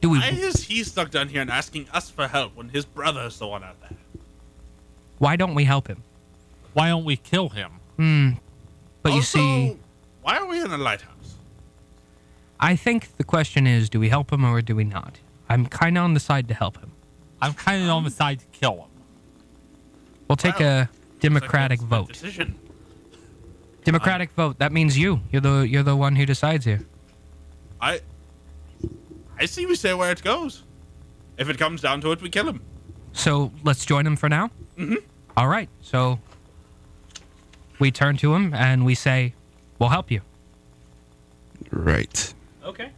S1: Do we?
S5: why is he stuck down here and asking us for help when his brother is the one out there?
S1: Why don't we help him?
S4: Why don't we kill him?
S1: Hmm. But you
S5: Also,
S1: see,
S5: why are we in a lighthouse?
S1: I think the question is, do we help him or do we not? I'm kind of on the side to help him.
S4: I'm kind of on the side to kill him.
S1: We'll take a democratic
S5: It's a
S1: vote.
S5: Decision.
S1: Democratic vote. That means you. You're the you're the one who decides here.
S5: I I see we say where it goes. If it comes down to it, we kill him.
S1: So let's join him for now. Mm-hmm. right. So we turn to him and we say, "We'll help you."
S6: Right.
S3: Okay.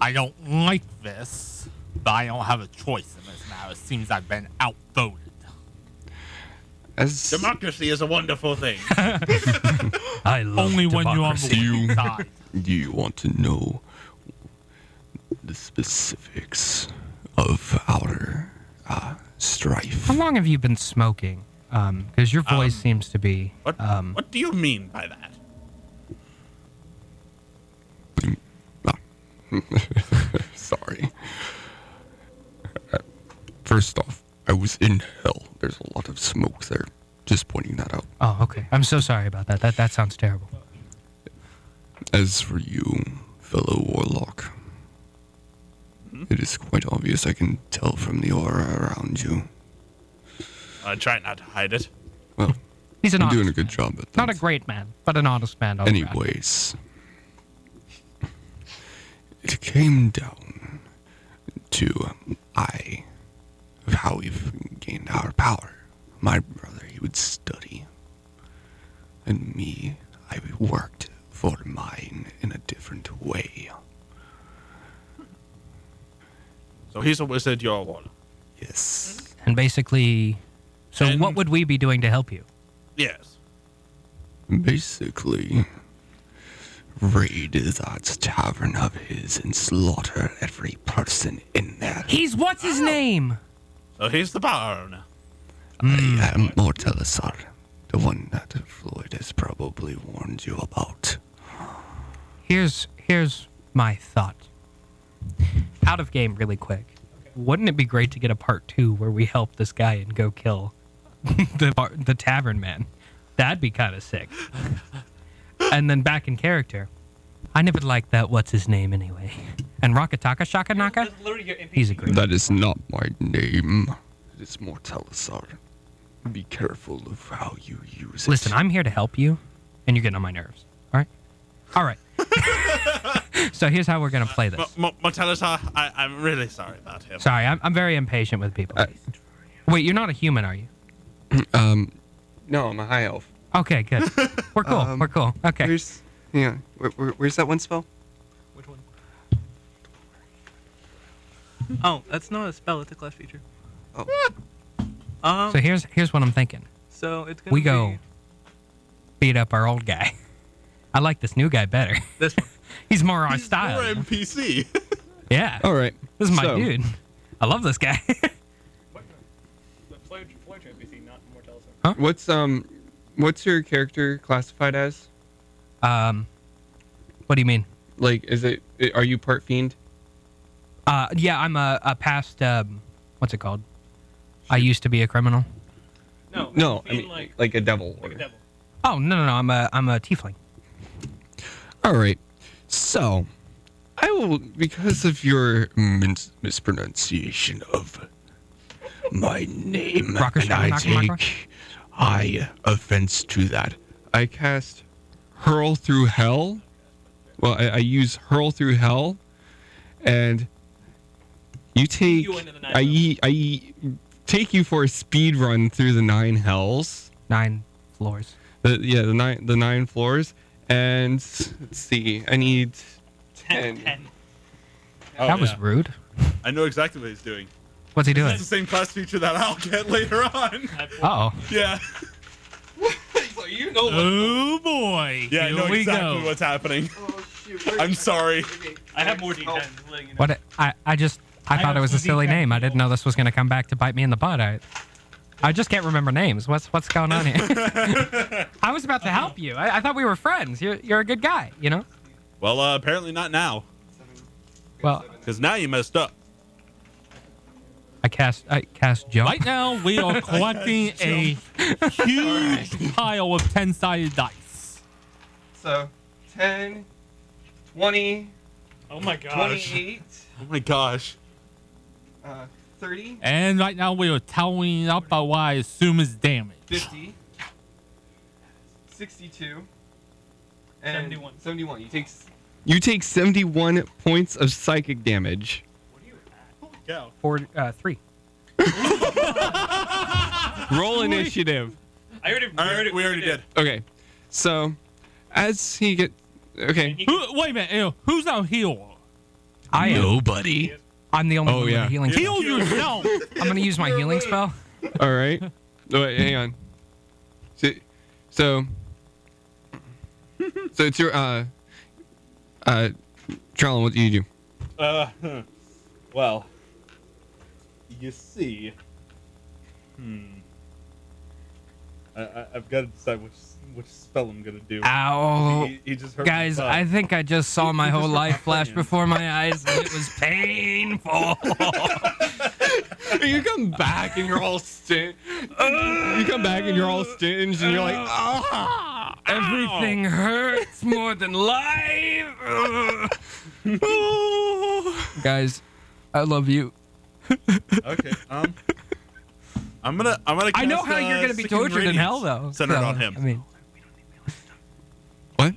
S4: I don't like this, but I don't have a choice in this matter. It seems I've been outvoted.
S6: As
S5: Democracy is a
S1: (laughs)
S5: wonderful thing.
S1: I love
S4: Only when you're on
S1: democracy.
S4: the winning
S6: You-
S4: side.
S6: Do you want to know the specifics of our uh, strife?
S1: How long have you been smoking? Because your voice seems to be.
S5: What
S1: Um,
S5: what do you mean by that?
S6: Sorry. First off, I was in hell. There's a lot of smoke there. Just pointing that out.
S1: Oh, okay. I'm so sorry about that. That that sounds terrible.
S6: As for you, fellow warlock,
S1: Hmm?
S6: it is quite obvious I can tell from the aura around you.
S5: I try not to hide it.
S6: Well,
S1: He's an
S6: you're
S1: honest.
S6: doing a good job at that.
S1: not a great man, but an honest man. all around.
S6: Anyways, it came down to um, I of how we've gained our power. My brother, he would study, and me, I worked for mine in a different way.
S5: So he's a wizard, you're a warlock.
S6: Yes.
S1: And basically, so
S5: And-
S1: what would we be doing to help you?
S5: Yes.
S6: Basically, raid that tavern of his and slaughter every person in there.
S1: He's what's his name?
S5: So he's the bar owner.
S6: I am Mortelisar, the one that Floyd has probably warned you about.
S1: Here's here's my thought. Out of game, really quick. Wouldn't it be great to get a part two where we help this guy and go kill (laughs) the bar, the tavern man? That'd be kind of sick. and then back in character, I never liked that. What's his name anyway? And Rakataka Shaka Naka.
S3: That's literally your NPC.
S1: He's a great.
S6: That is not my name. It is Mortelisar. Be careful of how you use it.
S1: Listen, I'm here to help you, and you're getting on my nerves. All right. All right. (laughs) so here's how we're gonna play this.
S5: M- M- Mortalisar, I- I'm really sorry about him.
S1: Sorry, I'm, I'm very impatient with people. Wait, you're not a human, are you?
S6: Um, no, I'm a high elf.
S1: Okay, good. We're cool.
S6: Um,
S1: We're cool. Okay.
S6: Where's yeah? Where, where, where's that one spell?
S2: Which one? Oh, that's not a spell. It's a class feature.
S6: Oh.
S2: Um.
S1: So here's here's what I'm thinking.
S2: So it's gonna
S1: We
S2: be
S1: go beat up our old guy. (laughs) I like this new guy better. (laughs)
S2: this one.
S1: He's more our style.
S5: We're NPC.
S1: yeah.
S6: All right.
S1: This is my
S6: Oh, so-
S1: dude. I love this guy. (laughs)
S3: But Floyd, Floyd's your NPC, not Mortalis.
S6: What's um, what's your character classified as?
S1: um, what do you mean?
S6: Like, is it? Are you part fiend?
S1: Uh, yeah, I'm a, a past um, what's it called? I used to be a criminal.
S3: No.
S6: No,
S3: I
S6: I mean
S3: like,
S6: like, a devil.
S3: like a devil.
S1: Oh no no no! I'm a I'm a tiefling.
S6: All right. So, I will, because of your min- mispronunciation of my name,
S20: Rocker,
S6: and
S20: shocker,
S6: I
S20: knocker,
S6: take
S20: knocker.
S6: I offense to that. I cast Hurl Through Hell. Well, I, I use Hurl Through Hell, and you take I, ye- I ye- take you for a speed run through the nine hells.
S1: Nine floors.
S6: The, yeah, the nine the nine floors. And let's see, I need ten.
S5: Oh,
S1: that was
S5: yeah.
S1: rude.
S5: I know exactly what he's doing.
S1: What's he
S5: This is
S1: doing?
S5: the same class feature that I'll get later on.
S1: Uh-oh.
S5: Yeah.
S6: you know
S4: Oh boy.
S5: Yeah, I know
S4: we
S5: exactly
S4: go.
S5: what's happening. I'm sorry.
S3: I have more
S4: Oh.
S3: D10s. laying in-
S1: What? I I just I,
S3: I
S1: thought it was a
S3: also
S1: silly
S3: think that
S1: name. I didn't know this was gonna come back to bite me in the butt. I I just can't remember names. What's what's going on here? I was about to help you. I, I thought we were friends. You're you're a good guy. You know.
S5: Well, uh, apparently not now,
S1: Well,
S5: because now you messed up.
S1: I cast I cast jump.
S4: Right now,
S5: (laughs)
S4: we are collecting a huge pile of 10 sided dice.
S20: So 10, 20.
S3: Oh my
S20: god.
S3: gosh.
S20: 28,
S5: Oh my gosh.
S20: uh, 30,
S4: And right now, we are tallying up by what I assume is damage.
S20: 50, 62, and 71. 71. You take. s-
S6: You take seventy-one points of psychic damage.
S5: Go.
S1: Four uh, three.
S6: Roll initiative.
S3: I already, we already, we already did.
S6: Okay, so as he get okay,
S4: (laughs) Who, wait a minute. ew, Who's our healer?
S1: I am.
S6: nobody.
S1: I'm the only
S6: Oh,
S1: one
S6: yeah.
S1: with a healing.
S6: Heal
S1: spell.
S3: (laughs)
S4: yourself.
S1: I'm gonna use my healing spell.
S6: All right. (laughs) Oh, wait, hang on. So, so, so it's your uh, uh, Trellin, what do you do?
S5: Uh, huh. well, you see, hmm. I, I, I've got to decide which which spell I'm gonna do.
S1: Ow.
S5: He, he just hurt my
S1: Guys,
S5: butt.
S1: I think I just saw my
S5: You
S1: whole
S5: just hurt
S1: life
S5: my
S1: flash
S5: hand.
S1: before my eyes, and it was painful.
S6: you come back and you're all stin. you come back and you're all stinged and you're like, ah,
S1: Everything hurts more than life. Guys, I love you.
S5: okay. Um, (laughs) I'm gonna I'm gonna. Cast,
S1: I know how you're
S5: uh,
S1: gonna be
S5: Sickening
S1: tortured in hell,
S5: Radiance
S1: though.
S5: Centered
S1: so,
S5: on him.
S1: I mean,
S6: What?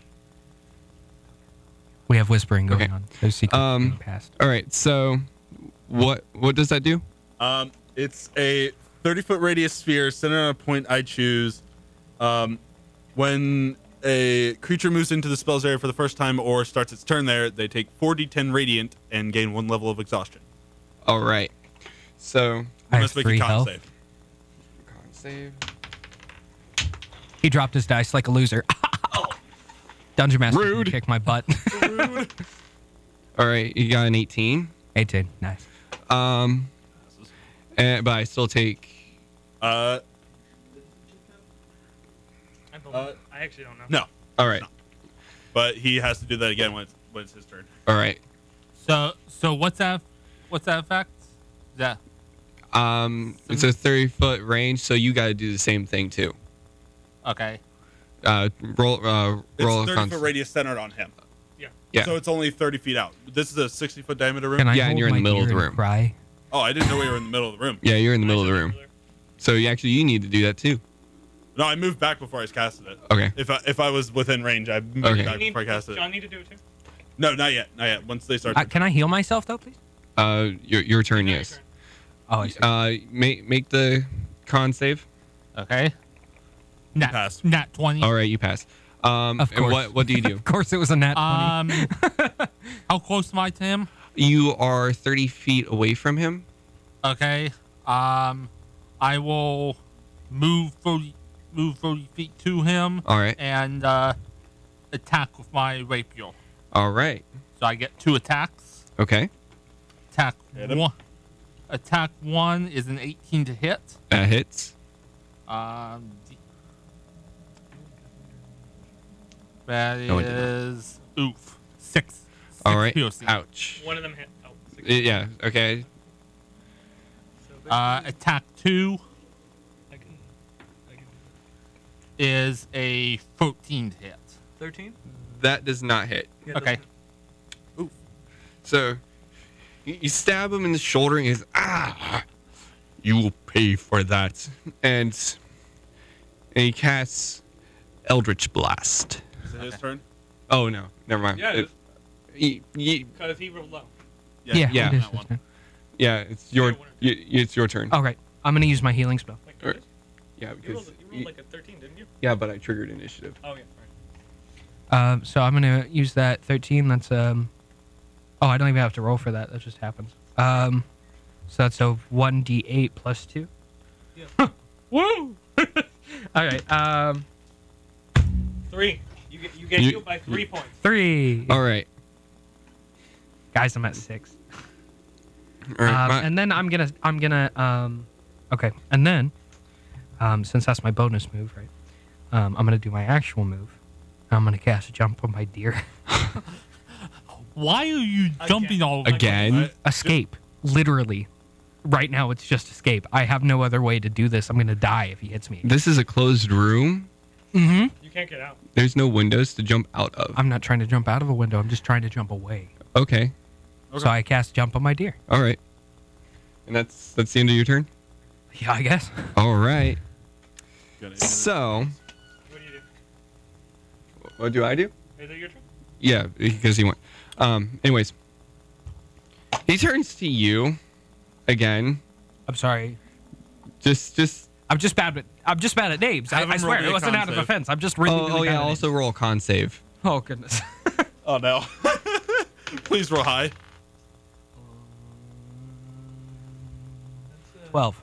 S1: We have whispering going on. There's secrets
S6: um,
S1: in the past.
S6: All right, so what what does that do?
S5: Um, it's a 30 foot radius sphere centered on a point I choose. Um, when a creature moves into the spell's area for the first time or starts its turn there, they take 4d10 radiant and gain one level of exhaustion.
S6: All right, so
S5: You must make a con save.
S6: save.
S1: He dropped his dice like a loser. (laughs) Dungeon Master
S6: Rude.
S1: kicked my butt. (laughs)
S6: All right, you got an 18.
S1: 18, nice.
S6: Um, and, but I still take.
S5: Uh,
S3: I, believe,
S5: Uh,
S3: I actually don't know.
S5: no.
S6: All right,
S5: But he has to do that again when it's, when it's his turn.
S6: all right.
S4: So, so what's that? What's that effect? Yeah.
S6: Um, it's
S5: Mm-hmm.
S6: a 30 foot range, so you got to do the same thing too.
S4: Okay.
S6: Uh, roll, uh,
S5: It's
S6: roll. a
S5: 30
S6: con-
S5: foot radius centered on him.
S6: Yeah.
S5: So it's only 30 feet out. This is a 60 foot diameter room?
S1: Can I
S6: Yeah, and
S1: hold
S6: you're in the
S1: my
S6: middle of
S1: beer
S6: the
S1: and
S6: room.
S1: Cry?
S5: Oh, I didn't know we were in the middle of the room.
S6: Yeah, you're in the middle of the room. So you actually you need to do that too.
S5: No, I moved back before I casted it.
S6: Okay.
S5: If I, if I was within range, I moved
S6: Okay.
S5: back
S3: Need-
S5: before I casted
S3: John
S5: it.
S3: need to do it too.
S5: No, not yet. Not yet. Once they start.
S1: Uh, can I heal myself though, please?
S6: Uh, your your turn, yes.
S1: Oh, I see.
S6: Uh, make make the con save.
S4: Okay. Nat,
S5: Pass.
S4: nat 20.
S6: All right, you pass. Um,
S1: Of
S6: and
S1: course.
S6: what what do you
S1: (laughs)
S6: do?
S1: Of course, it was a nat
S5: Uh,
S1: 20.
S4: Um, (laughs) how close am I to him?
S6: you are 30 feet away from him.
S4: Okay. Um, I will move 30, move 30 feet to him.
S6: All right.
S4: And uh, attack with my rapier.
S6: All right.
S4: So I get two attacks.
S6: Okay.
S4: Attack
S5: Hit him.
S4: one. Attack one is an 18 to hit.
S6: That hits.
S4: Um, d- that
S6: No, it did not.
S4: is oof six. six
S6: All right.
S4: piercing.
S6: Ouch.
S3: One of them hit. Oh, six.
S6: Y- Yeah. Okay.
S4: Uh, attack two. is a 14 hit.
S2: 13?
S6: That does not hit.
S2: Yeah, it Okay. doesn't.
S6: Ooh. So you you stab him in the shoulder and he's ah you will pay for that. And and he casts Eldritch Blast.
S5: Is it his turn?
S6: Oh no, never mind.
S3: Yeah, it is.
S6: Ye- ye-
S3: Because he rolled low.
S6: yeah,
S1: it is
S6: yeah.
S1: his turn.
S6: it's your y- it's your turn.
S1: All right, I'm gonna use my healing spell.
S3: Er,
S6: Or- yeah,
S3: You rolled,
S6: because
S3: you rolled like a 13, didn't you?
S6: yeah, but I triggered initiative.
S3: Oh, yeah.
S1: Um, so I'm gonna use that 13. That's um. Oh, I don't even have to roll for that. That just happens. Um, so that's a 1d8 plus two. (laughs) Woo! All right. Um,
S3: Three. You get, you get
S6: You-
S3: healed by three points.
S1: three.
S6: All right.
S1: Guys, I'm at six.
S6: All right,
S1: um,
S6: my-
S1: and then I'm gonna I'm gonna um, okay. And then, um, since that's my bonus move, right? Um, I'm gonna do my actual move. I'm gonna cast a jump on my deer. (laughs)
S4: Why are you jumping all
S6: Again?
S1: escape. Literally, right now it's just escape. I have no other way to do this. I'm gonna die if he hits me.
S6: This is a closed room.
S1: Mm-hmm.
S3: You can't get out.
S6: There's no windows to jump out of.
S1: I'm not trying to jump out of a window. I'm just trying to jump away.
S6: Okay.
S1: So I cast jump on my deer.
S6: All right. And that's that's the end of your turn.
S1: Yeah, I guess.
S6: All right. So. What do I do?
S3: Is it your turn?
S6: Yeah, because he went. Um. Anyways, he turns to you again.
S1: I'm sorry.
S6: Just, just.
S1: I'm just bad with. I'm just bad at names. I,
S6: Have
S1: I
S6: him
S1: swear
S6: roll
S1: it
S6: me a
S1: wasn't
S6: con
S1: out of
S6: save.
S1: offense. I'm just really.
S6: oh,
S1: really bad
S6: oh yeah.
S1: at
S6: Also roll a con
S1: names.
S6: save.
S1: Oh goodness.
S5: Oh no. (laughs) Please roll high.
S1: (laughs) Twelve.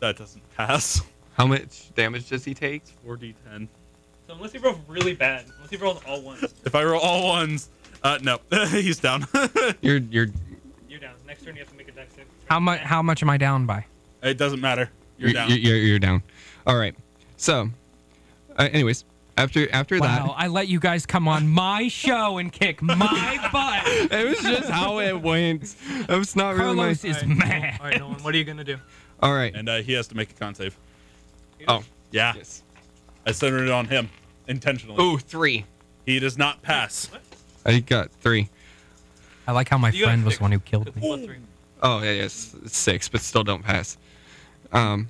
S5: That doesn't pass.
S6: How much damage does he take?
S5: 4d10.
S3: So unless he rolls really bad, unless he rolls all ones,
S5: If I roll all ones, uh, no, (laughs) he's down.
S6: you're you're.
S3: you're down. Next turn you have to make a dex save.
S1: How much? How much am I down by?
S5: It doesn't matter. You're down.
S6: You're, you're, you're down. All right. So, uh, anyways, after after that.
S1: Wow! I let you guys come on my show and kick my butt.
S6: (laughs) it was just how it went. It was not really my.
S1: Carlos is mad.
S2: All right, Nolan, what are you going to do?
S6: All right.
S5: And uh, he has to make a con save.
S6: Oh.
S5: Yeah.
S6: Yes.
S5: I centered it on him intentionally.
S6: Ooh, three.
S5: He does not pass.
S6: I got three.
S1: I like how my
S5: You got
S1: friend was
S5: six.
S1: the one who killed me.
S3: Plus three.
S6: Oh yeah, yes, six, but still don't pass. Um,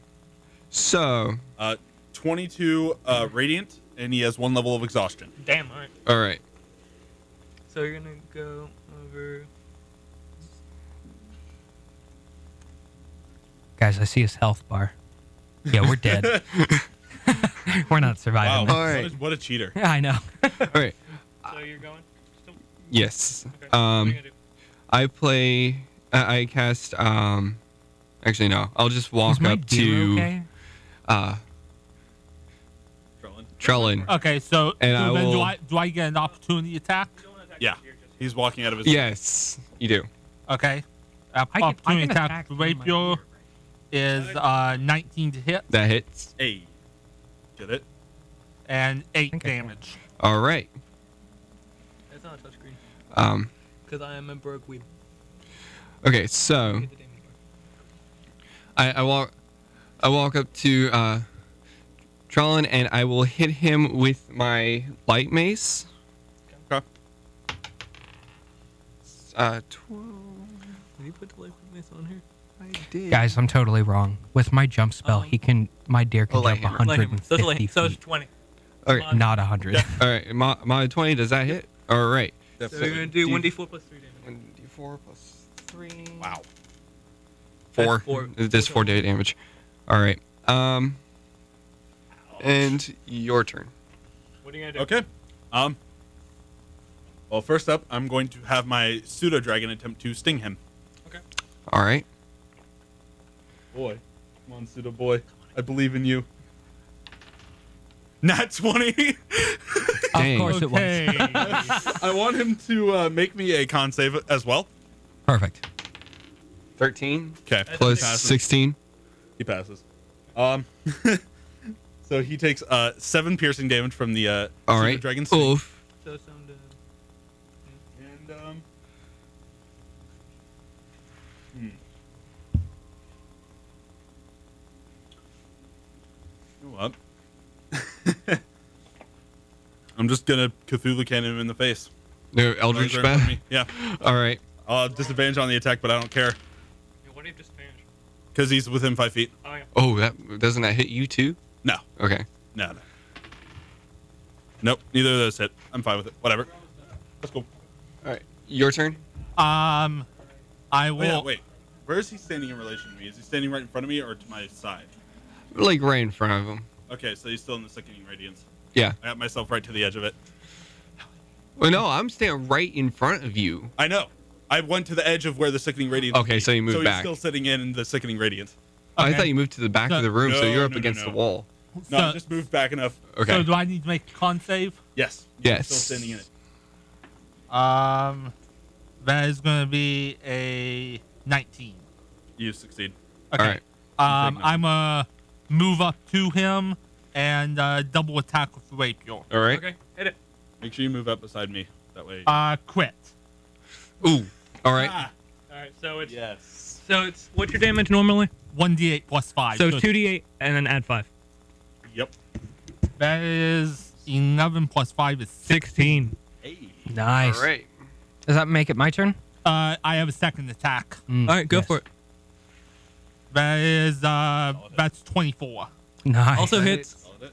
S6: so
S5: Uh, 22 uh, radiant, and he has one level of exhaustion.
S3: Damn, all right.
S6: all
S3: (laughs)
S6: right,
S2: So you're going to go over.
S1: Guys, I see his health bar. Yeah, we're dead. we're not surviving.
S5: Wow,
S1: this. (laughs)
S5: What, a, what a cheater.
S1: Yeah, I know.
S6: all right,
S3: So you're going.
S6: yes.
S3: Okay. what are you
S6: Um,
S3: gonna do?
S6: I play. I, I cast. Um, actually no, I'll just walk
S1: Is my
S6: up
S1: deer
S6: to
S1: okay?
S6: uh Trellin.
S3: Oh,
S4: Okay, so,
S6: And
S4: so
S6: I
S4: then do
S6: will-
S4: I do I get an opportunity attack?
S5: Yeah. He's walking out of his.
S6: Yes, you do.
S4: Okay. Op-
S1: I can- I
S4: opportunity
S1: can
S4: attack
S1: attack
S4: for
S1: from my
S4: rapier is uh 19 to hit
S6: That hits.
S5: Hey. Did it?
S4: and 8
S1: think I can.
S4: damage.
S6: All right.
S2: That's not a touchscreen.
S6: Um,
S2: Because I am a broke weeb.
S3: Hmm?
S6: okay, so
S2: Get the damage bar.
S6: I, I walk. I walk up to uh, Trellin, and I will hit him with my light mace.
S5: Okay.
S6: Uh, tw-
S2: Did you put the life witness on here?
S6: I did.
S1: Guys, I'm totally wrong. With my jump
S2: Oh.
S1: spell, he can my deer can
S6: Oh, light
S1: jump
S6: hammer.
S2: Light hammer. So it's,
S1: 150
S2: light, so it's
S1: feet,
S2: 20.
S6: Okay.
S2: Come on.
S1: not 100.
S6: All right, my, my 20, does that hit? All right.
S2: So you're going to do 1d4 plus 3 damage.
S6: 1d4 plus 3.
S5: Wow.
S6: Four.
S2: That's four.
S6: This 4 to 8 damage. All right. Um, and your turn.
S3: What are you gonna do?
S5: Okay. Um. Well, first up, I'm going to have my pseudo dragon attempt to sting him.
S6: All right.
S5: Boy. Come on, pseudo boy. I believe in you. (laughs) Nat 20.
S6: Dang.
S1: Of course it was.
S4: Okay.
S5: (laughs) I want him to uh, make me a con save as well.
S1: (laughs) Perfect.
S6: 13
S5: Okay.
S6: plus
S5: Passes.
S6: 16.
S5: He passes. Um. (laughs) so he takes uh seven piercing damage from the uh
S6: All
S5: pseudo
S6: right.
S5: dragon sting.
S6: Oof.
S2: So sound uh,
S5: And um. hmm. You know what? (laughs) I'm just gonna Cthulhu cannon him in the face.
S6: No, Eldritch
S5: Those are in front of
S6: Bat?
S5: me. Yeah.
S6: All right.
S5: Uh, disadvantage on the attack, but I don't care
S21: What if disadvantage?
S5: because he's within five feet.
S21: Oh, yeah.
S6: Oh, that doesn't that hit you too?
S5: No.
S6: Okay.
S5: No, no. Nope. Neither of those hit. I'm fine with it. Whatever. Let's go.
S6: All right. Your turn.
S4: Um, I
S2: Oh,
S5: Wait,
S4: will.
S5: wait. Where is he standing in relation to me? Is he standing right in front of me or to my side?
S6: Like right in front of him.
S5: Okay, so he's still in the sickening radiance.
S6: Yeah.
S5: I got myself right to the edge of it.
S6: Well, no, I'm standing right in front of you.
S5: I know. I went to the edge of where the sickening radiance.
S6: Okay,
S5: would
S6: so
S5: be.
S6: you moved
S5: so
S6: back.
S5: he's still sitting in the sickening radiance.
S6: I
S4: Okay.
S6: thought you moved to the back
S4: No.
S6: of the room, so
S5: No,
S6: you're up
S5: no, no,
S6: against
S5: no.
S6: the wall.
S5: No,
S4: So-
S5: just moved back enough.
S6: Okay.
S4: So do I need to make a con save?
S5: Yes.
S6: Yes.
S5: Still standing in it.
S4: Um, that is going to be a 19.
S5: You succeed.
S4: Okay.
S6: Alright.
S4: Um, I'm going to move up to him and uh, double attack with rapier.
S6: All right.
S2: Okay, hit it.
S5: Make sure you move up beside me. That way.
S4: Uh, quit.
S6: Ooh. All right.
S5: Ah,
S21: All right, so it's
S5: yes.
S2: So it's what's your damage normally?
S4: 1d8 plus 5.
S2: So
S4: it's-
S2: two d eight and then add five.
S5: Yep.
S4: That is 11 plus 5 is 6.
S2: Sixteen.
S5: Hey.
S1: Nice.
S6: All right.
S1: Does that make it my turn?
S4: Uh, I have a second attack.
S1: Mm,
S2: All right, go
S1: yes.
S2: for it.
S4: That is, uh, that's 24.
S1: Nice.
S2: Also hits.
S5: Solid it.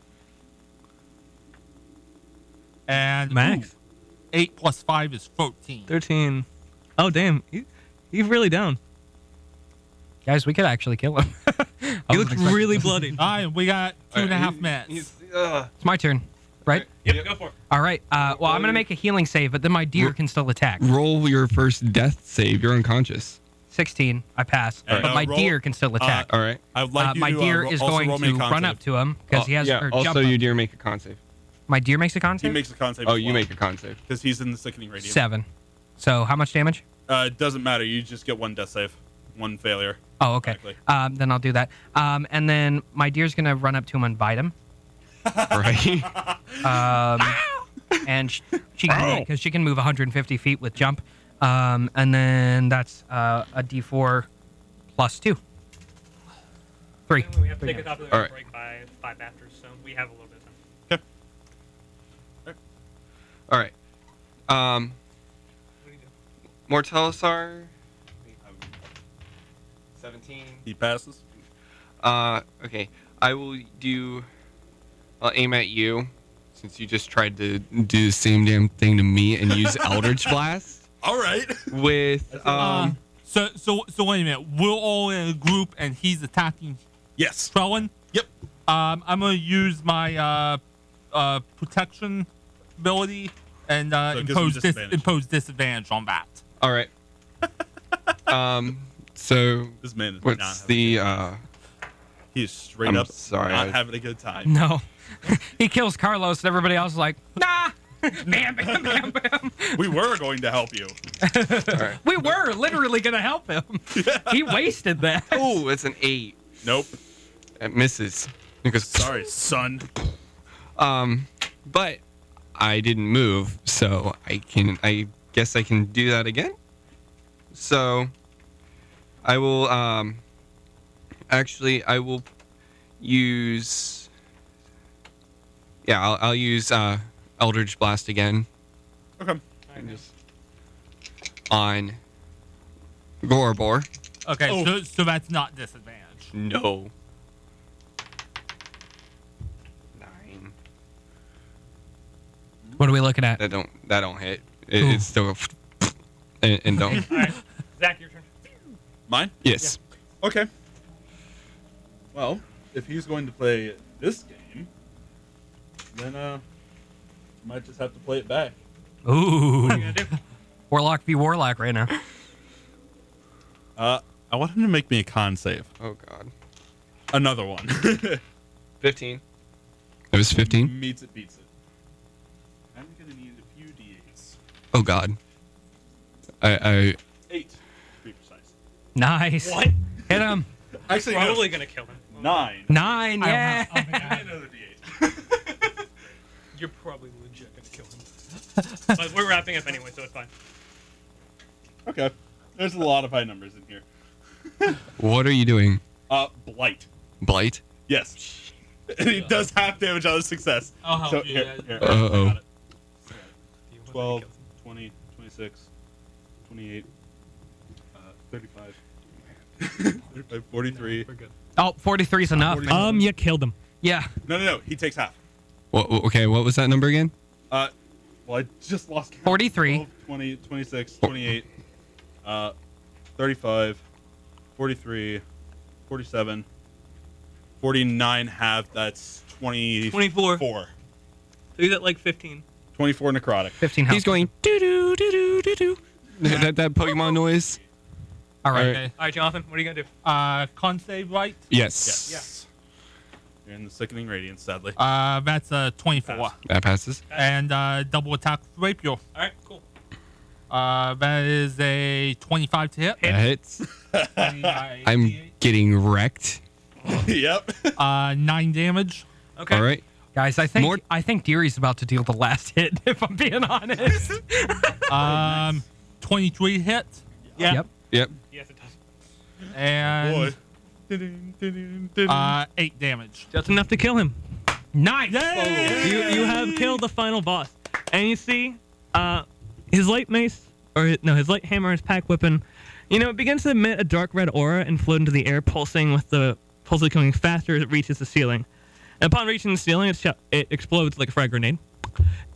S4: And ooh,
S2: Max?
S4: 8 plus 5 is 14.
S2: Thirteen. Oh damn, you you really down.
S1: Guys, we could actually kill him. (laughs)
S2: You look really bloody.
S4: (laughs) All right, we got two and a
S3: Alright,
S4: half
S3: he-
S4: minutes.
S3: He's, uh,
S1: it's my turn, right?
S21: Yep, go for it.
S1: All right. Uh, well, I'm gonna make a healing save, but then my deer can still attack.
S6: Roll your first death save. You're unconscious.
S1: 16, I pass,
S5: All right.
S1: but my
S5: Uh, roll-
S1: deer can still attack.
S6: All right.
S5: I would like
S1: Uh,
S5: you
S1: my
S5: to, uh,
S1: deer
S5: ro-
S1: is
S5: also roll
S1: going
S5: me a
S1: to
S5: con
S1: run
S5: save.
S1: up to him
S5: Oh,
S1: because he has
S6: yeah.
S1: or jump
S6: Also,
S1: up.
S6: your deer make a con save.
S1: My deer makes a con
S5: He
S1: save?
S5: makes a con save.
S6: Oh, you make a con save.
S5: (laughs) because he's in the sickening radiance.
S1: seven. So how much damage?
S5: Uh, it doesn't matter. You just get one death save, one failure.
S1: Oh, okay.
S5: Exactly.
S1: Um, then I'll do that. Um, and then my deer's gonna run up to him and bite him.
S6: All right.
S5: (laughs)
S1: Um, (laughs) and she, she can do that because she can move 150 feet with jump. Um, and then that's uh, a D4 plus two. Three.
S21: We have to take a top of the
S6: All right.
S21: break by five after, so we have a little bit of time.
S6: All right. Um, Mortellisar.
S3: 17.
S5: He passes.
S6: Uh, okay. I will do. I'll aim at you, since you just tried to do the same damn thing to me and
S5: (laughs)
S6: use Eldritch Blast
S5: All right. (laughs)
S6: with
S4: Uh,
S6: um.
S4: so, so, so wait a minute. We're all in a group, and he's attacking
S5: yes. (laughs)
S4: Trellin.
S5: Yep.
S4: Um, I'm gonna use my uh, uh, protection ability and uh,
S5: So it gives him
S4: impose dis-
S5: disadvantage.
S4: impose disadvantage on that.
S6: All right. Um. So
S5: This man is not
S6: what's
S5: having
S6: the uh?
S5: He is straight
S6: I'm
S5: up
S6: sorry,
S5: not
S6: I-
S5: having a good time.
S1: No. (laughs) he kills Carlos, and everybody else is like, nah. (laughs) bam, bam, bam, bam.
S5: we were going to help you.
S1: We were literally going to help him. He wasted that.
S6: Oh, it's an eight.
S5: Nope.
S6: It misses. It goes,
S5: Sorry, son.
S6: Um, but I didn't move, so I can. I guess I can do that again. So I will. Um, actually, I will use. Yeah, I'll, I'll use uh, Eldritch Blast again
S5: Okay.
S6: on Gorobor.
S4: Okay,
S5: Oh.
S4: so, so that's not disadvantage.
S6: No. Nine.
S1: What are we looking at?
S6: That don't. That don't hit. It, it's still. A and, and don't.
S21: All right, Zach, your turn.
S5: Mine.
S6: Yes.
S5: Okay. Well, if he's going to play this game, then uh, might just have to play it back.
S1: Ooh.
S21: What are you gonna do?
S1: Warlock v Warlock right now.
S5: Uh, I want him to make me a con save.
S6: Oh God.
S5: Another one. (laughs)
S6: Fifteen. It was fifteen.
S5: Meets it, beats it. I'm gonna need a few d8s.
S6: Oh God. I,
S5: Eight, to be precise.
S1: Nice.
S21: What?
S1: Hit him.
S5: Actually, no,
S21: Probably gonna kill him.
S5: nine.
S1: Nine.
S4: I don't have- I
S1: Yeah.
S4: don't think I have-
S5: Another d8.
S21: You're probably legit gonna kill him.
S4: (laughs)
S21: but we're wrapping up anyway, so it's fine.
S5: Okay. There's a lot of high numbers in here.
S6: I. What are you doing?
S5: Uh, blight.
S6: Blight.
S5: (laughs) Yes. And he does half damage on his success.
S4: I'll help you
S5: here-
S2: Oh,
S4: guys.
S5: here,
S6: Uh-oh.
S5: I got it. 12, 20, 26, 28, uh, 35, (laughs) 35, 43.
S1: Oh, 43 is enough.
S6: 47. Um,
S1: you killed him. Yeah.
S5: No, no, no. He takes half.
S6: Wha- wha- okay, what was that number again?
S5: Uh, well, I just lost count.
S1: 43.
S5: 12, 20, 26, 28, uh, 35, 43, 47, 49 half. That's 20,
S2: 24.
S5: Four.
S2: So he's at like 15.
S5: 24 necrotic.
S1: 15
S6: He's going doo doo doo doo doo doo. That that Pokemon noise.
S1: All right.
S2: All right, Jonathan, what are you going to do?
S4: Uh, con save, right?
S6: Yes.
S5: Yes. You're in the sickening radiance, sadly.
S4: Uh, that's uh 24.
S6: That passes.
S4: And uh, double attack with rapier.
S2: All right, cool.
S4: Uh, that is a 25 to hit.
S6: That hits. I'm getting wrecked.
S5: (laughs) yep.
S4: uh, nine
S2: (laughs)
S4: damage.
S2: Okay.
S6: All right.
S1: Guys, I think I think Deary's about to deal the last hit. (laughs) If I'm being honest.
S2: Oh,
S4: Um, 23 hit.
S2: (laughs) Yeah.
S1: Yep.
S6: Yep.
S2: Yes, it does.
S4: And uh, eight damage.
S2: That's enough to kill him.
S1: Nice.
S2: You, you have killed the final boss. And you see, uh, his light mace, or no, his light hammer, his pack weapon, you know, it begins to emit a dark red aura and float into the air, pulsing with the pulse becoming faster as it reaches the ceiling. And upon reaching the ceiling, it, sh- it explodes like a frag grenade,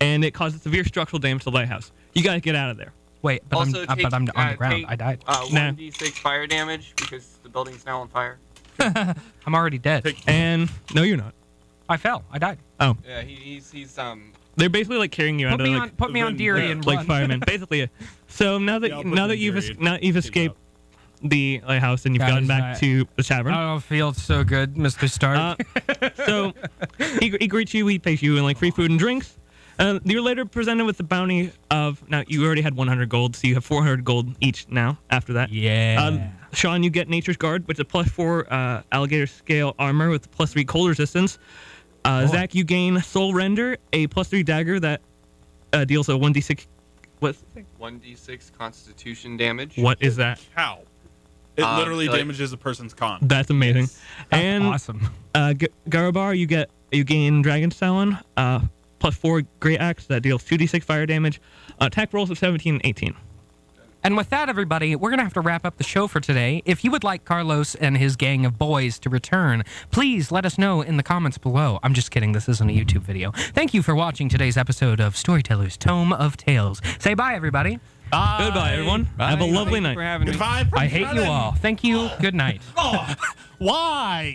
S2: and it causes severe structural damage to the lighthouse. You gotta get out of there.
S1: Wait, but
S2: Also
S1: I'm uh,
S2: take,
S1: but I'm on
S2: uh,
S1: the ground.
S2: take,
S1: I died.
S2: uh,
S1: Nah.
S3: 1d6 fire damage because the building's now on fire.
S1: I'm already dead.
S2: And no, you're not.
S1: I fell. I died.
S2: Oh,
S3: Yeah, he, he's he's um.
S2: they're basically like carrying you
S1: Put
S2: out
S1: me
S2: of
S1: on-
S2: like,
S1: put me on Deary and
S2: like
S1: run.
S2: firemen, basically. So now that
S1: Yeah, I'll put
S2: now
S1: you
S2: that
S1: in
S2: you've
S1: Deary
S2: es- now you've escaped the lighthouse and you've
S1: Guys,
S2: gotten back
S1: I-
S2: to the tavern. uh,
S1: I don't feel so good, Mr. Stark.
S2: so
S1: (laughs)
S2: he, he greets you, he pays you, and like free food and drinks. Uh, you're later presented with the bounty of now you already had 100 gold, so you have 400 gold each now. After that,
S1: yeah.
S2: Um, Sean, you get Nature's Guard, which is plus four uh, alligator scale armor with plus three cold resistance. Uh, Zach, you gain Soul Render, a plus three dagger that uh, deals a 1d6. What
S3: 1d6 constitution damage.
S2: what is that?
S5: How? It
S3: Um,
S5: literally
S3: like-
S5: damages a person's con.
S2: That's amazing. and
S1: awesome.
S2: Uh, G- Garabar, you get you gain Dragon Talon, uh, plus four Great Axe that deals two d six fire damage. Uh, attack rolls of seventeen and eighteen.
S1: And with that, everybody, we're going to have to wrap up the show for today. If you would like Carlos and his gang of boys to return, please let us know in the comments below. I'm just kidding, this isn't a YouTube video. Thank you for watching today's episode of Storytellers Tome of Tales. Say bye, everybody.
S4: Bye.
S2: Goodbye, everyone. Have a lovely night.
S1: I hate you all. Thank you. Good night.
S4: Why?